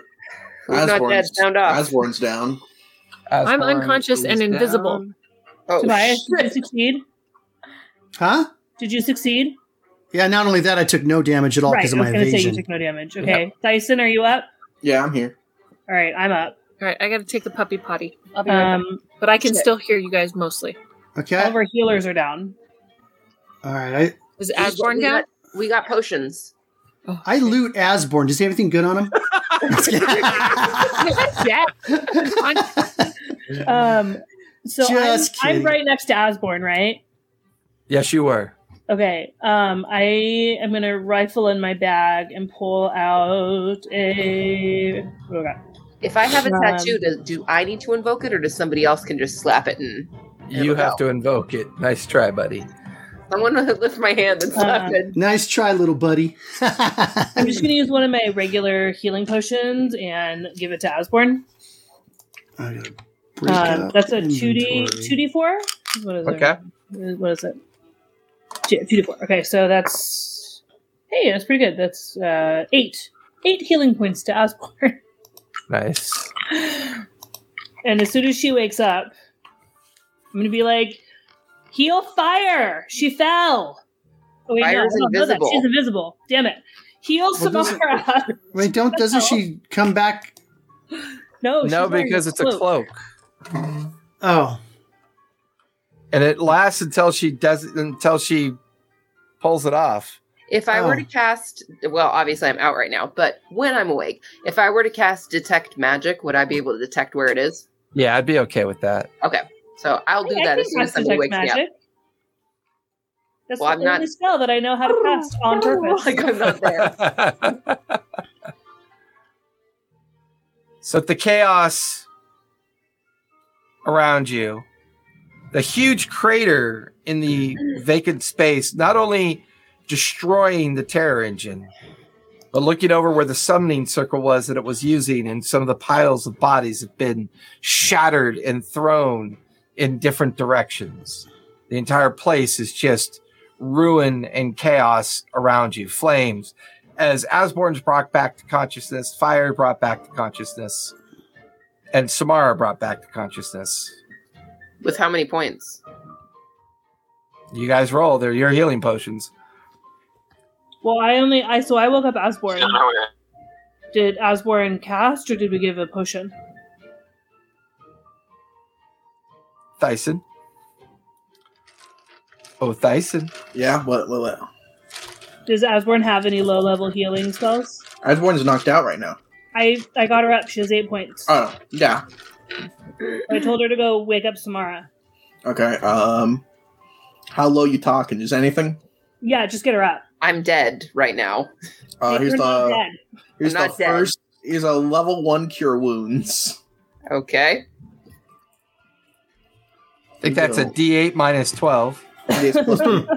[SPEAKER 4] Who's not dead?
[SPEAKER 6] Asborn's,
[SPEAKER 4] Sound off.
[SPEAKER 6] Asborn's down.
[SPEAKER 3] I'm
[SPEAKER 1] Asborn
[SPEAKER 3] unconscious
[SPEAKER 1] is
[SPEAKER 3] and
[SPEAKER 1] down.
[SPEAKER 3] invisible.
[SPEAKER 4] oh,
[SPEAKER 2] Tobias,
[SPEAKER 4] shit.
[SPEAKER 2] did you succeed?
[SPEAKER 5] Huh?
[SPEAKER 2] Did you succeed?
[SPEAKER 5] Yeah, not only that, I took no damage at all
[SPEAKER 2] right,
[SPEAKER 5] because
[SPEAKER 2] I was
[SPEAKER 5] of my
[SPEAKER 2] gonna say you
[SPEAKER 5] evasion.
[SPEAKER 2] took no damage. Okay. Dyson, are you up?
[SPEAKER 6] Yeah, I'm here.
[SPEAKER 2] All right, I'm up.
[SPEAKER 3] All right, I gotta take the puppy potty. I'll be right back.
[SPEAKER 2] Um,
[SPEAKER 3] But I can
[SPEAKER 4] shit.
[SPEAKER 3] still hear you guys mostly.
[SPEAKER 2] all
[SPEAKER 5] okay.
[SPEAKER 2] of our healers are down.
[SPEAKER 5] All right.
[SPEAKER 3] Is
[SPEAKER 4] We-
[SPEAKER 3] Asborn
[SPEAKER 4] we
[SPEAKER 3] down? Oh,
[SPEAKER 4] got- We got potions.
[SPEAKER 5] I, I loot Asborn. Does he have anything good on him?
[SPEAKER 3] yeah. I'm-
[SPEAKER 2] Um, so I'm,
[SPEAKER 5] Just
[SPEAKER 2] I'm
[SPEAKER 5] kidding.
[SPEAKER 2] right next to Asborn, right?
[SPEAKER 1] Yes, you were.
[SPEAKER 2] Okay, um, I am gonna rifle in my bag and pull out a. Oh god.
[SPEAKER 4] If I have a
[SPEAKER 2] Um,
[SPEAKER 4] tattoo, do, do I need to invoke it, or does somebody else can just slap it? And
[SPEAKER 1] You have to invoke it. Nice try, buddy.
[SPEAKER 4] I want to lift my hand and slap
[SPEAKER 2] Um,
[SPEAKER 4] it.
[SPEAKER 5] Nice try, little buddy.
[SPEAKER 2] I'm just gonna use one of my regular healing potions and give it to Osborne.
[SPEAKER 5] I gotta break
[SPEAKER 2] Um,
[SPEAKER 5] out
[SPEAKER 2] that's a two D
[SPEAKER 5] inventory.
[SPEAKER 2] two D four. What is
[SPEAKER 1] Okay.
[SPEAKER 2] it? What is it? Two D four. Okay, so that's hey, that's pretty good. That's uh, eight eight healing points to Osborne.
[SPEAKER 1] Nice.
[SPEAKER 2] and as soon as she wakes up, I'm gonna be like, "Heal fire! She fell." Oh, wait,
[SPEAKER 4] Fire's
[SPEAKER 2] I don't know that.
[SPEAKER 4] invisible.
[SPEAKER 2] She's invisible. Damn it! Heal
[SPEAKER 5] Well, doesn't-
[SPEAKER 2] Samara.
[SPEAKER 5] Wait, don't doesn't she come back?
[SPEAKER 2] no, Oh, she's
[SPEAKER 1] no,
[SPEAKER 2] wearing
[SPEAKER 1] because it's a cloak.
[SPEAKER 5] Oh,
[SPEAKER 1] And it lasts until she does until she pulls it off.
[SPEAKER 4] If I were
[SPEAKER 5] Oh.
[SPEAKER 4] to cast, well, obviously I'm out right now, but when I'm awake, if I were to cast detect magic, would I be able to detect where it is?
[SPEAKER 1] Yeah, I'd be okay with that.
[SPEAKER 4] So I'll do
[SPEAKER 2] I- I
[SPEAKER 4] that
[SPEAKER 2] can
[SPEAKER 4] as soon as
[SPEAKER 2] cast
[SPEAKER 4] somebody wakes
[SPEAKER 2] detect
[SPEAKER 4] me up.
[SPEAKER 2] That's
[SPEAKER 4] Well,
[SPEAKER 2] the
[SPEAKER 4] I'm not- Oh
[SPEAKER 2] only spell that I know how to cast on purpose.
[SPEAKER 4] Like I'm not there.
[SPEAKER 1] so the chaos around you, the huge crater in the vacant space, not only destroying the terror engine, but looking over where the summoning circle was that it was using, and some of the piles of bodies have been shattered and thrown in different directions. The entire place is just ruin and chaos around you. Flames. As Asborn's brought back to consciousness, fire brought back to consciousness, and Samara brought back to consciousness.
[SPEAKER 4] With how many points?
[SPEAKER 1] You guys roll. They're your healing potions.
[SPEAKER 2] Well, I only I so I woke up Asborn. Did Asborn cast or did we give a potion?
[SPEAKER 1] Thyson. Oh, Thyson.
[SPEAKER 6] Yeah, what? What? what?
[SPEAKER 2] Does Asborn have any low level healing spells?
[SPEAKER 6] Osborne's knocked out right now.
[SPEAKER 2] I I got her up. She has eight points.
[SPEAKER 5] Uh,
[SPEAKER 6] Oh, yeah.
[SPEAKER 2] I told her to go wake up Samara.
[SPEAKER 6] Okay. Um, how low you talking? Is anything?
[SPEAKER 2] Yeah, just get her up.
[SPEAKER 4] I'm dead right now.
[SPEAKER 6] Uh,
[SPEAKER 2] Make
[SPEAKER 6] here's
[SPEAKER 2] her not
[SPEAKER 6] the
[SPEAKER 2] dead.
[SPEAKER 6] here's
[SPEAKER 4] I'm
[SPEAKER 6] the
[SPEAKER 4] not dead.
[SPEAKER 6] first. Here's a level one cure wounds.
[SPEAKER 4] Okay.
[SPEAKER 1] I think that's a D8 minus 12.
[SPEAKER 6] It's plus two.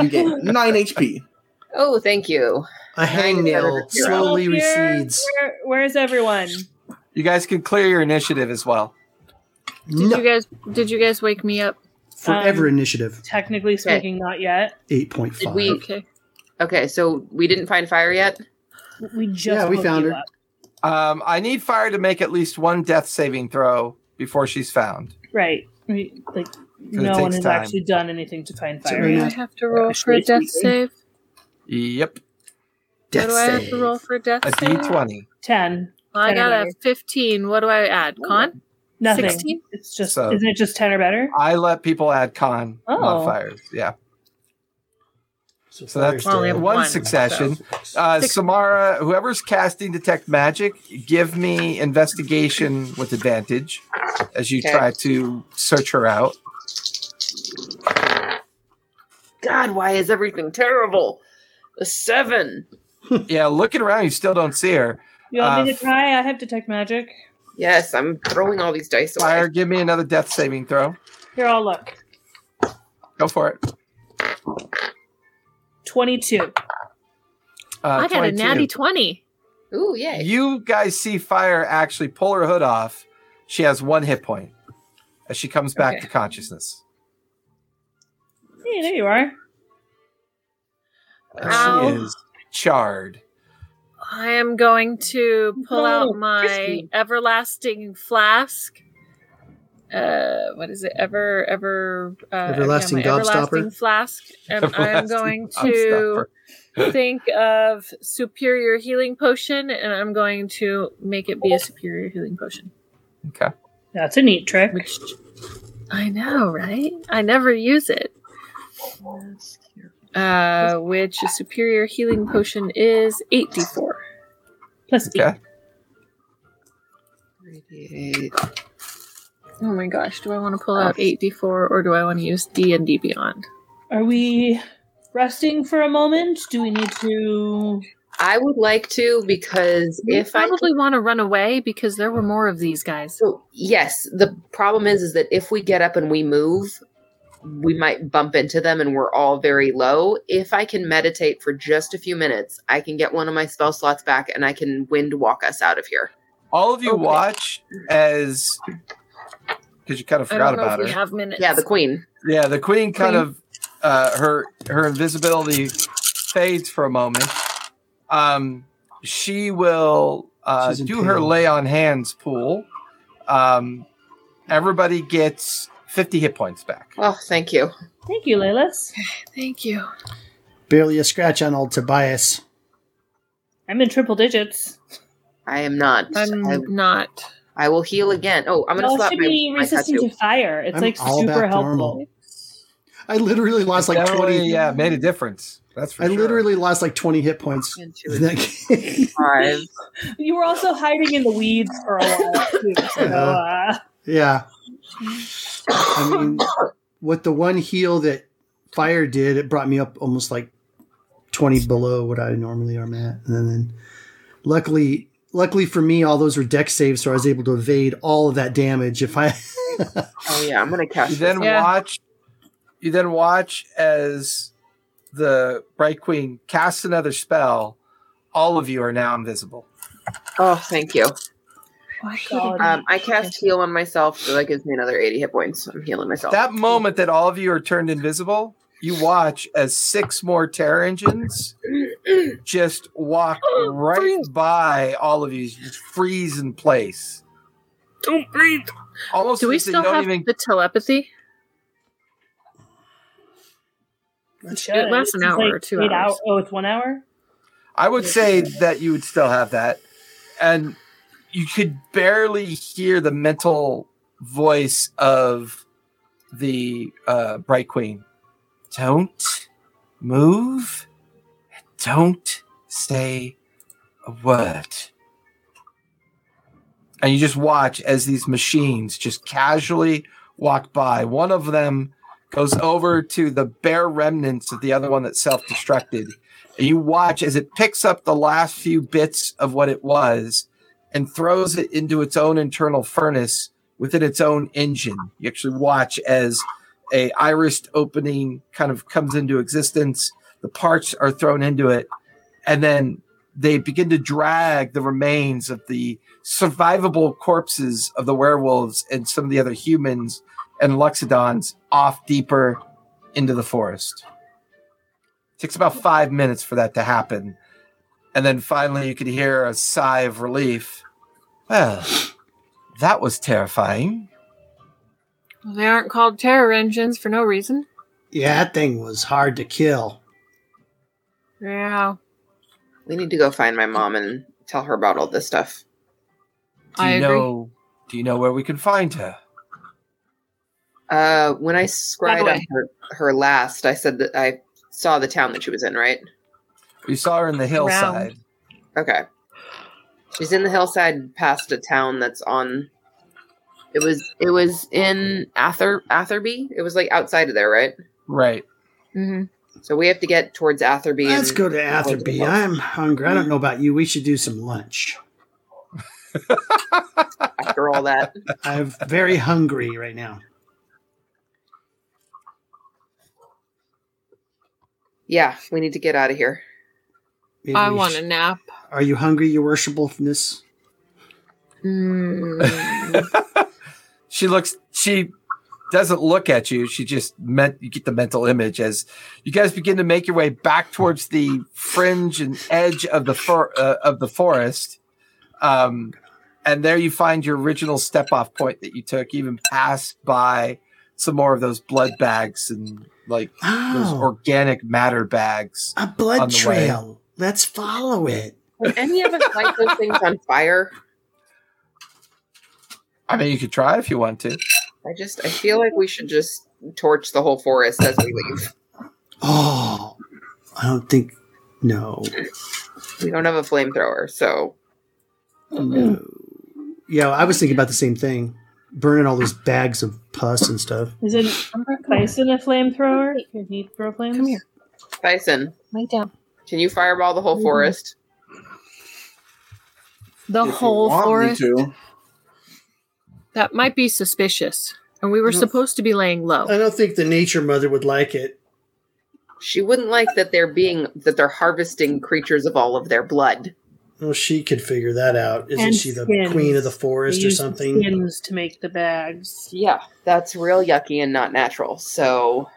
[SPEAKER 6] You get nine HP.
[SPEAKER 4] Oh, thank you.
[SPEAKER 5] a hangnail
[SPEAKER 4] You're
[SPEAKER 2] Well,
[SPEAKER 5] slowly
[SPEAKER 2] here-
[SPEAKER 5] recedes.
[SPEAKER 2] Where, where's everyone?
[SPEAKER 1] You guys can clear your initiative as well.
[SPEAKER 3] Did
[SPEAKER 5] No,
[SPEAKER 3] you guys? Did you guys wake me up?
[SPEAKER 5] forever
[SPEAKER 2] um,
[SPEAKER 5] initiative
[SPEAKER 2] Technically speaking, not yet.
[SPEAKER 5] eight point
[SPEAKER 4] Did
[SPEAKER 5] five.
[SPEAKER 4] we-
[SPEAKER 3] Okay.
[SPEAKER 4] Okay, so we didn't find fire yet.
[SPEAKER 2] We just
[SPEAKER 5] Yeah, we
[SPEAKER 2] woke
[SPEAKER 5] found
[SPEAKER 2] you
[SPEAKER 5] her.
[SPEAKER 2] up.
[SPEAKER 1] Um, I need Fire to make at least one death saving throw before she's found.
[SPEAKER 2] Right. We- Like no
[SPEAKER 1] takes
[SPEAKER 2] one has
[SPEAKER 1] time.
[SPEAKER 2] actually done anything to find
[SPEAKER 5] So
[SPEAKER 2] fire.
[SPEAKER 5] we
[SPEAKER 3] Do
[SPEAKER 5] Yeah.
[SPEAKER 3] I have to roll
[SPEAKER 1] Uh,
[SPEAKER 3] for a
[SPEAKER 1] should we-
[SPEAKER 3] death save?
[SPEAKER 1] Yep.
[SPEAKER 3] What
[SPEAKER 5] Death
[SPEAKER 3] do I have
[SPEAKER 5] save.
[SPEAKER 3] to roll for a death
[SPEAKER 1] A
[SPEAKER 3] save?
[SPEAKER 1] D20.
[SPEAKER 2] Ten.
[SPEAKER 3] Well, I
[SPEAKER 2] Ten or
[SPEAKER 3] got a
[SPEAKER 2] better.
[SPEAKER 3] 15. What do I add? Con?
[SPEAKER 2] Nothing.
[SPEAKER 3] 16?
[SPEAKER 2] It's just
[SPEAKER 1] So-
[SPEAKER 2] isn't it just ten or better?
[SPEAKER 1] I let people add con
[SPEAKER 2] Oh.
[SPEAKER 1] modifiers. Yeah. So that's
[SPEAKER 3] Well, we have
[SPEAKER 1] one,
[SPEAKER 3] one,
[SPEAKER 1] succession. Uh,
[SPEAKER 3] Six.
[SPEAKER 1] Samara, whoever's casting Detect Magic, give me investigation with advantage as you
[SPEAKER 4] Okay.
[SPEAKER 1] try to search her out.
[SPEAKER 4] God, why is everything terrible? A seven.
[SPEAKER 1] Yeah, looking around, you still don't see her.
[SPEAKER 2] You want me
[SPEAKER 1] Uh,
[SPEAKER 2] to try? I have detect magic.
[SPEAKER 4] Yes, I'm throwing all these dice away.
[SPEAKER 1] Fire, give me another death saving throw.
[SPEAKER 2] Here, I'll look.
[SPEAKER 1] Go for it.
[SPEAKER 2] Twenty-two.
[SPEAKER 1] Uh,
[SPEAKER 3] I got a
[SPEAKER 1] 22.
[SPEAKER 3] natty 20.
[SPEAKER 4] Ooh, yay.
[SPEAKER 1] You guys see Fire actually pull her hood off. She has one hit point as she comes back
[SPEAKER 4] Okay.
[SPEAKER 1] to consciousness.
[SPEAKER 2] Hey, there you are.
[SPEAKER 1] And
[SPEAKER 3] Ow.
[SPEAKER 1] She is charred.
[SPEAKER 3] I am going to pull out
[SPEAKER 2] Oh,
[SPEAKER 3] my
[SPEAKER 2] crispy.
[SPEAKER 3] everlasting flask. Uh, what is it? Ever, ever, uh,
[SPEAKER 5] Everlasting
[SPEAKER 3] yeah, my everlasting
[SPEAKER 5] gobstopper?
[SPEAKER 3] flask. And I'm
[SPEAKER 1] Everlasting
[SPEAKER 3] going
[SPEAKER 1] I'm
[SPEAKER 3] to
[SPEAKER 1] stopper.
[SPEAKER 3] think of superior healing potion, and I'm going to make it be a superior healing potion.
[SPEAKER 1] Okay.
[SPEAKER 2] That's a neat trick.
[SPEAKER 3] Which I know, right? I never use it. Uh, which a superior healing potion is 8d4.
[SPEAKER 2] Plus eight.
[SPEAKER 1] Okay.
[SPEAKER 3] Oh my Oh. gosh, do I want to pull out 8d4 or do I want to use D and D Beyond?
[SPEAKER 2] Are we resting for a moment? Do we need to?
[SPEAKER 4] I would like to because
[SPEAKER 3] You
[SPEAKER 4] if I
[SPEAKER 3] probably want to run away because there were more of these guys.
[SPEAKER 4] So yes, the problem is is that if we get up and we move, we might bump into them and we're all very low. If I can meditate for just a few minutes, I can get one of my spell slots back and I can wind walk us out of here.
[SPEAKER 1] All of you
[SPEAKER 4] Okay.
[SPEAKER 1] watch as because you kind of
[SPEAKER 3] I
[SPEAKER 1] forgot
[SPEAKER 3] don't know
[SPEAKER 1] about
[SPEAKER 3] if
[SPEAKER 1] her.
[SPEAKER 3] we have minutes.
[SPEAKER 4] Yeah, the queen.
[SPEAKER 1] yeah, the queen kind
[SPEAKER 3] Queen.
[SPEAKER 1] of uh, her her invisibility fades for a moment. Um, she will uh,
[SPEAKER 5] She's
[SPEAKER 1] do her
[SPEAKER 5] impaled.
[SPEAKER 1] lay on hands pool. Um, everybody gets fifty hit points back.
[SPEAKER 4] Oh, thank you.
[SPEAKER 2] Thank you, Laylas.
[SPEAKER 3] Thank you.
[SPEAKER 5] Barely a scratch on old Tobias.
[SPEAKER 2] I'm in triple digits.
[SPEAKER 4] I am not.
[SPEAKER 3] I'm
[SPEAKER 4] I,
[SPEAKER 3] not.
[SPEAKER 4] I will heal again. Oh, I'm gonna
[SPEAKER 2] Um, Y'all
[SPEAKER 4] slap
[SPEAKER 2] should
[SPEAKER 4] my,
[SPEAKER 2] be
[SPEAKER 4] my
[SPEAKER 2] resistant
[SPEAKER 4] tattoo.
[SPEAKER 2] to fire. It's
[SPEAKER 5] I'm
[SPEAKER 2] like
[SPEAKER 5] all
[SPEAKER 2] super
[SPEAKER 5] back
[SPEAKER 2] helpful.
[SPEAKER 5] normal. I literally lost like
[SPEAKER 1] Definitely,
[SPEAKER 5] twenty.
[SPEAKER 1] Yeah, made a difference. That's for
[SPEAKER 5] I
[SPEAKER 1] sure.
[SPEAKER 5] literally lost like twenty hit points.
[SPEAKER 4] And two
[SPEAKER 5] in
[SPEAKER 4] is
[SPEAKER 5] that game.
[SPEAKER 4] five.
[SPEAKER 2] You were also hiding in the weeds for a while too.
[SPEAKER 1] Uh-huh.
[SPEAKER 2] So, uh,
[SPEAKER 5] yeah. I
[SPEAKER 4] Oh,
[SPEAKER 5] mean, with the one heal that fire did, it brought me up almost like twenty below what I normally am at, and then, then luckily, luckily for me, all those were deck saves, so I was able to evade all of that damage. If I
[SPEAKER 4] Oh yeah, I'm gonna catch
[SPEAKER 1] You
[SPEAKER 4] this.
[SPEAKER 1] then
[SPEAKER 3] Yeah.
[SPEAKER 1] watch. You then watch as the Bright Queen casts another spell. All of you are now invisible.
[SPEAKER 4] Oh, thank you.
[SPEAKER 3] Why
[SPEAKER 2] Solid.
[SPEAKER 3] couldn't-
[SPEAKER 4] Um, I cast heal on myself, so that gives me another 80 hit points. I'm healing
[SPEAKER 3] Oh.
[SPEAKER 4] myself.
[SPEAKER 1] That moment that all of you are turned invisible, you watch as six more Terrangins just walk right by all of you, just freeze in place.
[SPEAKER 2] Don't breathe.
[SPEAKER 1] Almost
[SPEAKER 3] Do we
[SPEAKER 1] as they
[SPEAKER 3] still
[SPEAKER 1] don't
[SPEAKER 3] have
[SPEAKER 1] even.
[SPEAKER 3] the telepathy? It lasts an hour or two hours.
[SPEAKER 2] Oh, it's one hour.
[SPEAKER 1] I would say that you would still have that, and you could barely hear the mental voice of the uh, Bright Queen. Don't move. Don't say a word. And you just watch as these machines just casually walk by. One of them goes over to the bare remnants of the other one that self destructed and you watch as it picks up the last few bits of what it was and throws it into its own internal furnace within its own engine. You actually watch as a irised opening kind of comes into existence. The parts are thrown into it, and then they begin to drag the remains of the survivable corpses of the werewolves and some of the other humans and Luxodons off deeper into the forest takes about five minutes for that to happen. And then finally, you could hear a sigh of relief. Well, that was terrifying.
[SPEAKER 3] They aren't called terror engines for no reason.
[SPEAKER 5] yeah, that thing was hard to kill.
[SPEAKER 3] Yeah,
[SPEAKER 4] we need to go find my mom and tell her about all this stuff.
[SPEAKER 1] Do you
[SPEAKER 3] I agree.
[SPEAKER 1] know? Do you know where we can find her?
[SPEAKER 4] Uh, when I scried on
[SPEAKER 3] way.
[SPEAKER 4] her, her last, I said that I saw the town that she was in, right?
[SPEAKER 1] We saw her in the hillside.
[SPEAKER 4] Okay. She's in the hillside past a town that's on. It was it was in Ather Atherby. It was like outside of there, right?
[SPEAKER 1] Right.
[SPEAKER 3] hmm
[SPEAKER 4] So we have to get towards Atherby.
[SPEAKER 5] Let's
[SPEAKER 4] and-
[SPEAKER 5] go to Atherby. I'm hungry. I don't know about you. We should do some lunch.
[SPEAKER 4] after all that.
[SPEAKER 5] I'm very hungry right now.
[SPEAKER 4] Yeah, we need to get out of here.
[SPEAKER 5] Maybe
[SPEAKER 3] I
[SPEAKER 5] we
[SPEAKER 3] want a
[SPEAKER 5] should-
[SPEAKER 3] nap.
[SPEAKER 5] Are you hungry, your worshipfulness?
[SPEAKER 3] Mm.
[SPEAKER 1] She looks. She doesn't look at you. She just meant you get the mental image as you guys begin to make your way back towards the fringe and edge of the for, uh, of the forest. Um, and there you find your original step off point that you took. You even pass by some more of those blood bags and like those
[SPEAKER 5] Oh,
[SPEAKER 1] organic matter bags.
[SPEAKER 5] a
[SPEAKER 1] on
[SPEAKER 5] blood
[SPEAKER 1] the way.
[SPEAKER 5] trail. Let's follow it.
[SPEAKER 4] Would any of us light those things on fire?
[SPEAKER 1] I mean, you could try if you want to.
[SPEAKER 4] I just I feel like we should just torch the whole forest as we leave.
[SPEAKER 5] Oh, I don't think. No.
[SPEAKER 4] We don't have a flamethrower, so
[SPEAKER 5] No. Yeah, I was thinking about the same thing. Burning all those bags of pus and stuff.
[SPEAKER 2] Is it Bison a flamethrower? Can he throw flames?
[SPEAKER 3] Come here.
[SPEAKER 4] Tyson,
[SPEAKER 3] Lay down.
[SPEAKER 4] can you fireball the whole forest?
[SPEAKER 3] The
[SPEAKER 6] If you
[SPEAKER 3] whole
[SPEAKER 6] want me
[SPEAKER 3] forest.
[SPEAKER 6] to.
[SPEAKER 3] That might be suspicious. And we were
[SPEAKER 5] Mhm.
[SPEAKER 3] supposed to be laying low.
[SPEAKER 5] I don't think the nature mother would like it.
[SPEAKER 4] She wouldn't like that they're being that they're harvesting creatures of all of their blood.
[SPEAKER 5] Well, she could figure that out. Isn't
[SPEAKER 2] And
[SPEAKER 5] she the
[SPEAKER 2] skins.
[SPEAKER 5] queen of the
[SPEAKER 2] They
[SPEAKER 5] forest or
[SPEAKER 2] use
[SPEAKER 5] something?
[SPEAKER 2] Skins to make the bags.
[SPEAKER 4] Yeah, that's real yucky and not natural. So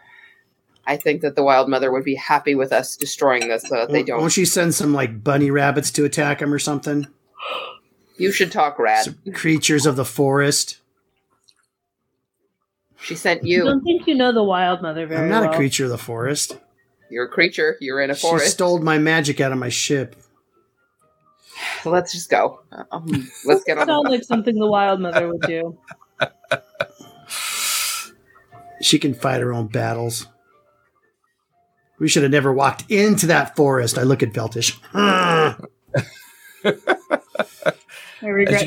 [SPEAKER 4] I think that the wild mother would be happy with us destroying this so that they
[SPEAKER 5] Won't- Won't
[SPEAKER 4] don't.
[SPEAKER 5] she send some like bunny rabbits to attack him or something?
[SPEAKER 4] You should talk, Rad.
[SPEAKER 5] Some creatures of the forest.
[SPEAKER 4] She sent
[SPEAKER 2] I
[SPEAKER 4] you.
[SPEAKER 2] don't think you know the wild mother very
[SPEAKER 5] I'm not
[SPEAKER 2] well.
[SPEAKER 5] a creature of the forest.
[SPEAKER 4] You're a creature. You're in a
[SPEAKER 5] She
[SPEAKER 4] forest.
[SPEAKER 5] stole my magic out of my ship.
[SPEAKER 4] Let's just go. Um, let's get on.
[SPEAKER 2] Sounds like something the wild mother would do.
[SPEAKER 5] She can fight her own battles. We should have never walked into that forest. I look at Veltish. "Ugh."
[SPEAKER 2] I
[SPEAKER 1] As
[SPEAKER 2] regret
[SPEAKER 1] you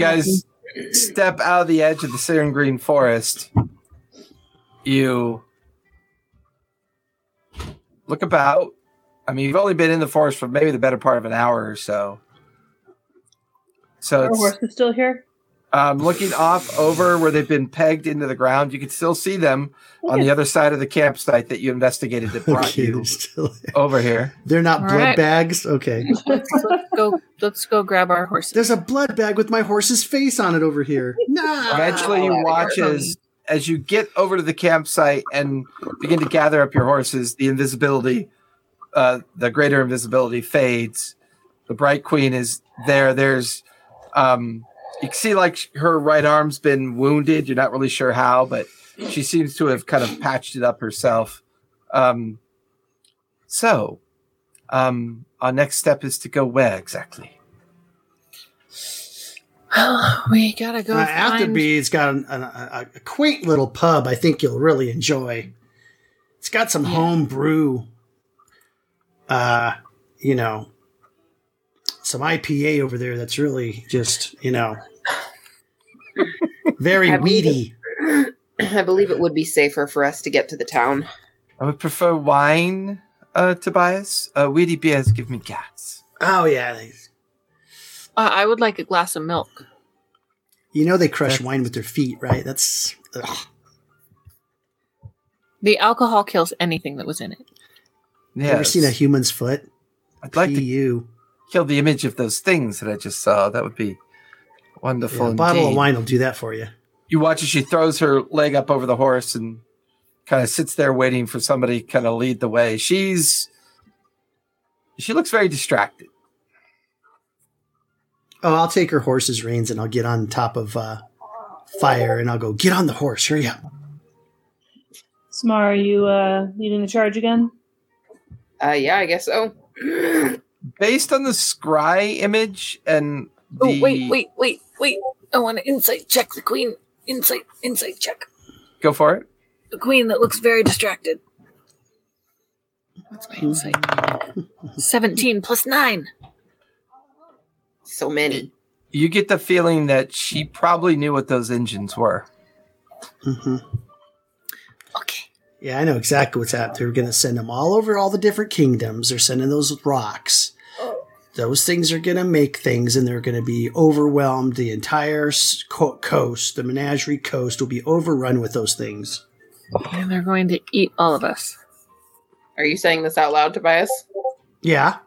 [SPEAKER 1] guys step out of the edge of the Siren Green Forest, you look about. I mean, you've only been in the forest for maybe the better part of an hour or so. So
[SPEAKER 2] nothing. Our
[SPEAKER 1] it's
[SPEAKER 2] horse is still here.
[SPEAKER 1] um, looking off over where they've been pegged into the ground. You can still see them on the other side of the campsite that you investigated that brought
[SPEAKER 5] okay,
[SPEAKER 1] you
[SPEAKER 5] they're still
[SPEAKER 1] over here.
[SPEAKER 5] They're not
[SPEAKER 3] All
[SPEAKER 5] blood
[SPEAKER 3] right.
[SPEAKER 5] bags. Okay.
[SPEAKER 3] let's go let's go grab our horses.
[SPEAKER 5] There's a blood bag with my horse's face on it over here. Nah.
[SPEAKER 1] Eventually, you
[SPEAKER 4] Outta here.
[SPEAKER 1] watch as, as you get over to the campsite and begin to gather up your horses. The invisibility, uh, the greater invisibility fades. The bright queen is there. There's, um, you can see like her right arm's been wounded. You're not really sure how, but she seems to have kind of patched it up herself. Um, so, um, our next step is to go where exactly?
[SPEAKER 3] Well, we gotta go.
[SPEAKER 5] Uh,
[SPEAKER 3] find-
[SPEAKER 5] Afterbee's got an, an, a, a quaint little pub I think you'll really enjoy. It's got some home brew, uh, you know, some IPA over there that's really just, you know, very
[SPEAKER 4] Have you-
[SPEAKER 5] weedy.
[SPEAKER 4] I believe it would be safer for us to get to the town.
[SPEAKER 1] I would prefer wine, uh, Tobias. Uh, weedy beers give me gas.
[SPEAKER 5] Oh, yeah.
[SPEAKER 3] Uh, I would like a glass of milk.
[SPEAKER 5] You know they crush wine with their feet, right? That's. Ugh.
[SPEAKER 3] The alcohol kills anything that was in it.
[SPEAKER 1] Yes.
[SPEAKER 5] Ever seen a human's foot?
[SPEAKER 1] I'd like to
[SPEAKER 5] PU.
[SPEAKER 1] kill the image of those things that I just saw. That would be wonderful.
[SPEAKER 5] Yeah, a bottle of
[SPEAKER 1] indeed.
[SPEAKER 5] wine will do that for you.
[SPEAKER 1] You watch as she throws her leg up over the horse and kind of sits there waiting for somebody to kind of lead the way. She's she looks very distracted.
[SPEAKER 5] Oh, I'll take her horse's reins and I'll get on top of uh, fire and I'll go, get on the horse, hurry up.
[SPEAKER 2] Samar, are you uh, leading the charge again?
[SPEAKER 4] Uh, yeah, I guess so.
[SPEAKER 1] Based on the scry image and the
[SPEAKER 3] Oh wait, wait, wait, wait! I want to insight check the queen. Insight, insight check
[SPEAKER 1] go for it.
[SPEAKER 3] the queen that looks very distracted. What's my insight? Seventeen plus nine.
[SPEAKER 4] So many.
[SPEAKER 1] You get the feeling that she probably knew what those engines were.
[SPEAKER 5] hmm
[SPEAKER 3] Okay.
[SPEAKER 5] Yeah, I know exactly what's happening. They're going to send them all over all the different kingdoms. They're sending those rocks. Those things are going to make things and they're going to be overwhelmed. The entire s- co- coast, the menagerie coast, will be overrun with those things.
[SPEAKER 3] And they're going to eat all of us.
[SPEAKER 4] Are you saying this out loud, Tobias?
[SPEAKER 5] Yeah.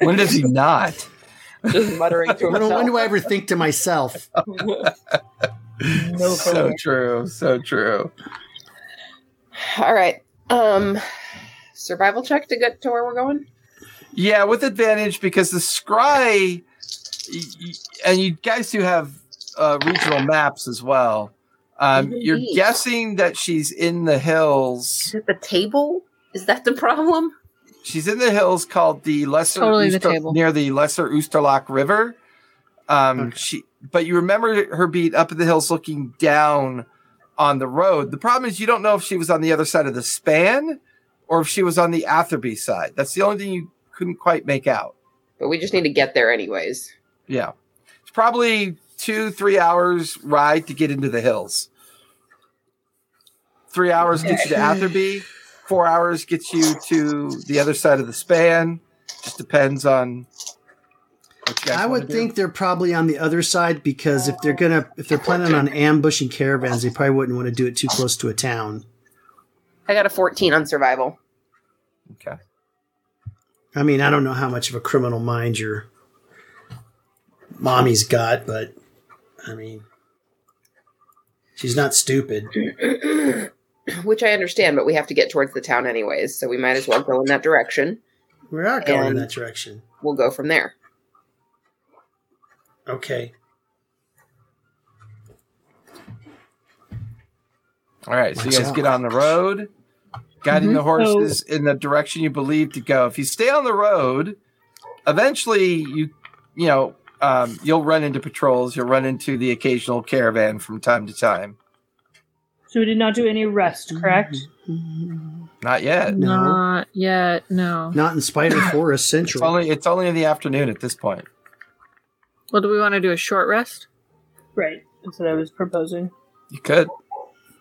[SPEAKER 1] When does he not?
[SPEAKER 4] Just muttering to
[SPEAKER 5] When, when do
[SPEAKER 4] himself.
[SPEAKER 5] I ever think to myself,
[SPEAKER 2] No
[SPEAKER 1] so true, so true.
[SPEAKER 4] All right. Um, survival check to get to where we're going.
[SPEAKER 1] Yeah, with advantage because the scry, y- y- and you guys do have uh, regional maps as well. Um, you're
[SPEAKER 4] Indeed.
[SPEAKER 1] guessing that she's in the hills.
[SPEAKER 4] it the table? Is that the problem?
[SPEAKER 1] She's in the hills called the Lesser
[SPEAKER 3] Totally the table.
[SPEAKER 1] near the Lesser Oosterlock River. Um,
[SPEAKER 5] Okay.
[SPEAKER 1] She, but you remember her being up in the hills, looking down on the road. The problem is you don't know if she was on the other side of the span or if she was on the Atherby side. That's the only thing you couldn't quite make out.
[SPEAKER 4] But we just need to get there anyways.
[SPEAKER 1] Yeah. It's probably two, three hours ride to get into the hills. Three hours gets you to Atherby. four hours gets you to the other side of the span. Just depends on. What you guys
[SPEAKER 5] I
[SPEAKER 1] wanna
[SPEAKER 5] would
[SPEAKER 1] do.
[SPEAKER 5] think they're probably on the other side because if they're gonna if they're planning on ambushing caravans, they probably wouldn't want to do it too close to a town.
[SPEAKER 4] I got a 14 on survival.
[SPEAKER 1] Okay.
[SPEAKER 5] I mean, I don't know how much of a criminal mind your mommy's got, but I mean, she's not stupid.
[SPEAKER 4] Which I understand, but we have to get towards the town anyways, so we might as well go in that direction.
[SPEAKER 5] We are going in
[SPEAKER 4] And-
[SPEAKER 5] that direction.
[SPEAKER 4] We'll go from there.
[SPEAKER 5] Okay.
[SPEAKER 1] All right. So you
[SPEAKER 5] Lights
[SPEAKER 1] guys
[SPEAKER 5] out. Mm-hmm.
[SPEAKER 1] get on the road, guiding the horses in the direction you believe to go. If you stay on the road, eventually you, you know, um, you'll run into patrols. You'll run into the occasional caravan from time to time.
[SPEAKER 2] So we did not do any rest, correct?
[SPEAKER 1] Not yet.
[SPEAKER 5] No.
[SPEAKER 3] Not yet. No.
[SPEAKER 5] Not in Spider Forest
[SPEAKER 1] It's
[SPEAKER 5] Central.
[SPEAKER 1] only it's only in the afternoon at this point.
[SPEAKER 3] Well, do we want to do a short rest?
[SPEAKER 2] Right. That's what I was proposing.
[SPEAKER 1] You could.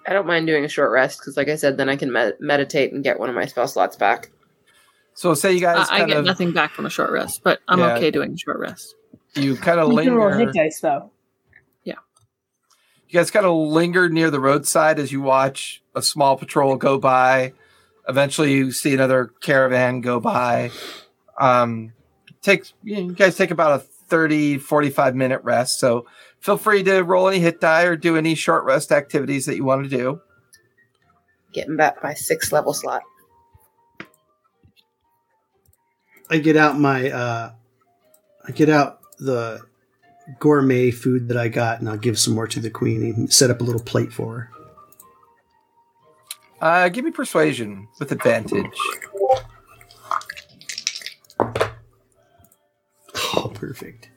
[SPEAKER 4] I don't mind doing a short rest because, like I said, then I can med- meditate and get one of my spell slots back.
[SPEAKER 1] So say you
[SPEAKER 3] I,
[SPEAKER 1] guys
[SPEAKER 3] I
[SPEAKER 1] kind
[SPEAKER 3] get
[SPEAKER 1] of
[SPEAKER 3] nothing back from a short rest, but I'm
[SPEAKER 1] Yeah.
[SPEAKER 3] okay doing a short rest.
[SPEAKER 1] you kind of
[SPEAKER 2] We can roll
[SPEAKER 1] linger.
[SPEAKER 2] hit dice though.
[SPEAKER 1] You guys kind of linger near the roadside as you watch a small patrol go by. Eventually, you see another caravan go by. Um, takes you, know, you guys take about a 30, 45 minute rest. So feel free to roll any hit die or do any short rest activities that you want to do.
[SPEAKER 4] Getting back my sixth level slot.
[SPEAKER 5] I get out my uh I get out the gourmet food that I got and I'll give some more to the queen and set up a little plate for her.
[SPEAKER 1] Uh, give me persuasion with advantage.
[SPEAKER 5] Oh, perfect.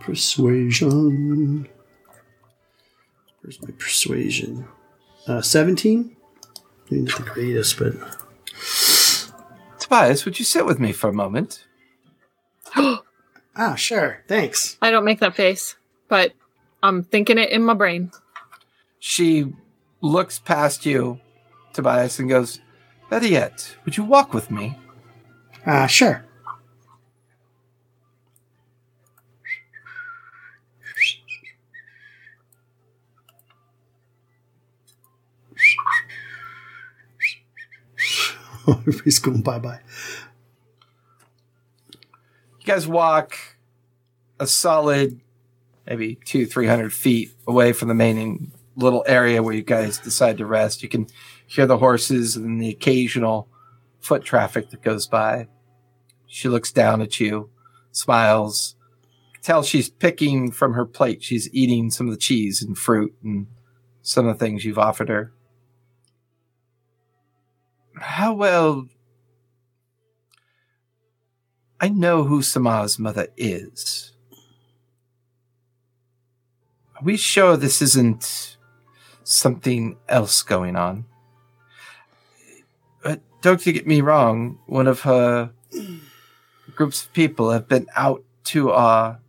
[SPEAKER 5] Persuasion. Where's my persuasion? Uh 17? Maybe not the greatest, but
[SPEAKER 1] Tobias, would you sit with me for a moment?
[SPEAKER 5] ah, sure. Thanks.
[SPEAKER 3] I don't make that face, but I'm thinking it in my brain.
[SPEAKER 1] She looks past you, Tobias, and goes, Better yet, would you walk with me?
[SPEAKER 5] Ah, sure. Everybody's going bye bye.
[SPEAKER 1] You guys walk a solid maybe two, three hundred feet away from the main little area where you guys decide to rest. You can hear the horses and the occasional foot traffic that goes by. She looks down at you, smiles. You can Tell she's picking from her plate. She's eating some of the cheese and fruit and some of the things you've offered her. How well I know who Sama's mother is. Are we sure this isn't something else going on? But don't you get me wrong, one of her groups of people have been out to our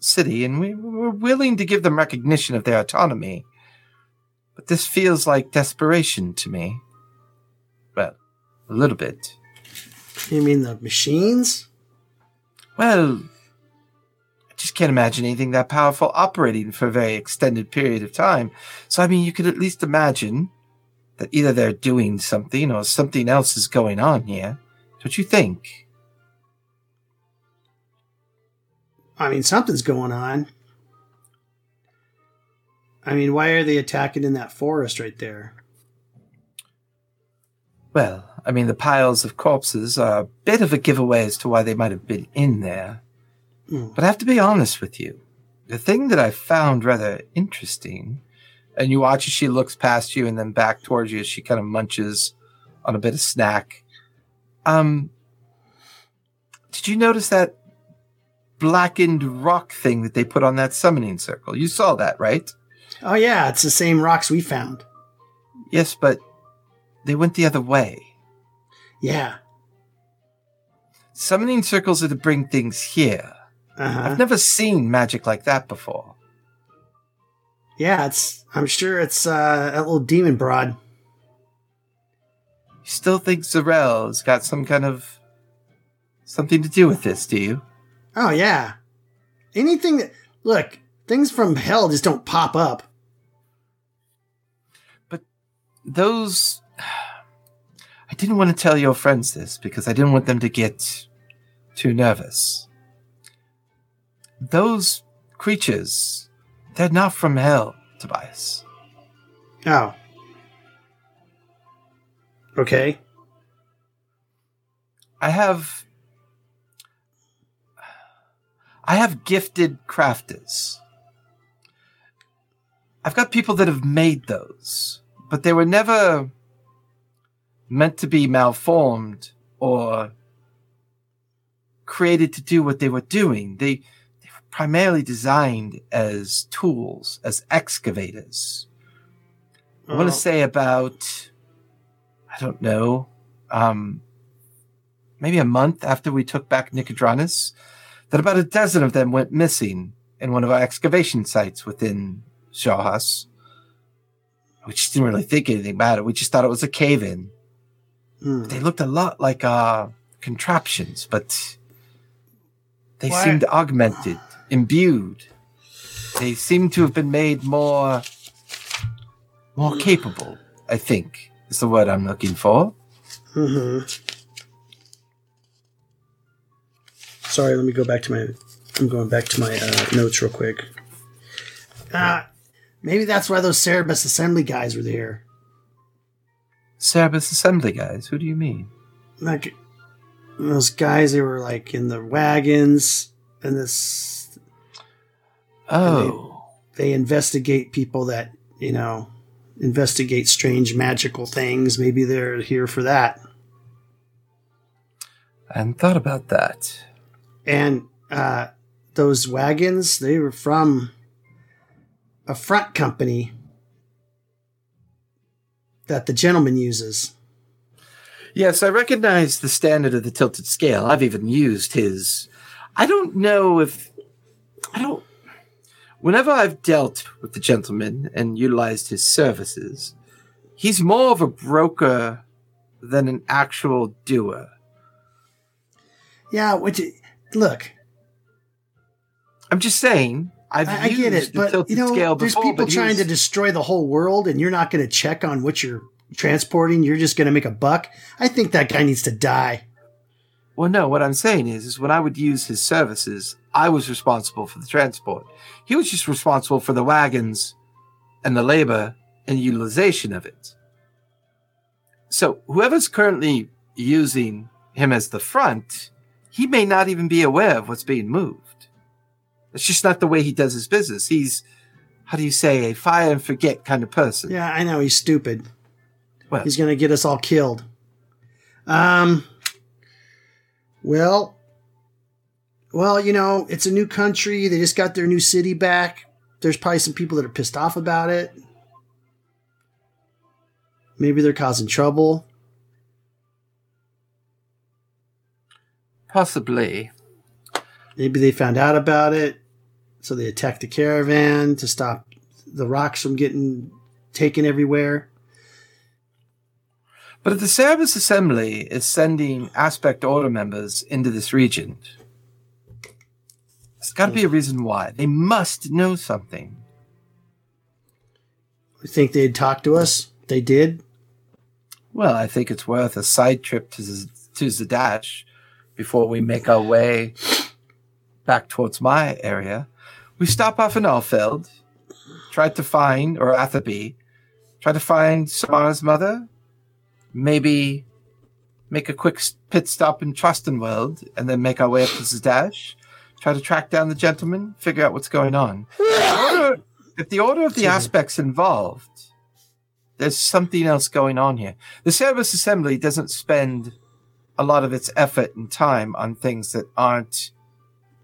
[SPEAKER 1] city, and we were willing to give them recognition of their autonomy. But this feels like desperation to me. Well, a little bit.
[SPEAKER 5] You mean the machines?
[SPEAKER 1] Well, I just can't imagine anything that powerful operating for a very extended period of time. So, I mean, you could at least imagine that either they're doing something or something else is going on here. Don't you think?
[SPEAKER 5] I mean, something's going on. I mean, why are they attacking in that forest right there?
[SPEAKER 1] Well, I mean, the piles of corpses are a bit of a giveaway as to why they might have been in there.
[SPEAKER 5] Hmm.
[SPEAKER 1] But I have to be honest with you. The thing that I found rather interesting, and you watch as she looks past you and then back towards you as she kind of munches on a bit of snack. Um, did you notice that blackened rock thing that they put on that summoning circle? You saw that, right?
[SPEAKER 5] Oh, yeah, it's the same rocks we found.
[SPEAKER 1] Yes, but they went the other way.
[SPEAKER 5] Yeah.
[SPEAKER 1] Summoning circles are to bring things here.
[SPEAKER 5] Uh huh.
[SPEAKER 1] I've never seen magic like that before.
[SPEAKER 5] Yeah, it's. I'm sure it's uh, that little demon broad.
[SPEAKER 1] You You still think Zarel's got some kind of something to do with this, do you?
[SPEAKER 5] Oh yeah. Anything that look, things from hell just don't pop up.
[SPEAKER 1] Those. I didn't want to tell your friends this because I didn't want them to get too nervous. Those creatures, they're not from hell, Tobias.
[SPEAKER 5] Oh. Okay.
[SPEAKER 1] I have. I have gifted crafters. I've got people that have made those, but they were never meant to be malformed or created to do what they were doing. They, they were primarily designed as tools, as excavators. I want
[SPEAKER 5] Oh.
[SPEAKER 1] to say about, I don't know, um, maybe a month after we took back Nicodranus, that about a dozen of them went missing in one of our excavation sites within Shawhas. We just didn't really think anything about it. We just thought it was a cave in.
[SPEAKER 5] Hmm.
[SPEAKER 1] They looked a lot like uh, contraptions, but they
[SPEAKER 5] Why-
[SPEAKER 1] seemed augmented, imbued. They seemed to have been made more, more capable. I think is the word I'm looking for.
[SPEAKER 5] hmm Sorry, let me go back to my. I'm going back to my uh, notes real quick. Uh, maybe that's why those Cerebus assembly guys were there.
[SPEAKER 1] Cerberus assembly guys. Who do you mean?
[SPEAKER 5] Like those guys, they were like in the wagons, and this
[SPEAKER 1] Oh,
[SPEAKER 5] they investigate people that you know investigate strange magical things. Maybe they're here for that.
[SPEAKER 1] I hadn't thought about that.
[SPEAKER 5] and uh, those wagons they were from a front company that the gentleman uses
[SPEAKER 1] Yes, I recognize the standard of the tilted scale. I've even used his. I don't know if. I don't. Whenever I've dealt with the gentleman and utilized his services, he's more of a broker than an actual doer.
[SPEAKER 5] yeah which look
[SPEAKER 1] I'm just saying. I've
[SPEAKER 5] i, I
[SPEAKER 1] used
[SPEAKER 5] get
[SPEAKER 1] the
[SPEAKER 5] it but
[SPEAKER 1] tilted
[SPEAKER 5] you know
[SPEAKER 1] scale
[SPEAKER 5] there's
[SPEAKER 1] before,
[SPEAKER 5] people
[SPEAKER 1] but
[SPEAKER 5] trying to
[SPEAKER 1] use-
[SPEAKER 5] destroy the whole world and you're not going to check on what you're transporting you're just going to make a buck i think that guy needs to die
[SPEAKER 1] Well, no, what I'm saying is, is when I would use his services, I was responsible for the transport. He was just responsible for the wagons and the labor and utilization of it. So whoever's currently using him as the front, he may not even be aware of what's being moved. It's just not the way he does his business. He's, how do you say, a fire and forget kind of person.
[SPEAKER 5] yeah i know he's stupid
[SPEAKER 1] Well,
[SPEAKER 5] He's going to get us all killed. Um. Well. Well, you know, it's a new country. They just got their new city back. There's probably some people that are pissed off about it. Maybe they're causing trouble.
[SPEAKER 1] possibly.
[SPEAKER 5] Maybe they found out about it, so they attacked the caravan to stop the rocks from getting taken everywhere.
[SPEAKER 1] But if the Service Assembly is sending Aspect Order members into this region, there's got to be a reason why. They must know something.
[SPEAKER 5] We think they'd talk to us. They did.
[SPEAKER 1] Well, I think it's worth a side trip to, Z- to Zadash before we make our way back towards my area. We stop off in Alfeld, try to find, or Atherby, try to find Samara's mother, maybe make a quick s- pit stop in Trustenweld, and then make our way up to Zadash, try to track down the gentleman, figure out what's going on. If the order- if the order of the
[SPEAKER 5] Excuse me.
[SPEAKER 1] aspects involved, there's something else going on here. The service assembly doesn't spend a lot of its effort and time on things that aren't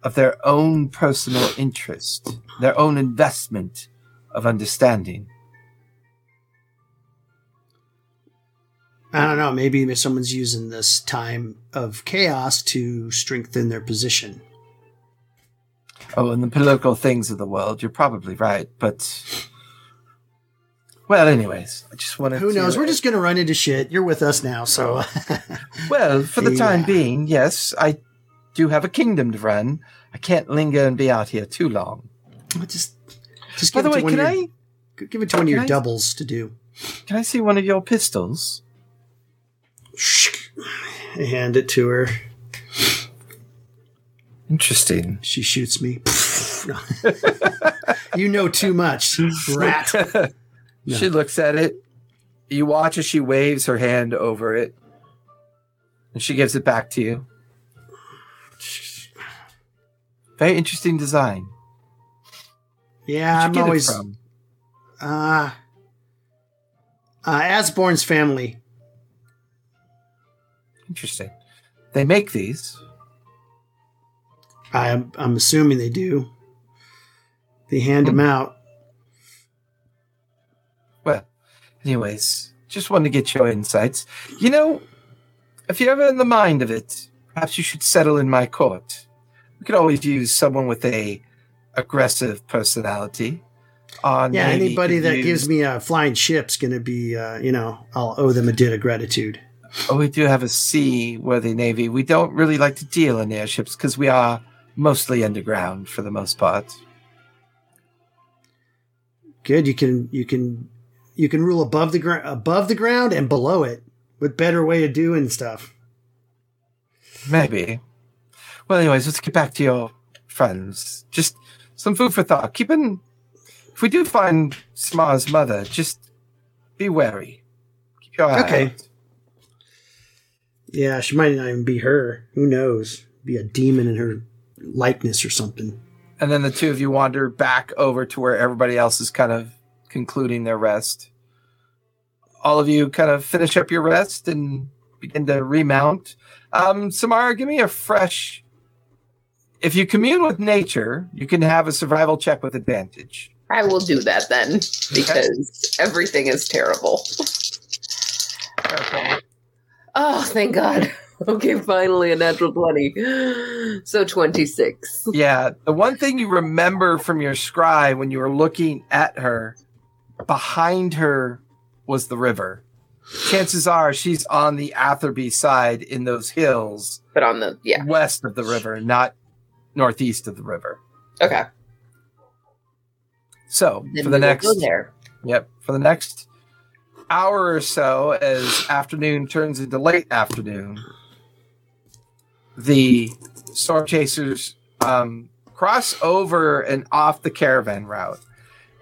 [SPEAKER 1] of their own personal interest, their own investment of understanding.
[SPEAKER 5] I don't know. Maybe someone's using this time of chaos to strengthen their position.
[SPEAKER 1] Oh, and the political things of the world, you're probably right, but Well, anyways, I just wanted.
[SPEAKER 5] Who
[SPEAKER 1] to-
[SPEAKER 5] knows? We're just going to run into shit. You're with us now, so
[SPEAKER 1] Oh. Well, for the time
[SPEAKER 5] Yeah.
[SPEAKER 1] being, yes, I do have a kingdom to run. I can't linger and be out here too long.
[SPEAKER 5] just just
[SPEAKER 1] By
[SPEAKER 5] give
[SPEAKER 1] the
[SPEAKER 5] it to
[SPEAKER 1] way,
[SPEAKER 5] one
[SPEAKER 1] can
[SPEAKER 5] of your,
[SPEAKER 1] I
[SPEAKER 5] give it to one of your
[SPEAKER 1] can I-
[SPEAKER 5] doubles to do.
[SPEAKER 1] can I see one of your pistols?
[SPEAKER 5] I hand it to her.
[SPEAKER 1] Interesting.
[SPEAKER 5] She shoots me. No. you know too much, rat.
[SPEAKER 1] She looks at it. You watch as she waves her hand over it, and she gives it back to you. Very interesting design.
[SPEAKER 5] Yeah,
[SPEAKER 1] Where'd you
[SPEAKER 5] I'm
[SPEAKER 1] get it
[SPEAKER 5] always
[SPEAKER 1] from?
[SPEAKER 5] uh, uh Asborn's family.
[SPEAKER 1] interesting. They make these.
[SPEAKER 5] I, I'm assuming they do. They hand
[SPEAKER 1] Hmm.
[SPEAKER 5] them out.
[SPEAKER 1] Well, anyways, just wanted to get your insights. You know, if you're ever in the mind of it, perhaps you should settle in my court. We could always use someone with a aggressive personality. Or
[SPEAKER 5] Yeah,
[SPEAKER 1] maybe
[SPEAKER 5] anybody
[SPEAKER 1] could
[SPEAKER 5] that
[SPEAKER 1] use-
[SPEAKER 5] gives me a flying ship's gonna be, uh, you know, I'll owe them a debt of gratitude.
[SPEAKER 1] Oh, we do have a sea-worthy navy. We don't really like to deal in airships because we are mostly underground for the most part.
[SPEAKER 5] Good, you can you can you can rule above the ground above the ground and below it. What better way of doing stuff?
[SPEAKER 1] Maybe. Well, anyways, let's get back to your friends. Just some food for thought. Keep in. If we do find Smar's mother, just be wary. Keep your eye
[SPEAKER 5] Okay.
[SPEAKER 1] out.
[SPEAKER 5] Yeah, she might not even be her. Who knows? Be a demon in her likeness or something.
[SPEAKER 1] And then the two of you wander back over to where everybody else is kind of concluding their rest. All of you kind of finish up your rest and begin to remount. Um, Samara, give me a fresh. If you commune with nature, you can have a survival check with advantage.
[SPEAKER 4] I will do that then because everything is terrible. Oh, thank God. Okay, finally a natural 20. So 26.
[SPEAKER 1] Yeah, the one thing you remember from your scry when you were looking at her, behind her was the river. Chances are she's on the Atherby side in those hills
[SPEAKER 4] But on the, yeah.
[SPEAKER 1] west of the river, not northeast of the river.
[SPEAKER 4] Okay.
[SPEAKER 1] So
[SPEAKER 4] Then
[SPEAKER 1] for the
[SPEAKER 4] we will
[SPEAKER 1] next
[SPEAKER 4] Go there.
[SPEAKER 1] Yep. For the next hour or so, as afternoon turns into late afternoon, the storm chasers um, cross over and off the caravan route.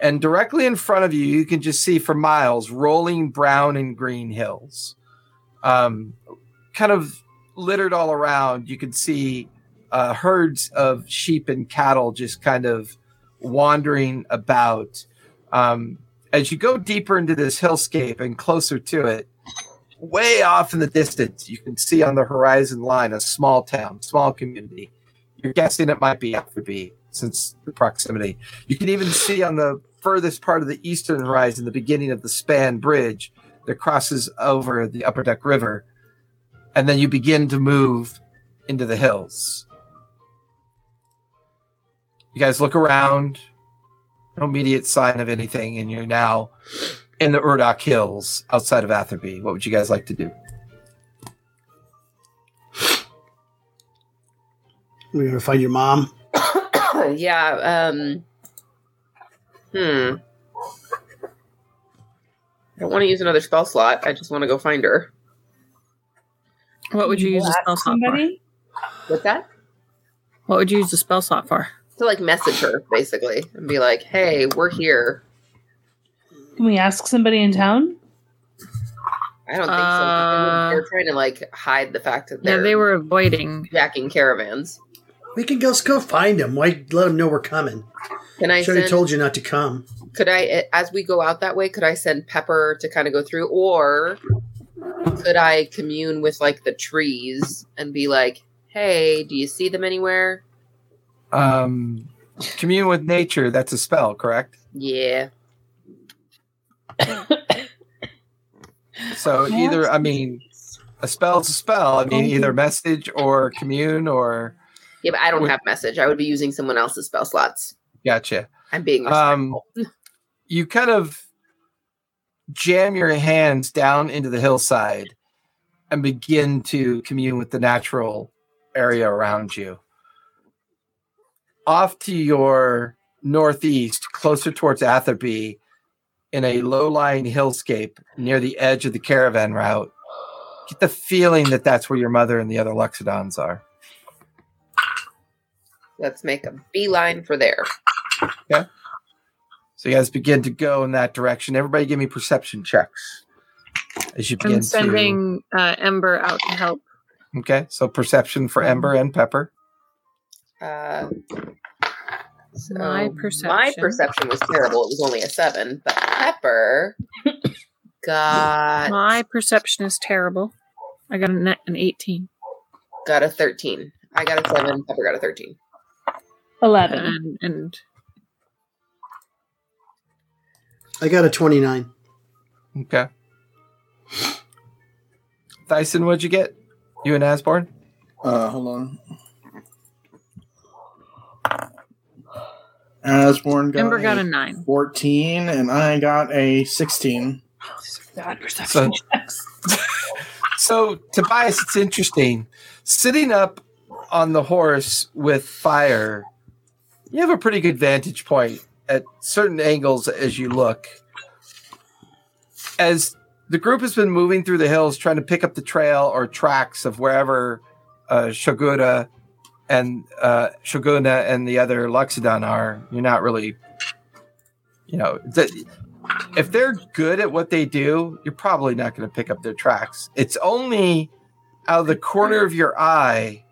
[SPEAKER 1] And directly in front of you, you can just see for miles rolling brown and green hills. Um, kind of littered all around, you can see uh, herds of sheep and cattle just kind of wandering about. Um, as you go deeper into this hillscape and closer to it, way off in the distance, you can see on the horizon line a small town, small community. You're guessing it might be Afterby since the proximity. You can even see on the furthest part of the eastern horizon the beginning of the span bridge that crosses over the Upper Duck River. And then you begin to move into the hills. You guys look around no immediate sign of anything, and you're now in the Urdoch Hills outside of Atherby. What would you guys like to do?
[SPEAKER 5] We're gonna find your mom.
[SPEAKER 4] yeah. Um, hmm. I don't want to use another spell slot. I just want to go find her.
[SPEAKER 8] What would you use a spell slot for?
[SPEAKER 2] Somebody?
[SPEAKER 4] What's that?
[SPEAKER 8] What would you use a spell slot for?
[SPEAKER 4] To like message her basically and be like, "Hey, we're here."
[SPEAKER 2] Can we ask somebody in town?
[SPEAKER 4] I don't think so.
[SPEAKER 8] Uh,
[SPEAKER 4] They're trying to like hide the fact that
[SPEAKER 8] Yeah,
[SPEAKER 4] they're
[SPEAKER 8] they were avoiding.
[SPEAKER 4] jacking caravans.
[SPEAKER 5] We can go go find him. Why let him know we're coming?
[SPEAKER 4] Can I
[SPEAKER 5] Should have
[SPEAKER 4] send?
[SPEAKER 5] told you not to come.
[SPEAKER 4] could I, eh, as we go out that way, could I send Pepper to kind of go through, or could I commune with like the trees and be like, "Hey, do you see them anywhere?"
[SPEAKER 1] Um, commune with nature, that's a spell, correct?
[SPEAKER 4] Yeah.
[SPEAKER 1] So either, I mean, a spell's a spell. I mean, either message or commune or
[SPEAKER 4] Yeah, but I don't
[SPEAKER 1] Would-
[SPEAKER 4] have message. I would be using someone else's spell slots.
[SPEAKER 1] gotcha.
[SPEAKER 4] I'm being
[SPEAKER 1] Um,
[SPEAKER 4] respectful.
[SPEAKER 1] you kind of jam your hands down into the hillside and begin to commune with the natural area around you. Off to your northeast, closer towards Atherby, in a low lying hillscape near the edge of the caravan route, get the feeling that that's where your mother and the other Luxodons are.
[SPEAKER 4] Let's make a beeline for there.
[SPEAKER 1] So you guys begin to go in that direction. Everybody give me perception checks as you begin
[SPEAKER 3] I'm sending uh, Ember out to help.
[SPEAKER 1] to. Okay, so perception for Ember and Pepper.
[SPEAKER 4] Uh, so
[SPEAKER 3] My
[SPEAKER 4] Oh, My
[SPEAKER 3] perception.
[SPEAKER 4] perception was terrible. It was only a seven, but Pepper got
[SPEAKER 8] My perception is terrible. I got a net an 18.
[SPEAKER 4] got a thirteen. I got a seven. Pepper got a thirteen.
[SPEAKER 3] Uh,
[SPEAKER 2] Eleven.
[SPEAKER 8] And, and
[SPEAKER 5] I got a 29.
[SPEAKER 1] Okay. Dyson, what'd you get? You and Asborn?
[SPEAKER 6] Uh, hold on. Asborn got,
[SPEAKER 8] Ember
[SPEAKER 6] a
[SPEAKER 8] got a 9.
[SPEAKER 6] 14, and I got a 16.
[SPEAKER 2] God, perception
[SPEAKER 1] So-
[SPEAKER 2] checks.
[SPEAKER 1] So, Tobias, it's interesting. Sitting up on the horse with fire, you have a pretty good vantage point at certain angles as you look. As the group has been moving through the hills trying to pick up the trail or tracks of wherever uh, Shoguna and uh, Shoguna and the other Luxodon are, you're not really, you know, th- if they're good at what they do, you're probably not going to pick up their tracks. It's only out of the corner of your eye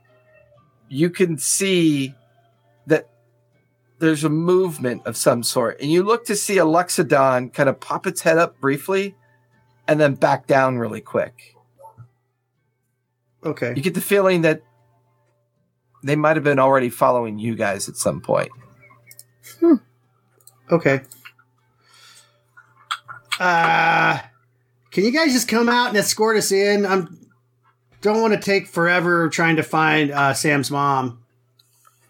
[SPEAKER 1] you can see that there's a movement of some sort, and you look to see a Luxodon kind of pop its head up briefly and then back down really quick. You
[SPEAKER 5] Okay.
[SPEAKER 1] get the feeling that they might have been already following you guys at some point.
[SPEAKER 5] Okay. Uh, can you guys just come out and escort us in? I'm don't want to take forever trying to find uh, Sam's mom.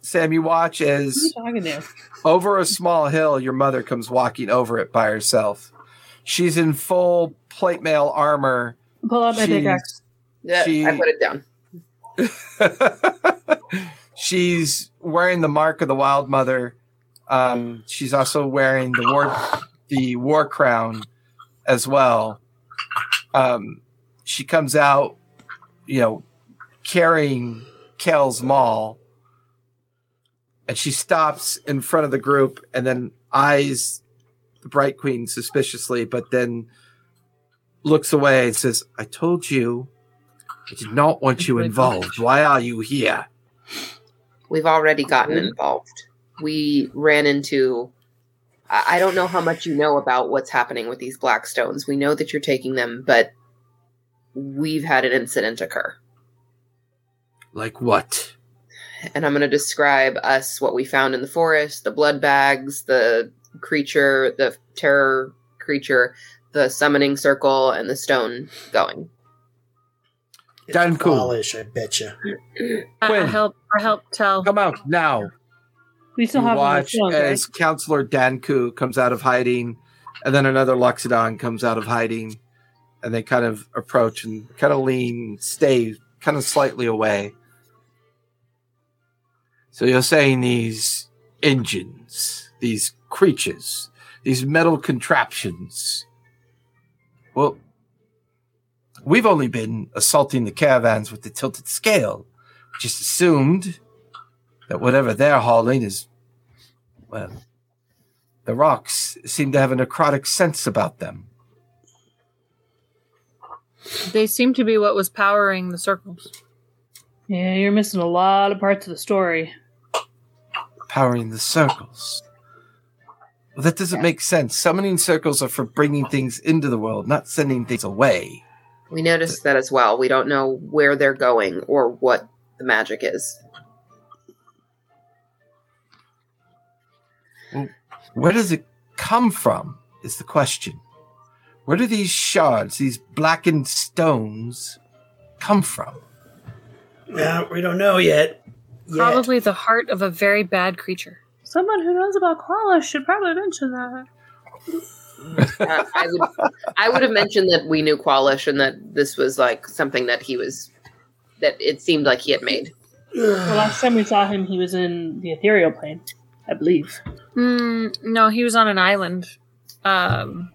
[SPEAKER 1] Sam, you watch
[SPEAKER 2] Who are you
[SPEAKER 1] as
[SPEAKER 2] talking to?
[SPEAKER 1] over a small hill, your mother comes walking over it by herself. She's in full plate mail armor.
[SPEAKER 2] Pull out my
[SPEAKER 1] She's-
[SPEAKER 2] pickaxe.
[SPEAKER 4] Yeah,
[SPEAKER 1] She-
[SPEAKER 4] I put it down.
[SPEAKER 1] she's wearing the mark of the Wild Mother. Um, she's also wearing the war the war crown as well. Um, she comes out, you know, carrying Kel's Maul, and she stops in front of the group and then eyes the Bright Queen suspiciously, but then looks away and says, "I told you." I did not want you involved. Why are you here?
[SPEAKER 4] We've already gotten involved. We ran into. I I don't know how much you know about what's happening with these black stones. We know that you're taking them, but we've had an incident occur.
[SPEAKER 1] Like what?
[SPEAKER 4] and I'm going to describe us what we found in the forest, the blood bags, the creature, the terror creature, the summoning circle, and the stone going.
[SPEAKER 5] It's
[SPEAKER 1] Done cool.
[SPEAKER 5] Polish, I bet you.
[SPEAKER 8] I
[SPEAKER 1] Quinn.
[SPEAKER 8] help, I help tell.
[SPEAKER 1] Come out now.
[SPEAKER 2] We still
[SPEAKER 1] You
[SPEAKER 2] have one
[SPEAKER 1] watch
[SPEAKER 2] still,
[SPEAKER 1] as Counselor Danku comes out of hiding, and then another Luxodon comes out of hiding, and they kind of approach and kind of lean, stay kind of slightly away. So you're saying these engines, these creatures, these metal contraptions. Well, we've only been assaulting the caravans with the tilted scale. Just assumed that whatever they're hauling is, well, the rocks seem to have a necrotic sense about them.
[SPEAKER 8] They seem to be what was powering the circles.
[SPEAKER 2] Yeah, you're missing a lot of parts of the story.
[SPEAKER 1] powering the circles. Well, that doesn't make sense. Summoning circles are for bringing things into the world, not sending things away.
[SPEAKER 4] We noticed that as well. We don't know where they're going or what the magic is.
[SPEAKER 1] Where does it come from? Is the question. Where do these shards, these blackened stones, come from?
[SPEAKER 5] No, we don't know yet.
[SPEAKER 8] Probably the heart of a very bad creature.
[SPEAKER 2] Someone who knows about koalas should probably mention that.
[SPEAKER 4] Uh, I would I would have mentioned that we knew Qualish and that this was like something that he was that it seemed like he had made.
[SPEAKER 2] The last time we saw him, he was in the ethereal plane, I believe.
[SPEAKER 8] Mm, no, he was on an island. Um,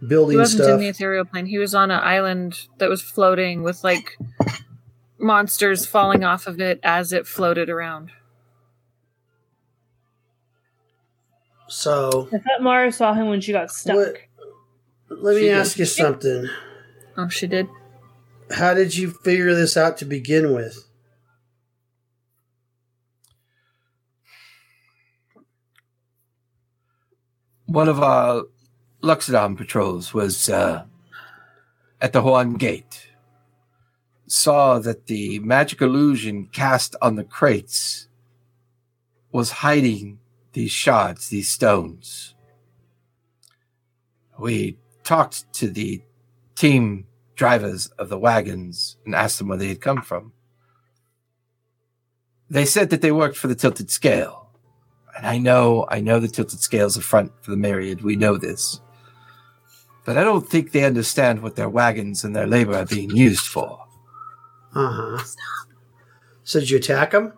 [SPEAKER 8] he
[SPEAKER 5] Building
[SPEAKER 8] wasn't in
[SPEAKER 5] stuff.
[SPEAKER 8] the ethereal plane. He was on an island that was floating with like monsters falling off of it as it floated around.
[SPEAKER 5] so
[SPEAKER 2] I thought Mara saw him when she got stuck.
[SPEAKER 5] What- let me
[SPEAKER 6] She did.
[SPEAKER 5] ask you something.
[SPEAKER 8] Oh, she did.
[SPEAKER 5] How did you figure this out to begin with?
[SPEAKER 1] One of our Luxodon patrols was uh, at the Horn Gate. Saw that the magic illusion cast on the crates was hiding these shards, these stones. We talked to the team drivers of the wagons and asked them where they had come from. They said that they worked for the Tilted Scale. And I know, I know the tilted scales are front for the myriad. We know this. But I don't think they understand what their wagons and their labor are being used for.
[SPEAKER 5] Uh huh. So did you attack him?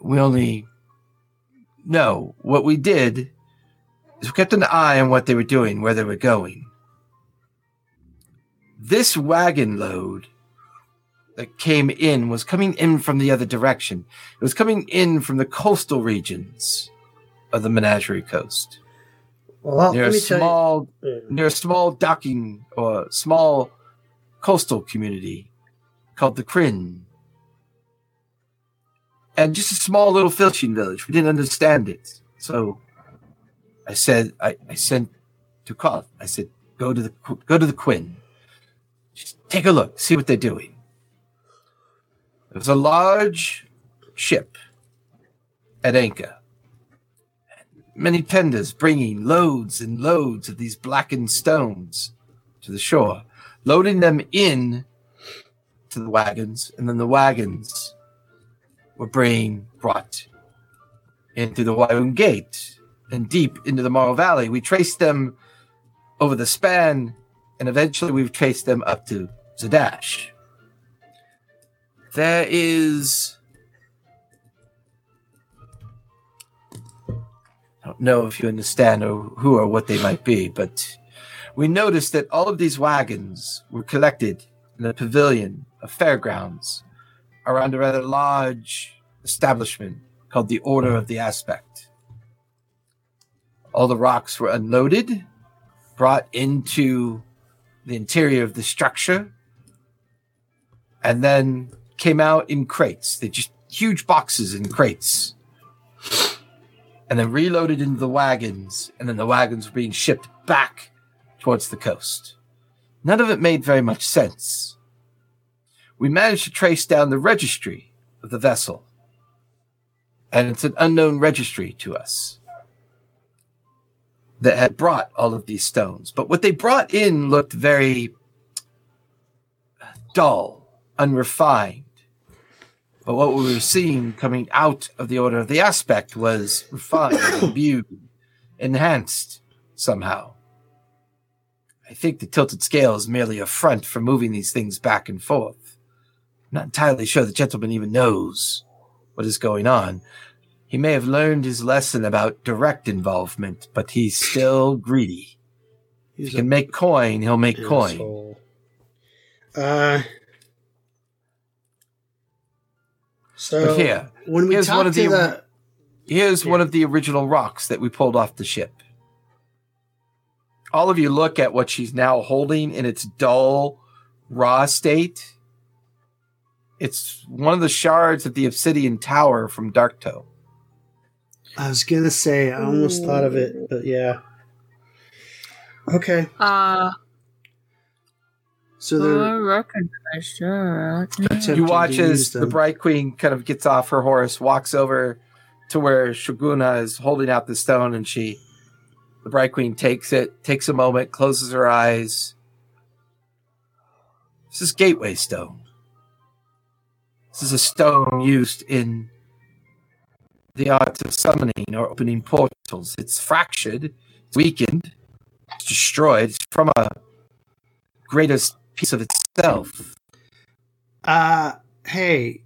[SPEAKER 1] We only know what we did is we kept an eye on what they were doing, where they were going. This wagon load that came in was coming in from the other direction. It was coming in from the coastal regions of the Menagerie Coast.
[SPEAKER 5] Well,
[SPEAKER 1] near
[SPEAKER 5] let
[SPEAKER 1] a
[SPEAKER 5] me tell
[SPEAKER 1] small
[SPEAKER 5] you.
[SPEAKER 1] near a small docking or small coastal community called the Kryn. And just a small little fishing village. We didn't understand it. So I said I, I sent to call. I said, go to the Qu- go to the Quinn. Just take a look, see what they're doing. It was a large ship at anchor many tenders bringing loads and loads of these blackened stones to the shore, loading them in to the wagons, and then the wagons were being brought in through the Wyoming Gate and deep into the Morrow Valley. We traced them over the span, and eventually we've traced them up to Zadash. There is I don't know if you understand or who or what they might be, but we noticed that all of these wagons were collected in a pavilion of fairgrounds around a rather large establishment called the Order of the Aspect. All the rocks were unloaded, brought into the interior of the structure, and then came out in crates. They're just huge boxes in crates and then reloaded into the wagons, and then the wagons were being shipped back towards the coast. None of it made very much sense. We managed to trace down the registry of the vessel, and it's an unknown registry to us that had brought all of these stones. But what they brought in looked very dull, unrefined. But what we were seeing coming out of the order of the aspect was refined, imbued, enhanced somehow. I think the tilted scale is merely a front for moving these things back and forth. I'm not entirely sure the gentleman even knows what is going on. He may have learned his lesson about direct involvement, but he's still greedy. If
[SPEAKER 5] He's
[SPEAKER 1] he can make coin, he'll make coin.
[SPEAKER 5] asshole. Uh, so
[SPEAKER 1] But here,
[SPEAKER 5] when we
[SPEAKER 1] here's one
[SPEAKER 5] talked
[SPEAKER 1] of
[SPEAKER 5] to
[SPEAKER 1] the-
[SPEAKER 5] the
[SPEAKER 1] Here's
[SPEAKER 5] Yeah.
[SPEAKER 1] one of the original rocks that we pulled off the ship. All of you look at what she's now holding in its dull, raw state. It's one of the shards of the obsidian tower from Darktoe.
[SPEAKER 5] I was gonna say I almost thought of it, but yeah. Okay,
[SPEAKER 8] Uh,
[SPEAKER 5] so they're
[SPEAKER 8] I recognize that.
[SPEAKER 5] attempting
[SPEAKER 1] You watch
[SPEAKER 5] to
[SPEAKER 1] as
[SPEAKER 5] use
[SPEAKER 1] the
[SPEAKER 5] them.
[SPEAKER 1] Bright Queen kind of gets off her horse, walks over to where Shoguna is holding out the stone, and she, the Bright Queen, takes it, takes a moment, closes her eyes. This is Gateway Stone. This is a stone used in the art of summoning or opening portals. It's fractured, it's weakened, it's destroyed it's from a greatest piece of itself.
[SPEAKER 5] Uh, hey,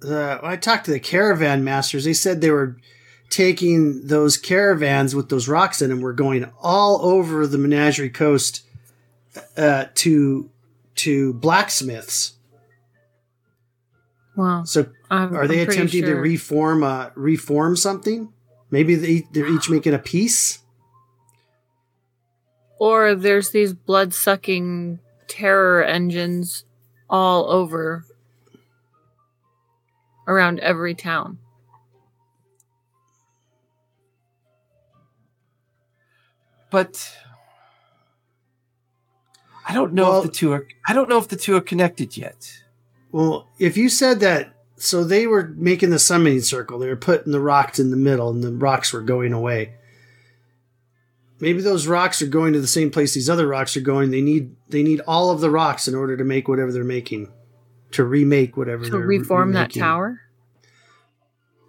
[SPEAKER 5] the, I talked to the caravan masters. They said they were taking those caravans with those rocks in them. We're going all over the Menagerie Coast uh, to to blacksmiths.
[SPEAKER 8] Well,
[SPEAKER 5] So,
[SPEAKER 8] I'm,
[SPEAKER 5] are they
[SPEAKER 8] I'm pretty
[SPEAKER 5] attempting to
[SPEAKER 8] sure-
[SPEAKER 5] reform uh, reform something? Maybe they, they're each making a piece.
[SPEAKER 8] Or there's these blood sucking terror engines all over around every town.
[SPEAKER 1] But I don't know
[SPEAKER 5] Well-
[SPEAKER 1] if the two are I don't know if the two are connected yet.
[SPEAKER 5] Well, if you said that, so they were making the summoning circle. They were putting the rocks in the middle, and the rocks were going away. Maybe those rocks are going to the same place these other rocks are going. They need they need all of the rocks in order to make whatever they're making, to remake whatever
[SPEAKER 8] To
[SPEAKER 5] they're
[SPEAKER 8] reform that
[SPEAKER 5] remaking.
[SPEAKER 8] tower?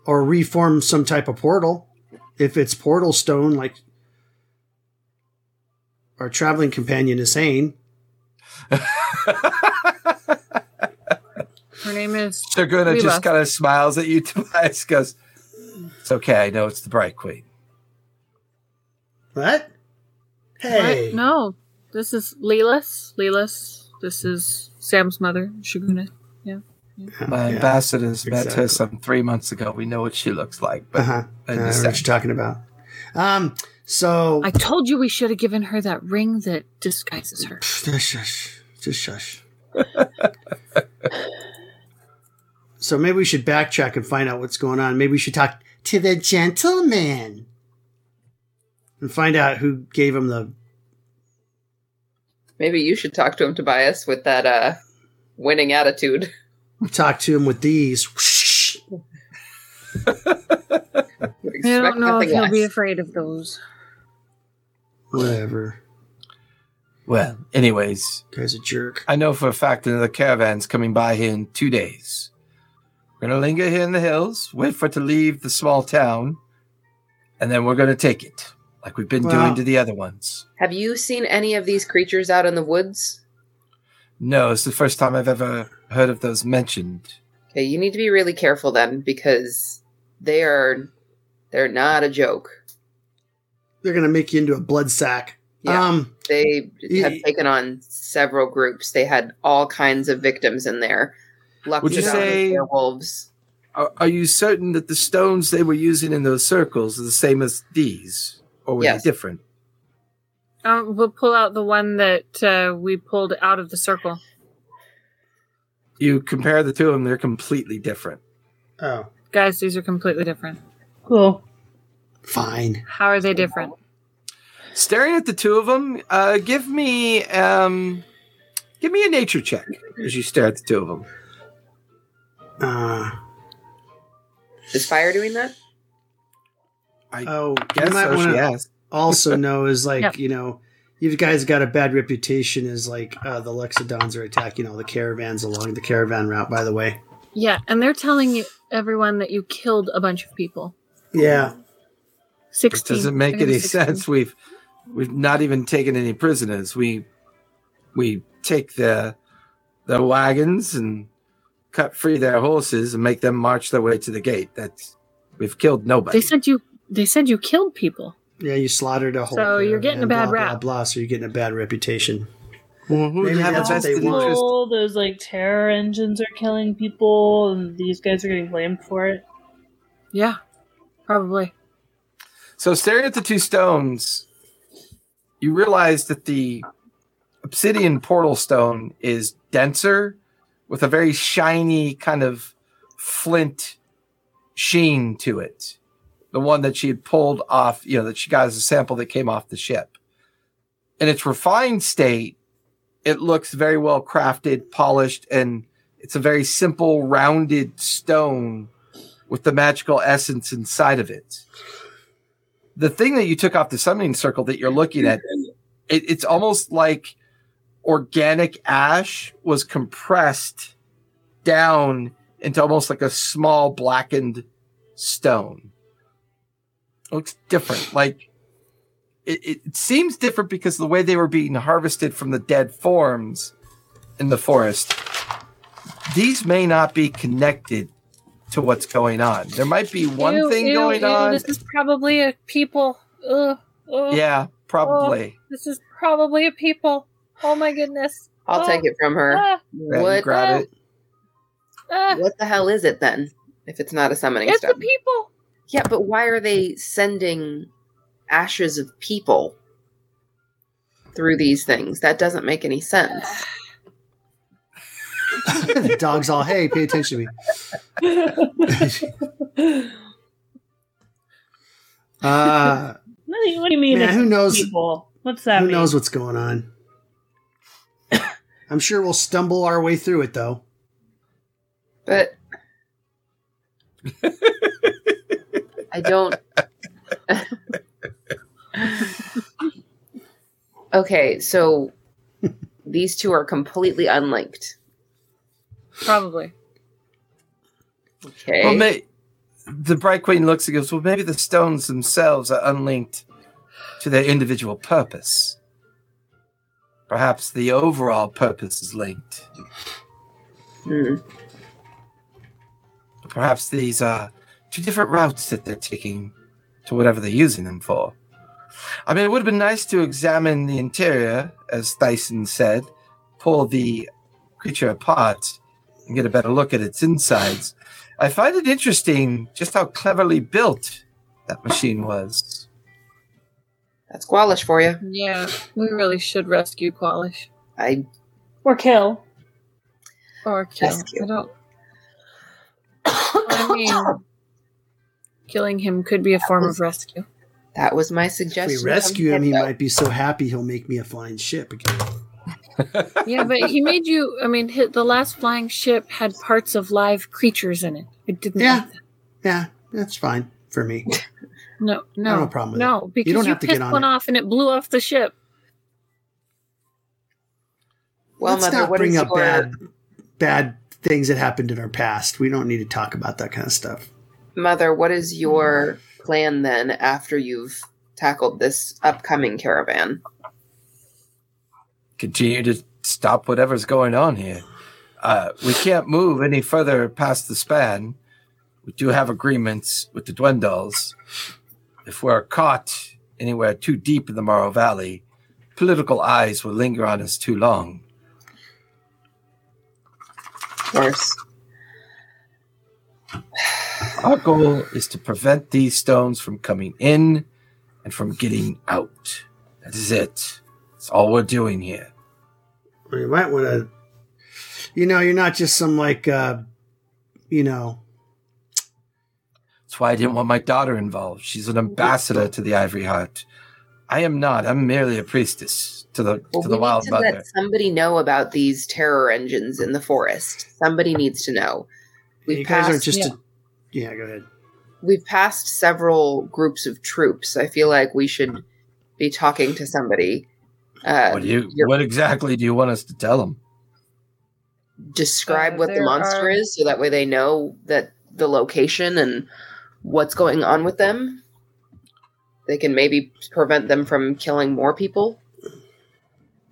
[SPEAKER 5] or reform some type of portal. If it's portal stone, like our traveling companion is saying,
[SPEAKER 8] Her name is.
[SPEAKER 1] Saguna
[SPEAKER 8] We
[SPEAKER 1] just
[SPEAKER 8] lost.
[SPEAKER 1] kind of smiles at you, Tobias, goes, It's okay, I know it's the Bright Queen.
[SPEAKER 5] "What? Hey,
[SPEAKER 8] What? No, this is Lelas. Lelas. This is Sam's mother, Shaguna.
[SPEAKER 1] My
[SPEAKER 5] Yeah.
[SPEAKER 1] ambassadors met
[SPEAKER 5] exactly.
[SPEAKER 1] her some three months ago. We know what she looks like, but
[SPEAKER 5] Uh-huh. I
[SPEAKER 1] I
[SPEAKER 5] know what
[SPEAKER 1] understand.
[SPEAKER 5] you're talking about. Um, so
[SPEAKER 8] I told you we should have given her that ring that disguises her.
[SPEAKER 5] Just shush, just shush. so maybe we should backtrack and find out what's going on. Maybe we should talk to the gentleman and find out who gave him the.
[SPEAKER 4] Maybe you should talk to him, Tobias, with that uh, winning attitude.
[SPEAKER 5] Talk to him with these.
[SPEAKER 4] You
[SPEAKER 8] I
[SPEAKER 4] expect
[SPEAKER 8] don't know if
[SPEAKER 4] nothing
[SPEAKER 8] he'll
[SPEAKER 4] less.
[SPEAKER 8] be afraid of those.
[SPEAKER 5] Whatever.
[SPEAKER 1] well, anyways,
[SPEAKER 5] Guy's a jerk.
[SPEAKER 1] I know for a fact another caravan's coming by here in two days. We're gonna linger here in the hills, wait for it to leave the small town, and then we're gonna take it, like we've been
[SPEAKER 5] Well-
[SPEAKER 1] doing to the other ones.
[SPEAKER 4] Have you seen any of these creatures out in the woods?
[SPEAKER 1] No, it's the first time I've ever heard of those mentioned.
[SPEAKER 4] Okay, you need to be really careful then because they are they're not a joke.
[SPEAKER 5] They're gonna make you into a blood sack.
[SPEAKER 4] Yeah.
[SPEAKER 5] Um,
[SPEAKER 4] They have
[SPEAKER 5] y-
[SPEAKER 4] taken on several groups. They had all kinds of victims in there. Lucky
[SPEAKER 1] Would
[SPEAKER 5] you
[SPEAKER 4] dogs,
[SPEAKER 1] say-
[SPEAKER 4] werewolves?
[SPEAKER 1] Are, are you certain that the stones they were using in those circles are the same as these, or were
[SPEAKER 4] Yes.
[SPEAKER 1] they different?
[SPEAKER 8] Um, we'll pull out the one that uh, we pulled out of the circle.
[SPEAKER 1] You compare the two of them; they're completely different.
[SPEAKER 5] oh,
[SPEAKER 8] Guys, these are completely different.
[SPEAKER 2] Cool.
[SPEAKER 5] fine.
[SPEAKER 8] How are they different?
[SPEAKER 1] Staring at the two of them, uh, give me um, give me a nature check as you stare at the two of them.
[SPEAKER 5] Uh,
[SPEAKER 4] Is fire doing that?
[SPEAKER 5] oh, you
[SPEAKER 1] Guess
[SPEAKER 5] might
[SPEAKER 1] so.
[SPEAKER 5] want
[SPEAKER 1] She
[SPEAKER 5] to
[SPEAKER 1] asked.
[SPEAKER 5] also know is like
[SPEAKER 8] Yeah.
[SPEAKER 5] you know you guys got a bad reputation as like uh, the Lexodons are attacking all the caravans along the caravan route. By the way,
[SPEAKER 8] Yeah, and they're telling you, everyone that you killed a bunch of people.
[SPEAKER 5] yeah,
[SPEAKER 1] It
[SPEAKER 8] 16.
[SPEAKER 1] doesn't make
[SPEAKER 8] I got a
[SPEAKER 1] any
[SPEAKER 8] 16.
[SPEAKER 1] sense. We've we've not even taken any prisoners. We we take the the wagons and cut free their horses and make them march their way to the gate. That's we've killed nobody.
[SPEAKER 8] They said you. They said you killed people.
[SPEAKER 5] yeah. You slaughtered a whole.
[SPEAKER 8] So you're
[SPEAKER 5] caravan,
[SPEAKER 8] getting a bad
[SPEAKER 5] blah, Blah
[SPEAKER 8] rap.
[SPEAKER 5] blah. So you're getting a bad reputation.
[SPEAKER 1] Well, who would
[SPEAKER 5] Maybe
[SPEAKER 1] have a
[SPEAKER 5] that's what
[SPEAKER 1] vested
[SPEAKER 5] they want.
[SPEAKER 1] interest?
[SPEAKER 2] People, those like terror engines are killing people, and these guys are getting blamed for it.
[SPEAKER 8] Yeah, probably.
[SPEAKER 1] So staring at the two stones, you realize that the obsidian portal stone is denser with a very shiny kind of flint sheen to it. The one that she had pulled off, you know, that she got as a sample that came off the ship. In its refined state, it looks very well crafted, polished, and it's a very simple, rounded stone with the magical essence inside of it the thing that you took off the summoning circle that you're looking at, it, it's almost like organic ash was compressed down into almost like a small blackened stone. It looks different. Like it, it it seems different because the way they were being harvested from the dead forms in the forest. These may not be connected to what's going on. There might be one
[SPEAKER 3] Ew,
[SPEAKER 1] thing
[SPEAKER 3] ew,
[SPEAKER 1] going
[SPEAKER 3] ew,
[SPEAKER 1] on.
[SPEAKER 3] This is probably a people. Ugh, ugh.
[SPEAKER 1] yeah, probably.
[SPEAKER 3] This is probably a people. Oh my goodness.
[SPEAKER 4] I'll take it from her.
[SPEAKER 3] Ah,
[SPEAKER 1] Yeah, you
[SPEAKER 4] What,
[SPEAKER 1] grab it.
[SPEAKER 3] ah,
[SPEAKER 4] what the hell is it then? If it's not a summoning
[SPEAKER 3] it's a
[SPEAKER 4] stone.
[SPEAKER 3] people.
[SPEAKER 4] yeah, but why are they sending ashes of people through these things? That doesn't make any sense.
[SPEAKER 9] the dog's all, hey, pay attention to me. Uh,
[SPEAKER 2] What do you, what do you mean?
[SPEAKER 9] Man,
[SPEAKER 2] it's
[SPEAKER 9] who knows-
[SPEAKER 2] People? What's that
[SPEAKER 9] who
[SPEAKER 2] mean?
[SPEAKER 9] knows what's going on? I'm sure we'll stumble our way through it, though.
[SPEAKER 4] But I don't. okay, so these two are completely unlinked.
[SPEAKER 3] Probably.
[SPEAKER 4] Okay.
[SPEAKER 1] Well, may- the Bright Queen looks and goes, Well, maybe the stones themselves are unlinked to their individual purpose. Perhaps the overall purpose is linked.
[SPEAKER 4] Hmm.
[SPEAKER 1] Perhaps these are two different routes that they're taking to whatever they're using them for. I mean, it would have been nice to examine the interior, as Dyson said, pull the creature apart and get a better look at its insides. I find it interesting just how cleverly built that machine was.
[SPEAKER 4] That's Squalish for you.
[SPEAKER 3] Yeah, we really should rescue Qualish.
[SPEAKER 4] I
[SPEAKER 2] Or kill.
[SPEAKER 3] Or kill.
[SPEAKER 4] Rescue.
[SPEAKER 3] I don't. I mean, killing him could be a form of rescue.
[SPEAKER 4] that was my
[SPEAKER 9] If
[SPEAKER 4] suggestion.
[SPEAKER 9] we
[SPEAKER 4] from
[SPEAKER 9] rescue
[SPEAKER 4] the
[SPEAKER 9] him, he
[SPEAKER 4] get-go.
[SPEAKER 9] might be so happy he'll make me a flying ship again.
[SPEAKER 3] Yeah, but he made you. I mean, hit, the last flying ship had parts of live creatures in it. It didn't.
[SPEAKER 9] Yeah.
[SPEAKER 3] like that.
[SPEAKER 9] Yeah, that's fine for me.
[SPEAKER 3] No, no.
[SPEAKER 9] have a problem with
[SPEAKER 3] no, because you,
[SPEAKER 9] don't have to get
[SPEAKER 3] pissed
[SPEAKER 9] on
[SPEAKER 3] one
[SPEAKER 9] it.
[SPEAKER 3] off and it blew off the ship.
[SPEAKER 4] Well,
[SPEAKER 9] Let's
[SPEAKER 4] mother,
[SPEAKER 9] not
[SPEAKER 4] what
[SPEAKER 9] bring
[SPEAKER 4] is
[SPEAKER 9] up
[SPEAKER 4] your-
[SPEAKER 9] bad bad things that happened in our past. We don't need to talk about that kind of stuff.
[SPEAKER 4] Mother, what is your plan then after you've tackled this upcoming caravan?
[SPEAKER 1] Continue to stop whatever's going on here. Uh, we can't move any further past the span. We do have agreements with the Dwendals. If we're caught anywhere too deep in the Morrow Valley, political eyes will linger on us too long.
[SPEAKER 4] Of course.
[SPEAKER 1] Our goal is to prevent these stones from coming in and from getting out. That is it. That's all we're doing here.
[SPEAKER 9] Well, you might want to, you know, you're not just some like, uh, you know,
[SPEAKER 1] That's why I didn't want my daughter involved. She's an ambassador to the Ivory Heart. I am not. I'm merely a priestess to the
[SPEAKER 4] Well,
[SPEAKER 1] to
[SPEAKER 4] we
[SPEAKER 1] the Wild
[SPEAKER 4] need to
[SPEAKER 1] Mother.
[SPEAKER 4] let somebody know about these terror engines in the forest. Somebody needs to know. We've
[SPEAKER 9] you guys
[SPEAKER 4] passed,
[SPEAKER 9] aren't just. a- Yeah, go ahead.
[SPEAKER 4] we've passed several groups of troops. I feel like we should be talking to somebody. Uh,
[SPEAKER 1] What do you?
[SPEAKER 4] you're-
[SPEAKER 1] What exactly do you want us to tell them?
[SPEAKER 4] describe
[SPEAKER 3] Uh,
[SPEAKER 4] what the
[SPEAKER 3] there
[SPEAKER 4] monster
[SPEAKER 3] are-
[SPEAKER 4] is, so that way they know that the location and what's going on with them. They can maybe prevent them from killing more people.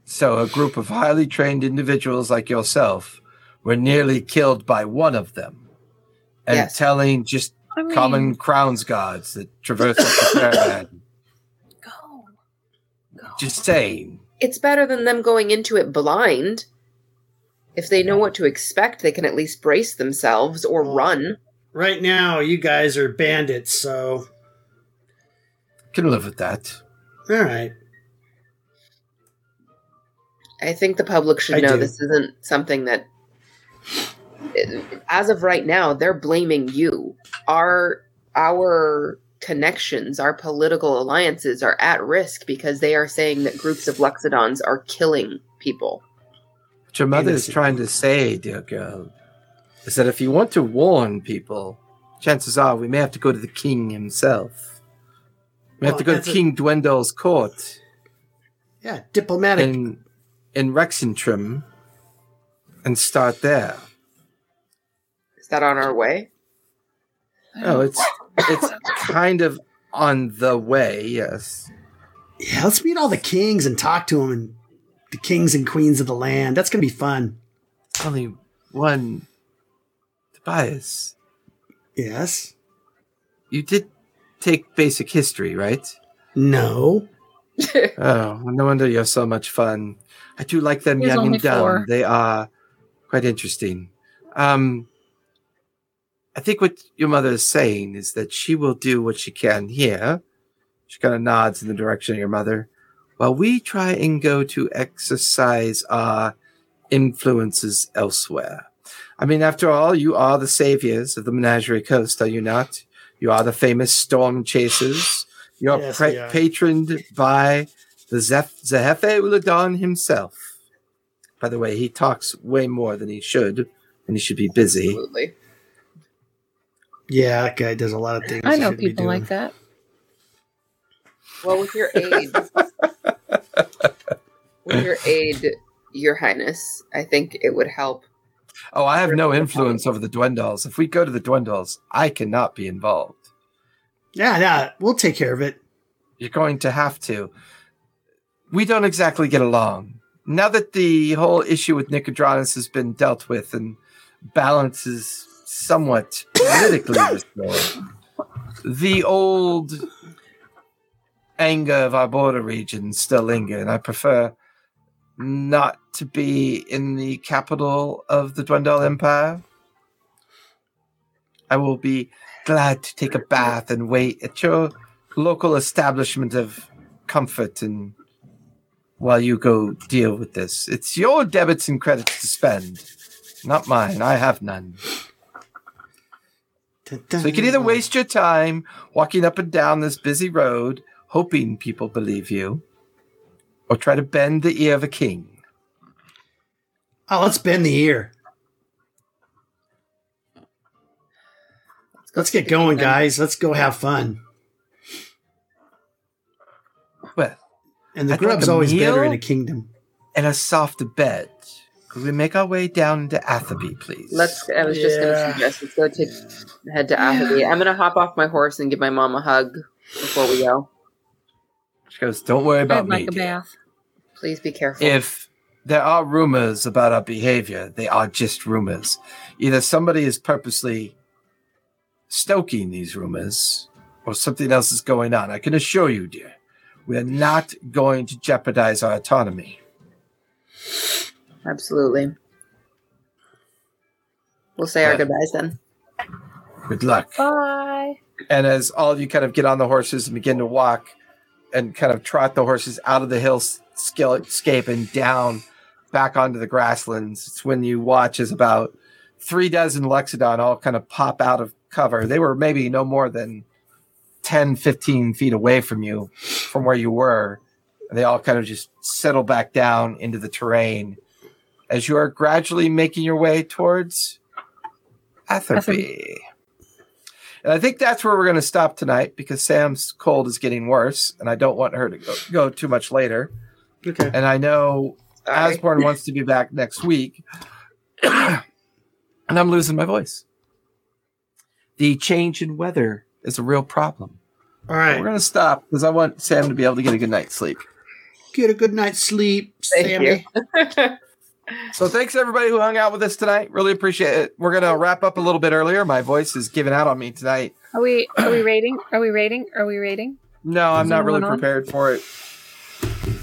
[SPEAKER 1] So, a group of highly trained individuals like yourself were nearly killed by one of them, and
[SPEAKER 4] Yes.
[SPEAKER 1] telling just
[SPEAKER 3] I mean,
[SPEAKER 1] common crowns guards that traverse the caravan.
[SPEAKER 3] Go. Go.
[SPEAKER 1] Just saying.
[SPEAKER 4] it's better than them going into it blind. If they know what to expect, they can at least brace themselves or run.
[SPEAKER 9] Right now, you guys are bandits, so
[SPEAKER 1] Can live with that.
[SPEAKER 9] all right.
[SPEAKER 4] I think the public should
[SPEAKER 9] I
[SPEAKER 4] know
[SPEAKER 9] do.
[SPEAKER 4] this isn't something that. As of right now, they're blaming you. Our our connections, our political alliances are at risk because they are saying that groups of Luxodons are killing people.
[SPEAKER 1] What your mother is
[SPEAKER 9] Innocent.
[SPEAKER 1] trying to say, dear girl, is that if you want to warn people, chances are we may have to go to the king himself. We have
[SPEAKER 9] Well,
[SPEAKER 1] to go
[SPEAKER 9] that's
[SPEAKER 1] to
[SPEAKER 9] a-
[SPEAKER 1] King Dwendal's court
[SPEAKER 9] Yeah, diplomatic.
[SPEAKER 1] in in Rexentrim and start there.
[SPEAKER 4] Is that on our way?
[SPEAKER 1] Oh, it's it's kind of on the way. Yes.
[SPEAKER 5] Yeah, let's meet all the kings and talk to them and the kings and queens of the land. That's gonna be fun.
[SPEAKER 1] Only one. Tobias,
[SPEAKER 5] Yes.
[SPEAKER 1] you did take basic history, right?
[SPEAKER 5] No.
[SPEAKER 1] Oh, well, no wonder you have so much fun. I do like them
[SPEAKER 8] There's
[SPEAKER 1] young
[SPEAKER 8] only
[SPEAKER 1] and dumb.
[SPEAKER 8] four.
[SPEAKER 1] They are quite interesting. Um, I think what your mother is saying is that she will do what she can here. She kind of nods in the direction of your mother, while we try and go to exercise our influences elsewhere. I mean, after all, you are the saviors of the Menagerie Coast, are you not? You are the famous storm chasers. You're
[SPEAKER 5] Yes,
[SPEAKER 1] pra-
[SPEAKER 5] we are.
[SPEAKER 1] patroned by the Zeph- Zehefe Uladan himself. By the way, he talks way more than he should, and he should be busy.
[SPEAKER 4] Absolutely.
[SPEAKER 5] Yeah, that guy does a lot of things.
[SPEAKER 8] I
[SPEAKER 5] he
[SPEAKER 8] know
[SPEAKER 5] shouldn't be
[SPEAKER 8] people
[SPEAKER 5] doing.
[SPEAKER 8] like that.
[SPEAKER 4] Well, with your aid, with your aid, Your Highness, I think it would help.
[SPEAKER 1] Oh, I have no influence over the Dwendals. If we go to the Dwendals, I cannot be involved.
[SPEAKER 5] Yeah, yeah, we'll take care of it.
[SPEAKER 1] You're going to have to. We don't exactly get along. Now that the whole issue with Nicodranus has been dealt with and balance is somewhat politically restored, the old anger of our border regions still linger, and I prefer not to be in the capital of the Dwendal Empire. I will be glad to take a bath and wait at your local establishment of comfort and while you go deal with this. It's your debits and credits to spend, not mine. I have none. So you can either waste your time walking up and down this busy road, hoping people believe you, or try to bend the ear of a king.
[SPEAKER 5] Oh, let's bend the ear. Let's get going, guys. Let's go have fun.
[SPEAKER 1] Well,
[SPEAKER 5] And the
[SPEAKER 1] I'd like
[SPEAKER 5] grub's
[SPEAKER 1] a
[SPEAKER 5] always better in
[SPEAKER 1] meal.
[SPEAKER 5] a kingdom.
[SPEAKER 1] and a soft bed. Could we make our way down to Atherby, please?
[SPEAKER 4] Let's. I was just going to
[SPEAKER 5] Yeah.
[SPEAKER 4] suggest let's go take head to Atherby. I'm going to hop off my horse and give my mom a hug before we go.
[SPEAKER 1] She goes, Don't worry about
[SPEAKER 8] I'd
[SPEAKER 1] me.
[SPEAKER 8] like a
[SPEAKER 1] dear."
[SPEAKER 8] bath.
[SPEAKER 4] Please be careful.
[SPEAKER 1] if there are rumors about our behavior, they are just rumors. Either somebody is purposely stoking these rumors, or something else is going on. I can assure you, dear, we are not going to jeopardize our autonomy.
[SPEAKER 4] Absolutely. We'll say our
[SPEAKER 1] Right.
[SPEAKER 4] goodbyes then.
[SPEAKER 1] Good luck.
[SPEAKER 8] Bye.
[SPEAKER 1] And as all of you kind of get on the horses and begin to walk and kind of trot the horses out of the hill s- scale- scape and down back onto the grasslands, it's when you watch as about three dozen Lexodon all kind of pop out of cover. They were maybe no more than 10, 15 feet away from you from where you were. And they all kind of just settle back down into the terrain as you are gradually making your way towards Atherby. And I think that's where we're going to stop tonight because Sam's cold is getting worse, and I don't want her to go, go too much later.
[SPEAKER 5] Okay.
[SPEAKER 1] And I know
[SPEAKER 4] Sorry.
[SPEAKER 1] Asborn wants to be back next week, and I'm losing my voice. The change in weather is a real problem.
[SPEAKER 5] All
[SPEAKER 1] We're
[SPEAKER 5] right.
[SPEAKER 1] going to stop because I want Sam to be able to get a good night's sleep.
[SPEAKER 5] Get a good night's sleep,
[SPEAKER 4] Thank
[SPEAKER 5] Sammy.
[SPEAKER 4] you.
[SPEAKER 1] So thanks everybody who hung out with us tonight. Really appreciate it. We're going to wrap up a little bit earlier. My voice is giving out on me tonight.
[SPEAKER 8] Are we are we rating? Are we rating? Are we rating?
[SPEAKER 1] No, I'm
[SPEAKER 8] Is
[SPEAKER 1] not really
[SPEAKER 8] anyone on?
[SPEAKER 1] prepared for it.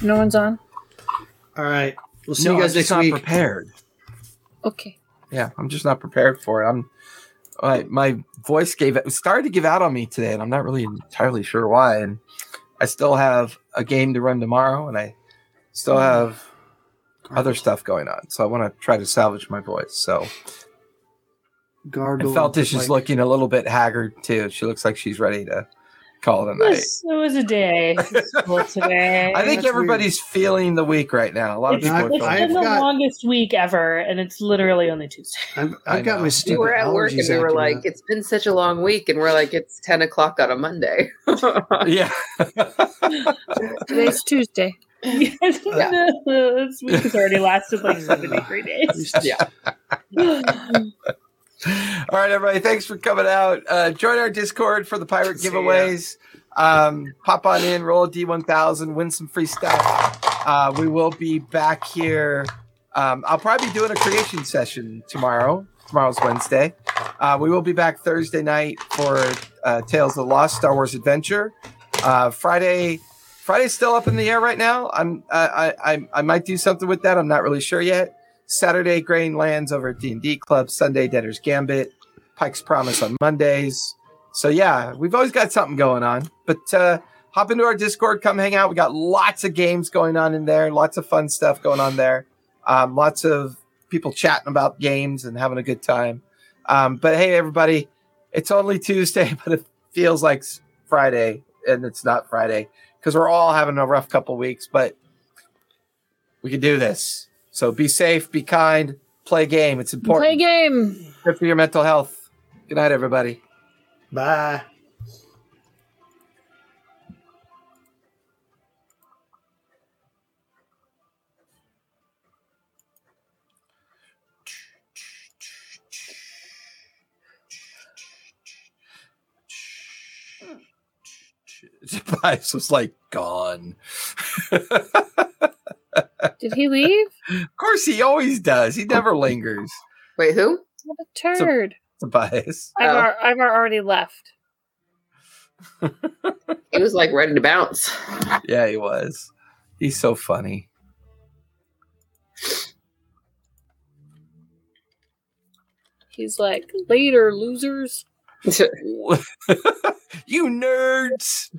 [SPEAKER 8] No one's on?
[SPEAKER 5] All right. We'll see
[SPEAKER 1] no,
[SPEAKER 5] you guys
[SPEAKER 1] I'm just
[SPEAKER 5] next
[SPEAKER 1] not
[SPEAKER 5] week.
[SPEAKER 1] prepared.
[SPEAKER 8] Okay.
[SPEAKER 1] yeah i'm just not prepared for it i'm I, my voice gave it started to give out on me today and i'm not really entirely sure why and i still have a game to run tomorrow and i still have other stuff going on so i want to try to salvage my voice so
[SPEAKER 5] Gargle.
[SPEAKER 1] and feltish is
[SPEAKER 5] like-
[SPEAKER 1] looking a little bit haggard too she looks like she's ready to call it a night
[SPEAKER 2] Yes, it was a day. It was cool today.
[SPEAKER 1] i think
[SPEAKER 5] That's
[SPEAKER 1] everybody's feeling the week right now a lot of
[SPEAKER 2] it's,
[SPEAKER 1] people are
[SPEAKER 5] I've-
[SPEAKER 2] it's
[SPEAKER 1] feeling
[SPEAKER 2] been the
[SPEAKER 5] got-
[SPEAKER 2] longest week ever, and it's literally only Tuesday.
[SPEAKER 5] I've,
[SPEAKER 1] I
[SPEAKER 5] I've got
[SPEAKER 1] know.
[SPEAKER 5] my
[SPEAKER 1] We
[SPEAKER 4] we
[SPEAKER 5] stupid
[SPEAKER 4] were at work and
[SPEAKER 5] allergies
[SPEAKER 4] we were
[SPEAKER 5] after
[SPEAKER 4] like,
[SPEAKER 5] that.
[SPEAKER 4] it's been such a long week, and we're like, it's 10 o'clock on a Monday.
[SPEAKER 1] yeah
[SPEAKER 8] Today's Tuesday.
[SPEAKER 2] Yes, no, this week has already lasted like 73 days.
[SPEAKER 5] Just-
[SPEAKER 4] Yeah.
[SPEAKER 1] All right, everybody. Thanks for coming out. Uh, join our Discord for the pirate giveaways. Um, pop on in, roll a D1000, win some free stuff. Uh, we will be back here. Um, I'll probably be doing a creation session tomorrow. Tomorrow's Wednesday. Uh, we will be back Thursday night for uh, Tales of the Lost Star Wars Adventure. Uh, Friday, Friday's still up in the air right now. I'm I, I I I might do something with that. I'm not really sure yet. Saturday, Grain Lands over at D&D Club. Sunday, Debtor's Gambit. Pike's Promise on Mondays. So, yeah, we've always got something going on. But uh, hop into our Discord. Come hang out. We got lots of games going on in there. Lots of fun stuff going on there. Um, lots of people chatting about games and having a good time. Um, but, hey, everybody, it's only Tuesday, but it feels like s- Friday. And it's not Friday because we're all having a rough couple weeks. But we can do this. So be safe, be kind, play a game. It's important.
[SPEAKER 8] Play a game.
[SPEAKER 1] Good for your mental health. Good night, everybody.
[SPEAKER 5] Bye.
[SPEAKER 1] Tobias was like gone. of
[SPEAKER 8] Did he leave?
[SPEAKER 1] course, he always does. He never lingers.
[SPEAKER 4] Wait, who?
[SPEAKER 8] What a turd.
[SPEAKER 1] Tobias.
[SPEAKER 8] I've,
[SPEAKER 4] Oh.
[SPEAKER 8] ar- I've already left.
[SPEAKER 4] He was like ready to bounce.
[SPEAKER 1] Yeah, he was. He's so funny.
[SPEAKER 8] He's like, later, losers.
[SPEAKER 1] you nerds.